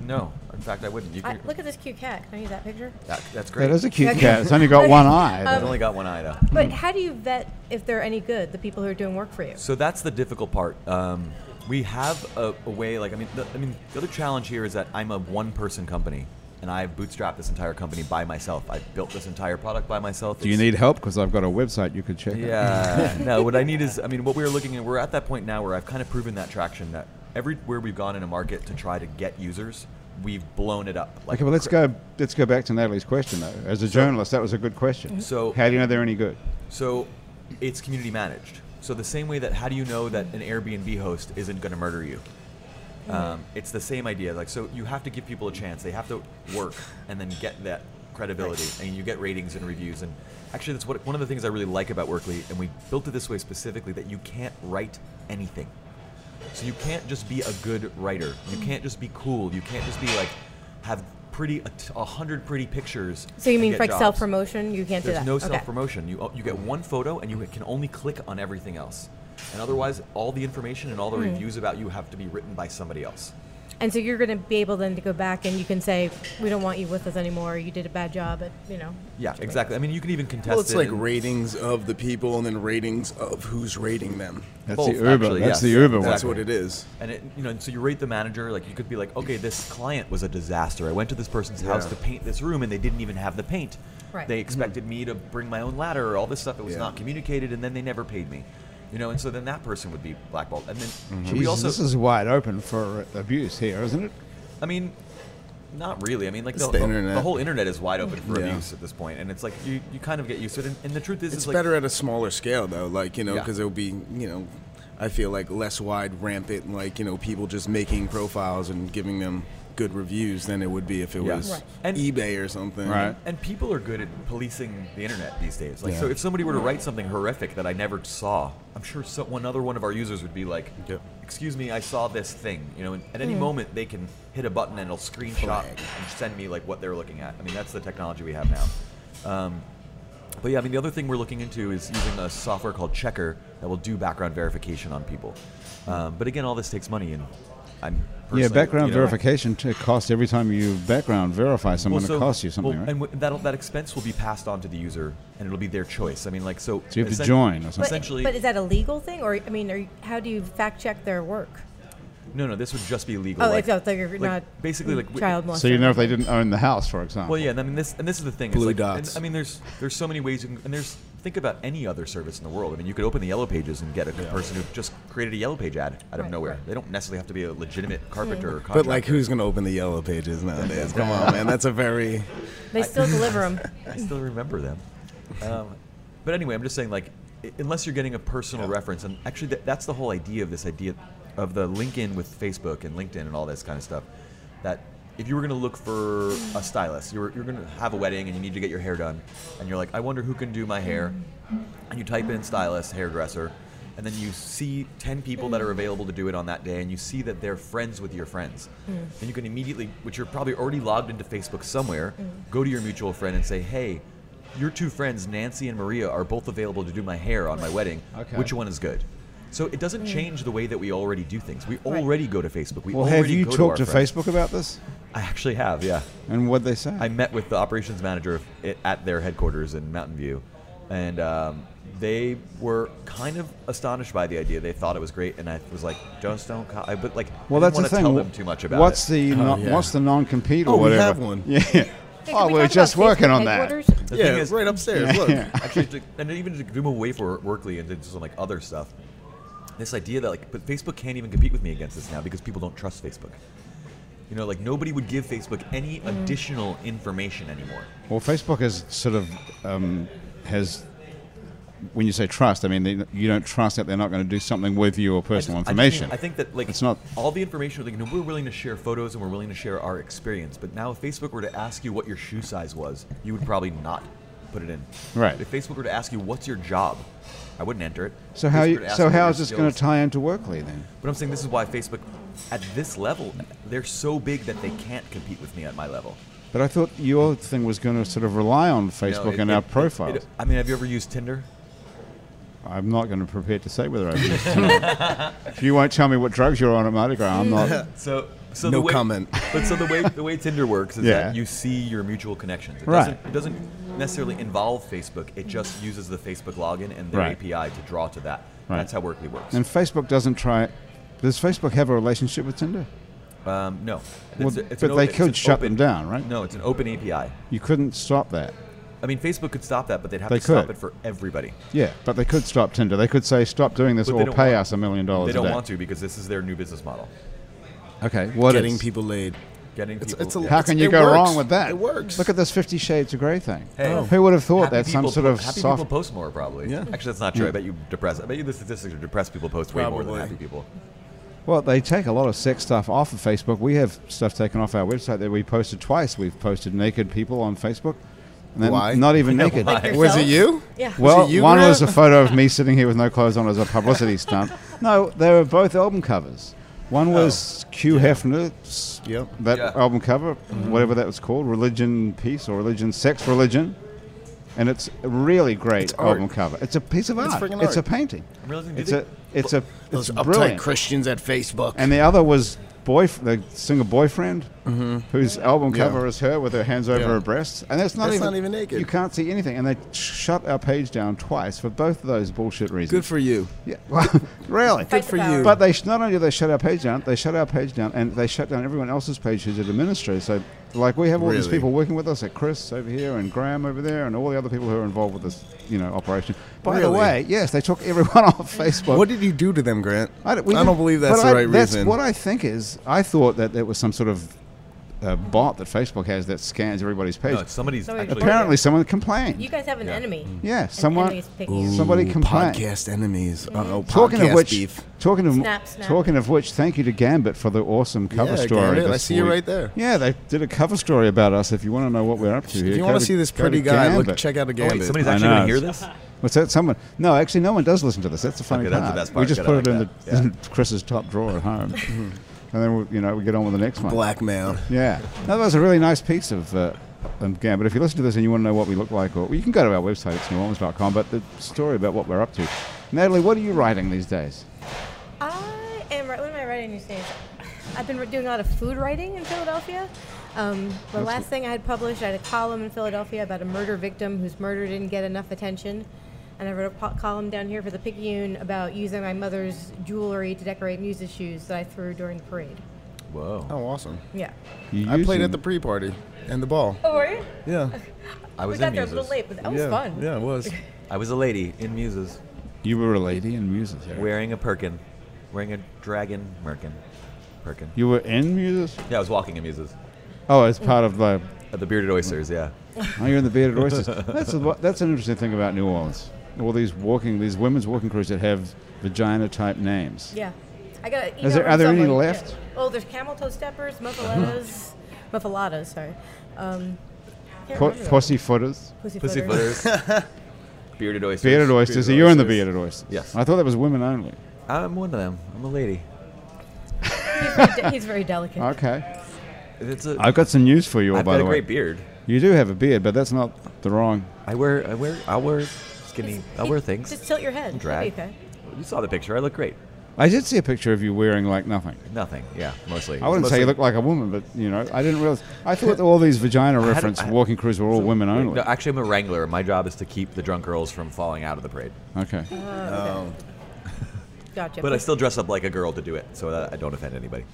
[SPEAKER 3] No, in fact, I wouldn't. You
[SPEAKER 2] I,
[SPEAKER 3] could-
[SPEAKER 2] look at this cute cat. Can I use that picture?
[SPEAKER 3] that, that's great. Um,
[SPEAKER 1] That is a cute
[SPEAKER 2] Okay.
[SPEAKER 1] cat. It's only got one eye.
[SPEAKER 3] I've only got one eye though.
[SPEAKER 2] But how do you vet if they're any good, the people who are doing work for you?
[SPEAKER 3] So that's the difficult part. Um, we have a, a way, like I mean, the, I mean, the other challenge here is that I'm a one-person company, and I've bootstrapped this entire company by myself. I built this entire product by myself.
[SPEAKER 1] do you
[SPEAKER 3] It's-
[SPEAKER 1] need help? Because I've got a website you could check. out.
[SPEAKER 3] yeah. no, what I need is, I mean, what we were looking at, we're at that point now where I've kind of proven that traction that everywhere we've gone in a market to try to get users, we've blown it up. Like,
[SPEAKER 1] Okay, well let's go. Let's go back to Natalie's question though. As a journalist, that was a good question.
[SPEAKER 3] So-
[SPEAKER 1] how do you know they're any good?
[SPEAKER 3] So it's community managed. So the same way that how do you know that an Airbnb host isn't going to murder you? Um, it's the same idea. Like so, you have to give people a chance. They have to work and then get that credibility, and you get ratings and reviews. And actually, that's what one of the things I really like about Workly, and we built it this way specifically that you can't write anything. So you can't just be a good writer. You
[SPEAKER 2] Mm.
[SPEAKER 3] can't just be cool. You can't just be like have pretty a, t- a hundred pretty pictures.
[SPEAKER 2] So you
[SPEAKER 3] and
[SPEAKER 2] mean
[SPEAKER 3] get
[SPEAKER 2] like
[SPEAKER 3] jobs.
[SPEAKER 2] self promotion? You can't do
[SPEAKER 3] There's
[SPEAKER 2] that.
[SPEAKER 3] no
[SPEAKER 2] Okay. Mm-hmm.
[SPEAKER 3] self-promotion. You uh, you get one photo, and you can only click on everything else. And otherwise, all the information and all the
[SPEAKER 2] Mm-hmm.
[SPEAKER 3] reviews about you have to be written by somebody else.
[SPEAKER 2] And so you're going to be able then to go back and you can say, we don't want you with us anymore. You did a bad job at, you know.
[SPEAKER 3] Yeah, exactly. I mean, you can even contest
[SPEAKER 4] Well, it's
[SPEAKER 3] it.
[SPEAKER 4] like
[SPEAKER 3] and-
[SPEAKER 4] ratings of the people and then ratings of who's rating them.
[SPEAKER 1] That's
[SPEAKER 3] Both,
[SPEAKER 1] the Uber.
[SPEAKER 3] actually,
[SPEAKER 1] that's
[SPEAKER 3] yes.
[SPEAKER 1] the Uber
[SPEAKER 4] That's
[SPEAKER 1] one.
[SPEAKER 4] what it is.
[SPEAKER 3] and it, you know, and so you rate the manager. Like you could be like, okay, this client was a disaster. I went to this person's house
[SPEAKER 4] Yeah.
[SPEAKER 3] to paint this room, and they didn't even have the paint.
[SPEAKER 2] Right. Mm-hmm.
[SPEAKER 3] They expected me to bring my own ladder or all this stuff. It was
[SPEAKER 4] Yeah.
[SPEAKER 3] not communicated, and then they never paid me. You know, and so then that person would be blackballed. And then we
[SPEAKER 4] Mm-hmm.
[SPEAKER 1] Jesus,
[SPEAKER 3] also,
[SPEAKER 1] this is wide open for abuse here, isn't it?
[SPEAKER 3] I mean, not really. I mean, like
[SPEAKER 4] It's
[SPEAKER 3] the,
[SPEAKER 4] the
[SPEAKER 3] the-
[SPEAKER 4] internet.
[SPEAKER 3] the whole internet is wide open for
[SPEAKER 4] Yeah.
[SPEAKER 3] abuse at this point, and it's like you, you kind of get used to it. And, and the truth is,
[SPEAKER 4] It's
[SPEAKER 3] like,
[SPEAKER 4] better at a smaller scale though, like you know,
[SPEAKER 3] Yeah.
[SPEAKER 4] because it'll be you know, I feel like less wide, rampant, like you know, people just making profiles and giving them good reviews than it would be if it
[SPEAKER 3] Yeah.
[SPEAKER 4] was
[SPEAKER 2] Right.
[SPEAKER 3] And-
[SPEAKER 4] eBay or something.
[SPEAKER 1] Right.
[SPEAKER 3] And people are good at policing the internet these days. Like,
[SPEAKER 4] Yeah.
[SPEAKER 3] so if somebody were to write something horrific that I never saw, I'm sure so, one other one of our users would be like,
[SPEAKER 4] Yeah.
[SPEAKER 3] "Excuse me, I saw this thing." You know, and at any moment they can hit a button and it'll screenshot
[SPEAKER 4] Flag.
[SPEAKER 3] and send me like what they're looking at. I mean, that's the technology we have now. Um, But yeah, I mean, the other thing we're looking into is using a software called Checker that will do background verification on people. Um, but again, all this takes money, and I'm
[SPEAKER 1] Yeah,
[SPEAKER 3] personally,
[SPEAKER 1] background
[SPEAKER 3] you know,
[SPEAKER 1] verification to cost every time you background verify someone,
[SPEAKER 3] so-
[SPEAKER 1] it costs you something,
[SPEAKER 3] well,
[SPEAKER 1] right?
[SPEAKER 3] And w- that that expense will be passed on to the user, and it'll be their choice. I mean, like so.
[SPEAKER 1] So you have to
[SPEAKER 3] essen-
[SPEAKER 1] join or something.
[SPEAKER 2] But,
[SPEAKER 3] Essentially,
[SPEAKER 2] but is that a legal thing, or I mean, are you, how do you fact check their work?
[SPEAKER 3] no, no. This would just be illegal.
[SPEAKER 2] Oh,
[SPEAKER 3] like-
[SPEAKER 2] it's out there. You're
[SPEAKER 3] like,
[SPEAKER 2] not
[SPEAKER 3] basically like we-
[SPEAKER 2] child molester.
[SPEAKER 1] so you know if they didn't own the house, for example.
[SPEAKER 3] Well, yeah, and I mean this, and this is the thing.
[SPEAKER 4] Blue
[SPEAKER 3] it's like, and-
[SPEAKER 4] dots.
[SPEAKER 3] I mean, there's there's so many ways, you can, and there's think about any other service in the world. I mean, you could open the Yellow Pages and get a person who just created a Yellow Page ad out of
[SPEAKER 2] Right,
[SPEAKER 3] nowhere.
[SPEAKER 2] right.
[SPEAKER 3] They don't necessarily have to be a legitimate carpenter or contractor.
[SPEAKER 4] But like, who's gonna open the yellow pages nowadays? Come on, man. That's a very
[SPEAKER 2] they still deliver them.
[SPEAKER 3] I still remember them. Um, but anyway, I'm just saying, like, i- unless you're getting a personal reference, and actually, that, that's the whole idea of this idea of the link in with Facebook and LinkedIn and all this kind of stuff. That if you were going to look for a stylist, you're, you're going to have a wedding and you need to get your hair done, and you're like, I wonder who can do my hair, and you type in stylist, hairdresser, and then you see 10 people that are available to do it on that day, and you see that they're friends with your friends. And you can immediately, which you're probably already logged into Facebook somewhere, go to your mutual friend and say, hey, your two friends, Nancy and Maria, are both available to do my hair on my wedding.
[SPEAKER 1] Okay.
[SPEAKER 3] Which one is good? So it doesn't change the way that we already do things. We already go to Facebook. We
[SPEAKER 1] Well,
[SPEAKER 3] already
[SPEAKER 1] have you
[SPEAKER 3] go
[SPEAKER 1] talked
[SPEAKER 3] to,
[SPEAKER 1] to,
[SPEAKER 3] our friends.
[SPEAKER 1] Facebook about this?
[SPEAKER 3] I actually have, yeah.
[SPEAKER 1] And what they say?
[SPEAKER 3] I met with the operations manager of it at their headquarters in Mountain View, and um, they were kind of astonished by the idea. They thought it was great, and I was like, "Just don't." Co-. I- But like,
[SPEAKER 1] well,
[SPEAKER 3] I
[SPEAKER 1] that's the
[SPEAKER 3] didn't want to
[SPEAKER 1] thing.
[SPEAKER 3] tell them too much about
[SPEAKER 1] what's
[SPEAKER 3] it.
[SPEAKER 1] The no-
[SPEAKER 4] yeah.
[SPEAKER 1] What's the non-compete or
[SPEAKER 4] Oh, we
[SPEAKER 1] whatever?
[SPEAKER 4] have one.
[SPEAKER 1] Yeah.
[SPEAKER 2] Hey, can
[SPEAKER 1] oh,
[SPEAKER 2] we
[SPEAKER 1] are
[SPEAKER 2] talk
[SPEAKER 1] just
[SPEAKER 2] about
[SPEAKER 1] working
[SPEAKER 2] Facebook
[SPEAKER 1] on that.
[SPEAKER 2] headquarters?
[SPEAKER 3] The
[SPEAKER 4] yeah,
[SPEAKER 3] thing is,
[SPEAKER 4] right upstairs. Look,
[SPEAKER 3] actually, to, and even to move away for Workley and to just like other stuff. This idea that like, but Facebook can't even compete with me against this now because people don't trust Facebook. You know, like nobody would give Facebook any additional information anymore.
[SPEAKER 1] Well, Facebook is sort of um, has. When you say trust, I mean they, you don't trust that they're not going to do something with your
[SPEAKER 3] I just-
[SPEAKER 1] personal
[SPEAKER 3] I just
[SPEAKER 1] information.
[SPEAKER 3] mean, I think that like
[SPEAKER 1] It's not-
[SPEAKER 3] all the information. Like, you know, we're willing to share photos and we're willing to share our experience. But now, if Facebook were to ask you what your shoe size was, you would probably not put it in.
[SPEAKER 1] Right.
[SPEAKER 3] If Facebook were to ask you what's your job, I wouldn't enter it.
[SPEAKER 1] so
[SPEAKER 3] If
[SPEAKER 1] how
[SPEAKER 3] Facebook
[SPEAKER 1] you,
[SPEAKER 3] were to ask
[SPEAKER 1] so
[SPEAKER 3] what
[SPEAKER 1] how
[SPEAKER 3] your
[SPEAKER 1] is this going to
[SPEAKER 3] skills-
[SPEAKER 1] tie into Workley then?
[SPEAKER 3] But I'm saying this is why Facebook, at this level, they're so big that they can't compete with me at my level.
[SPEAKER 1] But I thought your thing was going to sort of rely on
[SPEAKER 3] You know,
[SPEAKER 1] Facebook
[SPEAKER 3] it-
[SPEAKER 1] and
[SPEAKER 3] it-
[SPEAKER 1] our
[SPEAKER 3] it-
[SPEAKER 1] profiles.
[SPEAKER 3] it- I mean, have you ever used Tinder?
[SPEAKER 1] I'm not going to prepare to say whether I would. if you won't tell me what drugs you're on at Mardi Gras, I'm not.
[SPEAKER 3] So, so
[SPEAKER 4] No
[SPEAKER 3] the way,
[SPEAKER 4] comment.
[SPEAKER 3] But so the way the way Tinder works is
[SPEAKER 1] Yeah.
[SPEAKER 3] that you see your mutual connections. It
[SPEAKER 1] Right.
[SPEAKER 3] Doesn't, it doesn't necessarily involve Facebook. It just uses the Facebook login and their
[SPEAKER 1] Right.
[SPEAKER 3] API to draw to that.
[SPEAKER 1] Right.
[SPEAKER 3] That's how Workly works.
[SPEAKER 1] And Facebook doesn't try. Does Facebook have a relationship with Tinder?
[SPEAKER 3] um, no,
[SPEAKER 1] Well,
[SPEAKER 3] It's a- it's
[SPEAKER 1] but
[SPEAKER 3] an
[SPEAKER 1] they
[SPEAKER 3] open- it's
[SPEAKER 1] could
[SPEAKER 3] an
[SPEAKER 1] shut them
[SPEAKER 3] open-
[SPEAKER 1] down, right?
[SPEAKER 3] No, it's an open API.
[SPEAKER 1] You couldn't stop that.
[SPEAKER 3] I mean, Facebook could stop that, but they'd have
[SPEAKER 1] They
[SPEAKER 3] to stop
[SPEAKER 1] could.
[SPEAKER 3] it for everybody.
[SPEAKER 1] Yeah, but they could stop Tinder. They could say, "Stop doing this,
[SPEAKER 3] But they
[SPEAKER 1] or
[SPEAKER 3] don't
[SPEAKER 1] pay
[SPEAKER 3] want-
[SPEAKER 1] us a million dollars."
[SPEAKER 3] They
[SPEAKER 1] a
[SPEAKER 3] don't
[SPEAKER 1] day."
[SPEAKER 3] want to because this is their new business model.
[SPEAKER 1] Okay, what
[SPEAKER 4] getting
[SPEAKER 1] is-
[SPEAKER 4] people laid.
[SPEAKER 3] Getting
[SPEAKER 4] It's-
[SPEAKER 3] people.
[SPEAKER 4] it's a-
[SPEAKER 3] yeah.
[SPEAKER 1] How can you
[SPEAKER 4] it
[SPEAKER 1] go
[SPEAKER 4] works.
[SPEAKER 1] wrong with that?
[SPEAKER 4] It works.
[SPEAKER 1] Look at this Fifty Shades of Grey thing.
[SPEAKER 3] Hey. Oh.
[SPEAKER 1] Who would have thought
[SPEAKER 3] Happy
[SPEAKER 1] that's some
[SPEAKER 3] people
[SPEAKER 1] sort
[SPEAKER 3] po-
[SPEAKER 1] of
[SPEAKER 3] happy
[SPEAKER 1] soft?
[SPEAKER 3] people post more probably.
[SPEAKER 4] Yeah.
[SPEAKER 3] Actually, that's not true. I bet you depress. I bet you the statistics are depressed people post way more than
[SPEAKER 4] Probably.
[SPEAKER 3] happy people.
[SPEAKER 1] Well, they take a lot of sex stuff off of Facebook. We have stuff taken off our website that we posted twice. We've posted naked people on Facebook. And then
[SPEAKER 4] Why?
[SPEAKER 1] Not even naked.
[SPEAKER 2] Like
[SPEAKER 4] Was
[SPEAKER 2] yourself?
[SPEAKER 4] it you?
[SPEAKER 2] Yeah.
[SPEAKER 1] Well,
[SPEAKER 4] you,
[SPEAKER 1] one
[SPEAKER 4] Grant?
[SPEAKER 1] was a photo of me sitting here with no clothes on as a publicity stunt. No, they were both album covers. One was Q Hefner's
[SPEAKER 4] Oh. Yep. Mm-hmm.
[SPEAKER 1] that
[SPEAKER 3] Yeah.
[SPEAKER 1] album cover, whatever that was called, Religion Peace or Religion Sex Religion, and it's a really great
[SPEAKER 4] It's art.
[SPEAKER 1] album cover. It's a piece of
[SPEAKER 4] It's
[SPEAKER 1] art.
[SPEAKER 4] friggin'
[SPEAKER 1] It's a
[SPEAKER 4] art.
[SPEAKER 1] painting.
[SPEAKER 3] I'm realizing- do
[SPEAKER 1] It's
[SPEAKER 3] they-
[SPEAKER 1] a it's a
[SPEAKER 4] Those
[SPEAKER 1] it's
[SPEAKER 4] uptight
[SPEAKER 1] brilliant.
[SPEAKER 4] Christians at Facebook.
[SPEAKER 1] And the other was boyf- the singer boyfriend, whose album
[SPEAKER 4] Mm-hmm. Yeah.
[SPEAKER 1] cover is her with her hands over
[SPEAKER 4] Yeah.
[SPEAKER 1] her breasts, and that's not
[SPEAKER 4] That's
[SPEAKER 1] even
[SPEAKER 4] not even naked.
[SPEAKER 1] You can't see anything, and they shut our page down twice for both of those bullshit reasons.
[SPEAKER 4] Good for you.
[SPEAKER 1] yeah, well, really.
[SPEAKER 2] Good
[SPEAKER 4] for you.
[SPEAKER 1] But they sh- not only did they shut our page down, they shut our page down, and they shut down everyone else's page who's an administrator. So, like, we have all these
[SPEAKER 4] Really?
[SPEAKER 1] people working with us, like Chris over here and Graham over there, and all the other people who are involved with this, you know, operation. By the
[SPEAKER 4] Really?
[SPEAKER 1] way, yes, they took everyone off Facebook.
[SPEAKER 4] What did you do to them, Grant?
[SPEAKER 1] I don't, we
[SPEAKER 4] don't
[SPEAKER 1] didn't-
[SPEAKER 4] believe that's
[SPEAKER 1] but
[SPEAKER 4] the
[SPEAKER 1] I-
[SPEAKER 4] right
[SPEAKER 1] that's
[SPEAKER 4] reason.
[SPEAKER 1] What I think is, I thought that there was some sort of uh, bot that Facebook has that scans everybody's page.
[SPEAKER 3] No, it's somebody's
[SPEAKER 2] Somebody
[SPEAKER 3] actually.
[SPEAKER 1] Apparently, someone complained.
[SPEAKER 2] You guys have an
[SPEAKER 3] Yeah. Mm.
[SPEAKER 2] enemy.
[SPEAKER 1] yeah,
[SPEAKER 2] enemy
[SPEAKER 1] someone.
[SPEAKER 2] is picking you.
[SPEAKER 1] Somebody complained.
[SPEAKER 4] Podcast enemies. Uh oh.
[SPEAKER 1] Talking
[SPEAKER 4] podcast
[SPEAKER 1] of which,
[SPEAKER 4] beef.
[SPEAKER 1] talking of
[SPEAKER 2] Snap, snap.
[SPEAKER 1] talking of which, thank you to Gambit for the awesome cover
[SPEAKER 4] Yeah,
[SPEAKER 1] story.
[SPEAKER 4] Gambit, I
[SPEAKER 1] this
[SPEAKER 4] see you
[SPEAKER 1] week.
[SPEAKER 4] right there.
[SPEAKER 1] Yeah, they did a cover story about us. If you want to know what we're up to here,
[SPEAKER 4] If you
[SPEAKER 1] go
[SPEAKER 4] want
[SPEAKER 1] to-
[SPEAKER 4] to see this
[SPEAKER 1] go to
[SPEAKER 4] pretty guy, look,
[SPEAKER 1] Gambit.
[SPEAKER 4] check out a
[SPEAKER 3] Oh,
[SPEAKER 4] Gambit.
[SPEAKER 3] wait, somebody's
[SPEAKER 1] I
[SPEAKER 3] actually going
[SPEAKER 1] know.
[SPEAKER 3] to hear this.
[SPEAKER 1] What's that? Someone? No, actually, no one does listen to this. That's the funny
[SPEAKER 3] Okay,
[SPEAKER 1] part.
[SPEAKER 3] that's the best part.
[SPEAKER 1] We just
[SPEAKER 3] Good,
[SPEAKER 1] put
[SPEAKER 3] I
[SPEAKER 1] it in
[SPEAKER 3] like
[SPEAKER 1] the
[SPEAKER 3] that. Yeah.
[SPEAKER 1] in Chris's top drawer at home, and then we, you know we get on with the next one.
[SPEAKER 4] Blackmail.
[SPEAKER 1] Yeah, no, that was a really nice piece of uh, um, Gam. But if you listen to this and you want to know what we look like, or well, you can go to our website, it's neworleans.com, but the story about what we're up to. Natalie, what are you writing these days?
[SPEAKER 2] I am. What am I writing these days? I've been doing a lot of food writing in Philadelphia. Um, the last thing I had published, I had a column in Philadelphia about a murder victim whose murder didn't get enough attention, and I wrote a po- column down here for the Picayune about using my mother's jewelry to decorate Muse's shoes that I threw during the parade.
[SPEAKER 3] Whoa.
[SPEAKER 4] Oh, awesome.
[SPEAKER 2] Yeah.
[SPEAKER 1] You
[SPEAKER 4] I played
[SPEAKER 1] using-
[SPEAKER 4] at the pre party and the ball.
[SPEAKER 2] Oh, were you?
[SPEAKER 4] Yeah.
[SPEAKER 3] I
[SPEAKER 2] We
[SPEAKER 3] was
[SPEAKER 2] got
[SPEAKER 3] in
[SPEAKER 2] there a little
[SPEAKER 3] Muses.
[SPEAKER 2] late, but that was
[SPEAKER 4] yeah.
[SPEAKER 2] fun.
[SPEAKER 4] Yeah, it was.
[SPEAKER 3] I was a lady in Muses,
[SPEAKER 1] You were a lady in Muses. Eric.
[SPEAKER 3] wearing a perkin, wearing a dragon merkin, perkin.
[SPEAKER 1] You were in Muses?
[SPEAKER 3] Yeah, I was walking in Muses.
[SPEAKER 1] Oh, as part of the.
[SPEAKER 3] At the Bearded Oysters, yeah.
[SPEAKER 1] Oh, you're in the Bearded Oysters. That's, a, lo- that's an interesting thing about New Orleans. All these walking, these women's walking crews that have vagina type names.
[SPEAKER 2] Yeah. I got an email
[SPEAKER 1] Is there-
[SPEAKER 2] from
[SPEAKER 1] are there any
[SPEAKER 2] someone-
[SPEAKER 1] left?
[SPEAKER 2] yeah. Oh, there's camel toe steppers, muffalettas, muffaladas, sorry. Um, can't
[SPEAKER 1] Po-
[SPEAKER 2] remember.
[SPEAKER 1] Pussy footers.
[SPEAKER 2] Pussy
[SPEAKER 3] Pussy
[SPEAKER 2] footers.
[SPEAKER 3] footers. Bearded Oysters.
[SPEAKER 1] Bearded Oysters. So you're in the Bearded Oysters.
[SPEAKER 3] Yes.
[SPEAKER 1] I thought that was women only.
[SPEAKER 3] I'm one of them. I'm a lady.
[SPEAKER 2] He's very de- He's very delicate.
[SPEAKER 1] Okay.
[SPEAKER 3] It's a,
[SPEAKER 1] I've got some news for you all,
[SPEAKER 3] I've
[SPEAKER 1] by
[SPEAKER 3] got a
[SPEAKER 1] the way.
[SPEAKER 3] great beard.
[SPEAKER 1] You do have a beard, but that's not the wrong.
[SPEAKER 3] I wear, I wear, I wear skinny, I
[SPEAKER 2] He-
[SPEAKER 3] wear things.
[SPEAKER 2] Just tilt your head.
[SPEAKER 3] Drag.
[SPEAKER 2] Okay.
[SPEAKER 3] You saw the picture. I look great.
[SPEAKER 1] I did see a picture of you wearing like nothing.
[SPEAKER 3] Nothing. Yeah, mostly.
[SPEAKER 1] I wouldn't say you look like a woman, but you know, I didn't realize. I thought that all these vagina
[SPEAKER 3] had-
[SPEAKER 1] reference
[SPEAKER 3] I had-
[SPEAKER 1] walking crews were all women only.
[SPEAKER 3] No, actually, I'm a wrangler. My job is to keep the drunk girls from falling out of the parade.
[SPEAKER 1] Okay.
[SPEAKER 2] Gotcha.
[SPEAKER 3] But I still dress up like a girl to do it, so that I don't offend anybody.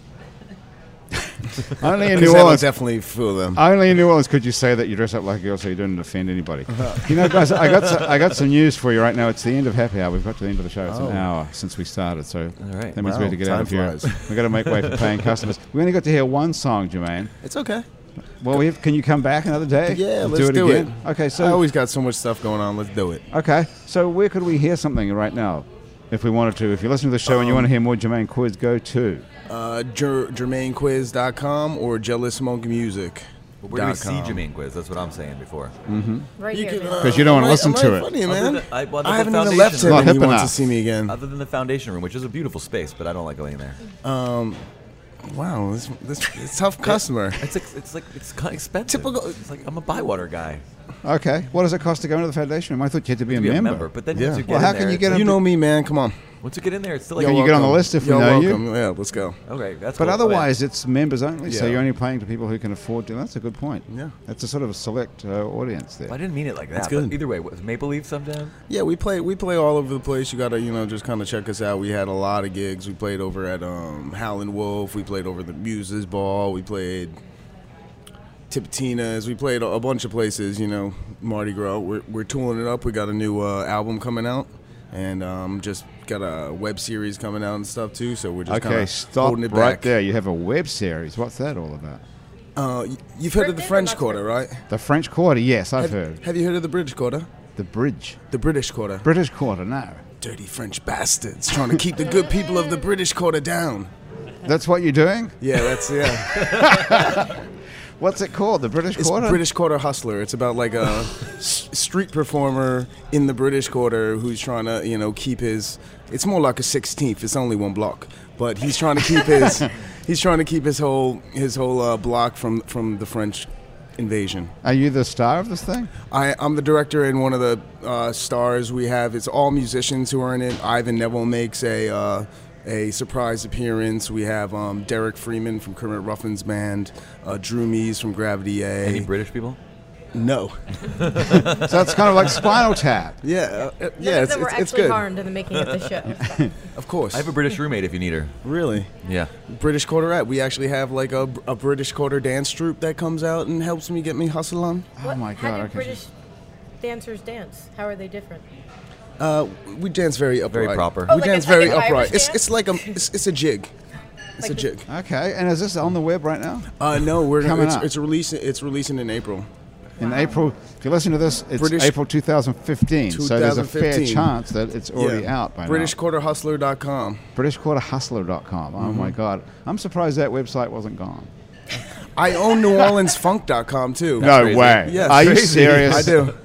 [SPEAKER 1] Only in
[SPEAKER 4] Because
[SPEAKER 1] New
[SPEAKER 4] that'll
[SPEAKER 1] Orleans.
[SPEAKER 4] definitely fool them.
[SPEAKER 1] Only in New Orleans could you say that you dress up like a girl so you didn't offend anybody.
[SPEAKER 4] Uh-huh.
[SPEAKER 1] you know, guys, I got some, I got some news for you right now. It's the end of happy hour. We've got to the end of the show. It's
[SPEAKER 4] Oh.
[SPEAKER 1] an hour since we started, so
[SPEAKER 3] right.
[SPEAKER 1] that means we
[SPEAKER 4] Wow,
[SPEAKER 1] have to get
[SPEAKER 4] time
[SPEAKER 1] out of here.
[SPEAKER 4] flies.
[SPEAKER 1] We've got to make way for paying customers. We only got to hear one song, Jermaine.
[SPEAKER 4] It's okay.
[SPEAKER 1] Well, we have, can you come back another day?
[SPEAKER 4] Yeah,
[SPEAKER 1] We'll
[SPEAKER 4] let's do, it,
[SPEAKER 1] again? Okay, so
[SPEAKER 4] I always got so much stuff going on. Let's do it.
[SPEAKER 1] Okay, so where could we hear something right now? If we wanted to, if you listen to the show
[SPEAKER 4] Um,
[SPEAKER 1] and you want to hear more Jermaine Quiz, go to.
[SPEAKER 4] Uh, Jer- JermaineQuiz.com or Jealous Monk Music.
[SPEAKER 3] But where do we see Jermaine Quiz? That's what I'm saying before.
[SPEAKER 1] Mm.
[SPEAKER 2] right here. man.
[SPEAKER 1] Because you don't wanna listen to it.
[SPEAKER 4] Funny,
[SPEAKER 3] Other
[SPEAKER 4] man.
[SPEAKER 3] than- I- well, the
[SPEAKER 4] I haven't even
[SPEAKER 3] foundation-
[SPEAKER 4] left him,
[SPEAKER 1] Not
[SPEAKER 4] and he
[SPEAKER 1] hip
[SPEAKER 4] wants to
[SPEAKER 1] enough.
[SPEAKER 4] see me again.
[SPEAKER 3] Other than the foundation room, which is a beautiful space, but I don't like going in there.
[SPEAKER 4] Wow, this, this, this tough customer.
[SPEAKER 3] It's ex- it's like it's kind of expensive.
[SPEAKER 4] Typical-
[SPEAKER 3] It's like I'm a Bywater guy.
[SPEAKER 1] Okay, what does it cost to go into the foundation room? I thought you had to be,
[SPEAKER 3] To
[SPEAKER 1] a,
[SPEAKER 3] be
[SPEAKER 1] member.
[SPEAKER 3] a member, but then
[SPEAKER 4] Yeah.
[SPEAKER 3] once you get
[SPEAKER 1] Well,
[SPEAKER 3] in
[SPEAKER 1] how can
[SPEAKER 3] there,
[SPEAKER 1] you
[SPEAKER 3] it's
[SPEAKER 1] get
[SPEAKER 3] like-
[SPEAKER 1] a-
[SPEAKER 4] You know me, man. Come on.
[SPEAKER 3] Once you get in there, it's still like
[SPEAKER 1] Can
[SPEAKER 4] You're
[SPEAKER 1] you get on the
[SPEAKER 4] welcome.
[SPEAKER 1] list if we
[SPEAKER 4] You're
[SPEAKER 1] know you?
[SPEAKER 4] welcome. Yeah, let's go.
[SPEAKER 3] okay. That's
[SPEAKER 1] But
[SPEAKER 3] cool.
[SPEAKER 1] otherwise, it's members only, so
[SPEAKER 4] Yeah.
[SPEAKER 1] you're only playing to people who can afford to. That's a good point.
[SPEAKER 4] Yeah.
[SPEAKER 1] that's a sort of a select uh, audience there.
[SPEAKER 3] Well, I didn't mean it like that.
[SPEAKER 4] That's
[SPEAKER 3] but
[SPEAKER 4] good.
[SPEAKER 3] either way, was Maple Leaf sometime?
[SPEAKER 4] Yeah, we play we play all over the place. You gotta you know just kind of check us out. We had a lot of gigs. We played over at um, Howlin' Wolf. We played over the Muses Ball. We played Tipitina's. We played a a bunch of places. You know Mardi Gras. We're we're tooling it up. We got a new uh, album coming out, and um, just got a web series coming out and stuff too. So we're just kind
[SPEAKER 1] okay,
[SPEAKER 4] of
[SPEAKER 1] stop
[SPEAKER 4] holding
[SPEAKER 1] right
[SPEAKER 4] it back.
[SPEAKER 1] there. You have a web series. What's that all about?
[SPEAKER 4] Uh, y- you've heard of the
[SPEAKER 2] Birthday or
[SPEAKER 4] French
[SPEAKER 2] not
[SPEAKER 4] Quarter, right?
[SPEAKER 1] The French Quarter. Yes, I've
[SPEAKER 4] Have,
[SPEAKER 1] heard
[SPEAKER 4] have you heard of the British Quarter?
[SPEAKER 1] the Bridge,
[SPEAKER 4] The British Quarter.
[SPEAKER 1] British Quarter. No,
[SPEAKER 4] Dirty French bastards trying to keep the good people of the British Quarter down.
[SPEAKER 1] that's what you're doing.
[SPEAKER 4] Yeah, that's yeah.
[SPEAKER 1] What's it called? The British
[SPEAKER 4] It's
[SPEAKER 1] Quarter.
[SPEAKER 4] British Quarter Hustler. It's about like a s- street performer in the British Quarter who's trying to, you know, keep his. It's more like a 16th. It's only one block, but he's trying to keep his. he's trying to keep his whole his whole uh, block from from the French invasion.
[SPEAKER 1] Are you the star of this thing?
[SPEAKER 4] I, I'm the director and one of the uh, stars we have. It's all musicians who are in it. Ivan Neville makes a uh, a surprise appearance. We have um, Derek Freeman from Kermit Ruffin's band, uh, Drew Mees from Gravity A.
[SPEAKER 3] Any British people?
[SPEAKER 4] no.
[SPEAKER 1] So it's kind of like Spinal Tap.
[SPEAKER 4] Yeah. Uh, uh,
[SPEAKER 2] None
[SPEAKER 4] yeah.
[SPEAKER 2] of
[SPEAKER 4] It's,
[SPEAKER 2] them were
[SPEAKER 4] it's,
[SPEAKER 2] actually
[SPEAKER 4] it's good.
[SPEAKER 2] harmed in the making of the show.
[SPEAKER 4] Of course.
[SPEAKER 3] I have a British roommate if you need her.
[SPEAKER 4] really
[SPEAKER 3] Yeah.
[SPEAKER 4] British Quarterette. We actually have like a, a British Quarter dance troupe that comes out and helps me get me hustle on.
[SPEAKER 1] Oh my
[SPEAKER 2] How
[SPEAKER 1] God!
[SPEAKER 2] do
[SPEAKER 1] okay.
[SPEAKER 2] British dancers dance? How are they different?
[SPEAKER 4] Uh, we dance very upright.
[SPEAKER 3] proper.
[SPEAKER 4] We
[SPEAKER 3] Oh,
[SPEAKER 2] like a-
[SPEAKER 4] dance
[SPEAKER 2] like
[SPEAKER 4] very
[SPEAKER 2] an Irish
[SPEAKER 4] upright. It's
[SPEAKER 2] dance?
[SPEAKER 4] it's like a it's, it's a jig. It's
[SPEAKER 2] Like
[SPEAKER 4] a
[SPEAKER 2] the-
[SPEAKER 4] jig.
[SPEAKER 1] Okay, and is this on the web right now?
[SPEAKER 4] Uh, no, we're
[SPEAKER 1] Coming
[SPEAKER 4] it's,
[SPEAKER 1] up.
[SPEAKER 4] it's releasing. It's releasing in April.
[SPEAKER 1] In April, if you listen to this, it's
[SPEAKER 4] British-
[SPEAKER 1] April 2015, so there's a fair
[SPEAKER 4] 2015.
[SPEAKER 1] chance that it's already out by now.
[SPEAKER 4] BritishQuarterHustler.com.
[SPEAKER 1] BritishQuarterHustler.com. Oh
[SPEAKER 4] Mm-hmm.
[SPEAKER 1] my God. I'm surprised that website wasn't gone.
[SPEAKER 4] I own NewOrleansFunk.com too.
[SPEAKER 1] no
[SPEAKER 3] crazy.
[SPEAKER 1] way.
[SPEAKER 4] Yes.
[SPEAKER 1] Are you
[SPEAKER 4] Crazy.
[SPEAKER 1] serious?
[SPEAKER 4] I do.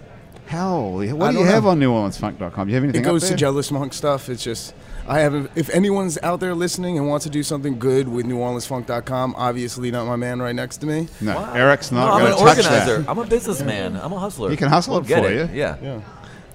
[SPEAKER 1] hell? What
[SPEAKER 4] I
[SPEAKER 1] do you
[SPEAKER 4] don't
[SPEAKER 1] have
[SPEAKER 4] know.
[SPEAKER 1] on NewOrleansFunk.com? Do you have anything
[SPEAKER 4] It goes
[SPEAKER 1] up
[SPEAKER 4] to
[SPEAKER 1] there?
[SPEAKER 4] jealous monk stuff. It's just I haven't. If anyone's out there listening and wants to do something good with NewOrleansFunk.com, obviously not my man right next to me.
[SPEAKER 1] no, Eric's not
[SPEAKER 3] I'm
[SPEAKER 1] going
[SPEAKER 3] an
[SPEAKER 1] to touch
[SPEAKER 3] organizer.
[SPEAKER 1] that.
[SPEAKER 3] I'm a businessman. I'm a hustler.
[SPEAKER 1] He can hustle
[SPEAKER 3] I'll
[SPEAKER 1] it
[SPEAKER 3] get
[SPEAKER 1] for you.
[SPEAKER 3] Yeah.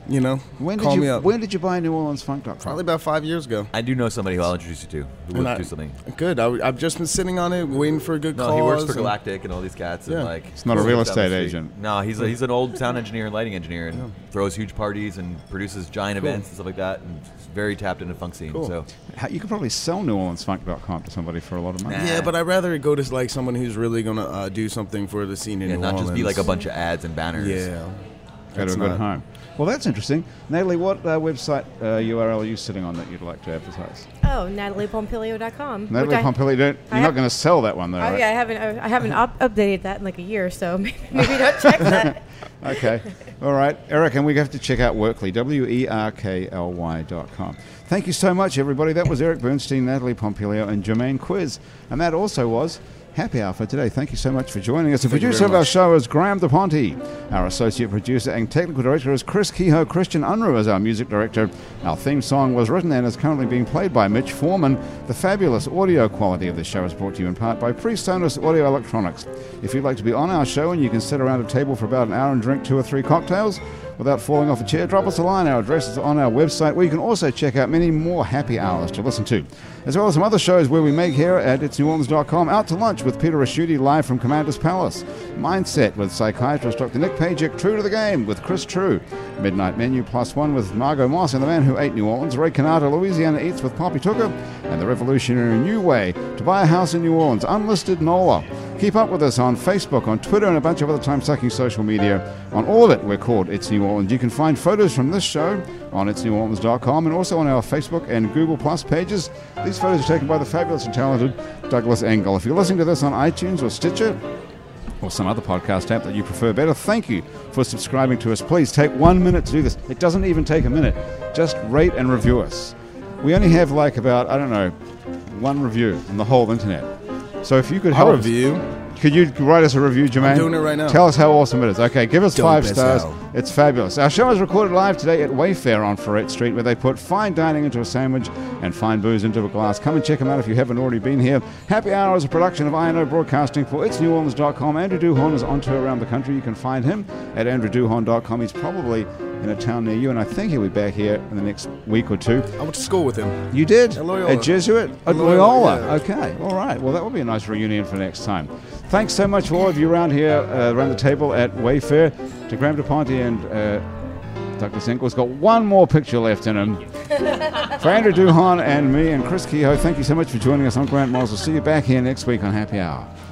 [SPEAKER 4] You know,
[SPEAKER 1] When
[SPEAKER 4] call
[SPEAKER 1] did
[SPEAKER 4] me
[SPEAKER 1] you
[SPEAKER 4] up.
[SPEAKER 1] When did you buy NewOrleansFunk.com?
[SPEAKER 4] Probably about five years ago.
[SPEAKER 3] I do know somebody who I'll introduce you to. Who
[SPEAKER 4] And I-
[SPEAKER 3] will do something.
[SPEAKER 4] Good. I, have just been sitting on it, waiting for a good
[SPEAKER 3] No,
[SPEAKER 4] cause.
[SPEAKER 3] he works for
[SPEAKER 4] and-
[SPEAKER 3] Galactic and all these cats.
[SPEAKER 4] Yeah.
[SPEAKER 3] And like,
[SPEAKER 1] He's not a real estate agent.
[SPEAKER 3] No, he's a, he's an old sound engineer and lighting engineer, and throws huge parties and produces giant events and stuff like that, and is very tapped into funk scene. So
[SPEAKER 1] How- You could probably sell NewOrleansFunk.com to somebody for a lot of money.
[SPEAKER 3] Nah.
[SPEAKER 4] Yeah, but I'd rather it go to like someone who's really gonna uh, do something for the scene in
[SPEAKER 3] and
[SPEAKER 4] New
[SPEAKER 3] not just be like a
[SPEAKER 4] Orleans.
[SPEAKER 3] bunch of ads and banners.
[SPEAKER 4] Yeah.
[SPEAKER 1] Go to
[SPEAKER 4] That's
[SPEAKER 1] a good
[SPEAKER 4] not-
[SPEAKER 1] home. Well, that's interesting. Natalie, what uh, website uh, URL are you sitting on that you'd like to advertise?
[SPEAKER 2] Oh, NataliePompilio.com.
[SPEAKER 1] Natalie
[SPEAKER 2] which I-
[SPEAKER 1] Pompili, don't,
[SPEAKER 2] I
[SPEAKER 1] you're not
[SPEAKER 2] have-
[SPEAKER 1] going to sell that one, though,
[SPEAKER 2] Oh
[SPEAKER 1] right?
[SPEAKER 2] yeah, I haven't I I haven't up- updated that in like a year, so maybe don't check that.
[SPEAKER 1] Okay. All right. Eric, and we have to check out Workly, W E R K L Y dot com. Thank you so much, everybody. That was Eric Bernstein, Natalie Pompilio, and Jermaine Quiz. And that also was Happy Hour for today. Thank you so much for joining us. The
[SPEAKER 4] Thank you
[SPEAKER 1] producer
[SPEAKER 4] very
[SPEAKER 1] of our
[SPEAKER 4] much.
[SPEAKER 1] show is Graham DePonte. Our associate producer and technical director is Chris Kehoe. Christian Unruh is our music director. Our theme song was written and is currently being played by Mitch Foreman. The fabulous audio quality of the show is brought to you in part by PreSonus Audio Electronics. If you'd like to be on our show and you can sit around a table for about an hour and drink two or three cocktails, Without falling off a chair, drop us a line. Our address is on our website, where you can also check out many more happy hours to listen to, as well as some other shows where we make here at itsneworleans.com. Out to lunch with Peter Raschuti live from Commander's Palace. Mindset with psychiatrist Dr. Nick Pajic. True to the game with Chris True. Midnight Menu Plus One with Margot Moss and the man who ate New Orleans. Ray Canada, Louisiana Eats with Poppy Tucker, and the revolutionary new way to buy a house in New Orleans. Unlisted NOLA. Keep up with us on Facebook, on Twitter, and a bunch of other time sucking social media. On all of it, we're called It's New Orleans. You can find photos from this show on itsneworleans.com and also on our Facebook and Google Plus pages. These photos are taken by the fabulous and talented Douglas Engel. If you're listening to this on iTunes or Stitcher, or some other podcast app that you prefer better, thank you for subscribing to us. Please take one minute to do this. It doesn't even take a minute. Just rate and review us. We only have like about, I don't know, one review on the whole internet. So if you could help
[SPEAKER 4] I'll
[SPEAKER 1] us-
[SPEAKER 4] review.
[SPEAKER 1] could you write us a review, Jermaine?
[SPEAKER 4] doing it right now.
[SPEAKER 1] Tell us how awesome it is. Okay, give us
[SPEAKER 4] Dope
[SPEAKER 1] five
[SPEAKER 4] as
[SPEAKER 1] stars.
[SPEAKER 4] hell.
[SPEAKER 1] It's fabulous. Our show is recorded live today at Wayfair on Ferret Street, where they put fine dining into a sandwich and fine booze into a glass. Come and check them out if you haven't already been here. Happy Hour is a production of INO Broadcasting for itsneworleans.com. Andrew Duhon is on tour around the country. You can find him at andrewduhon.com. He's probably in a town near you, and I think he'll be back here in the next week or two.
[SPEAKER 4] I went to school with him.
[SPEAKER 1] You did?
[SPEAKER 4] At Loyola.
[SPEAKER 1] A Jesuit? At
[SPEAKER 4] At
[SPEAKER 1] Loyola.
[SPEAKER 4] Loyola, yeah.
[SPEAKER 1] Okay. All right. Well, that will be a nice reunion for next time. Thanks so much for all of you around here, uh, around the table at Wayfair. To Graham DePonte and uh, Douglas Enkel's got one more picture left in him. for Andrew Duhon and me and Chris Kehoe, thank you so much for joining us. I'm Grant Morris. We'll see you back here next week on Happy Hour.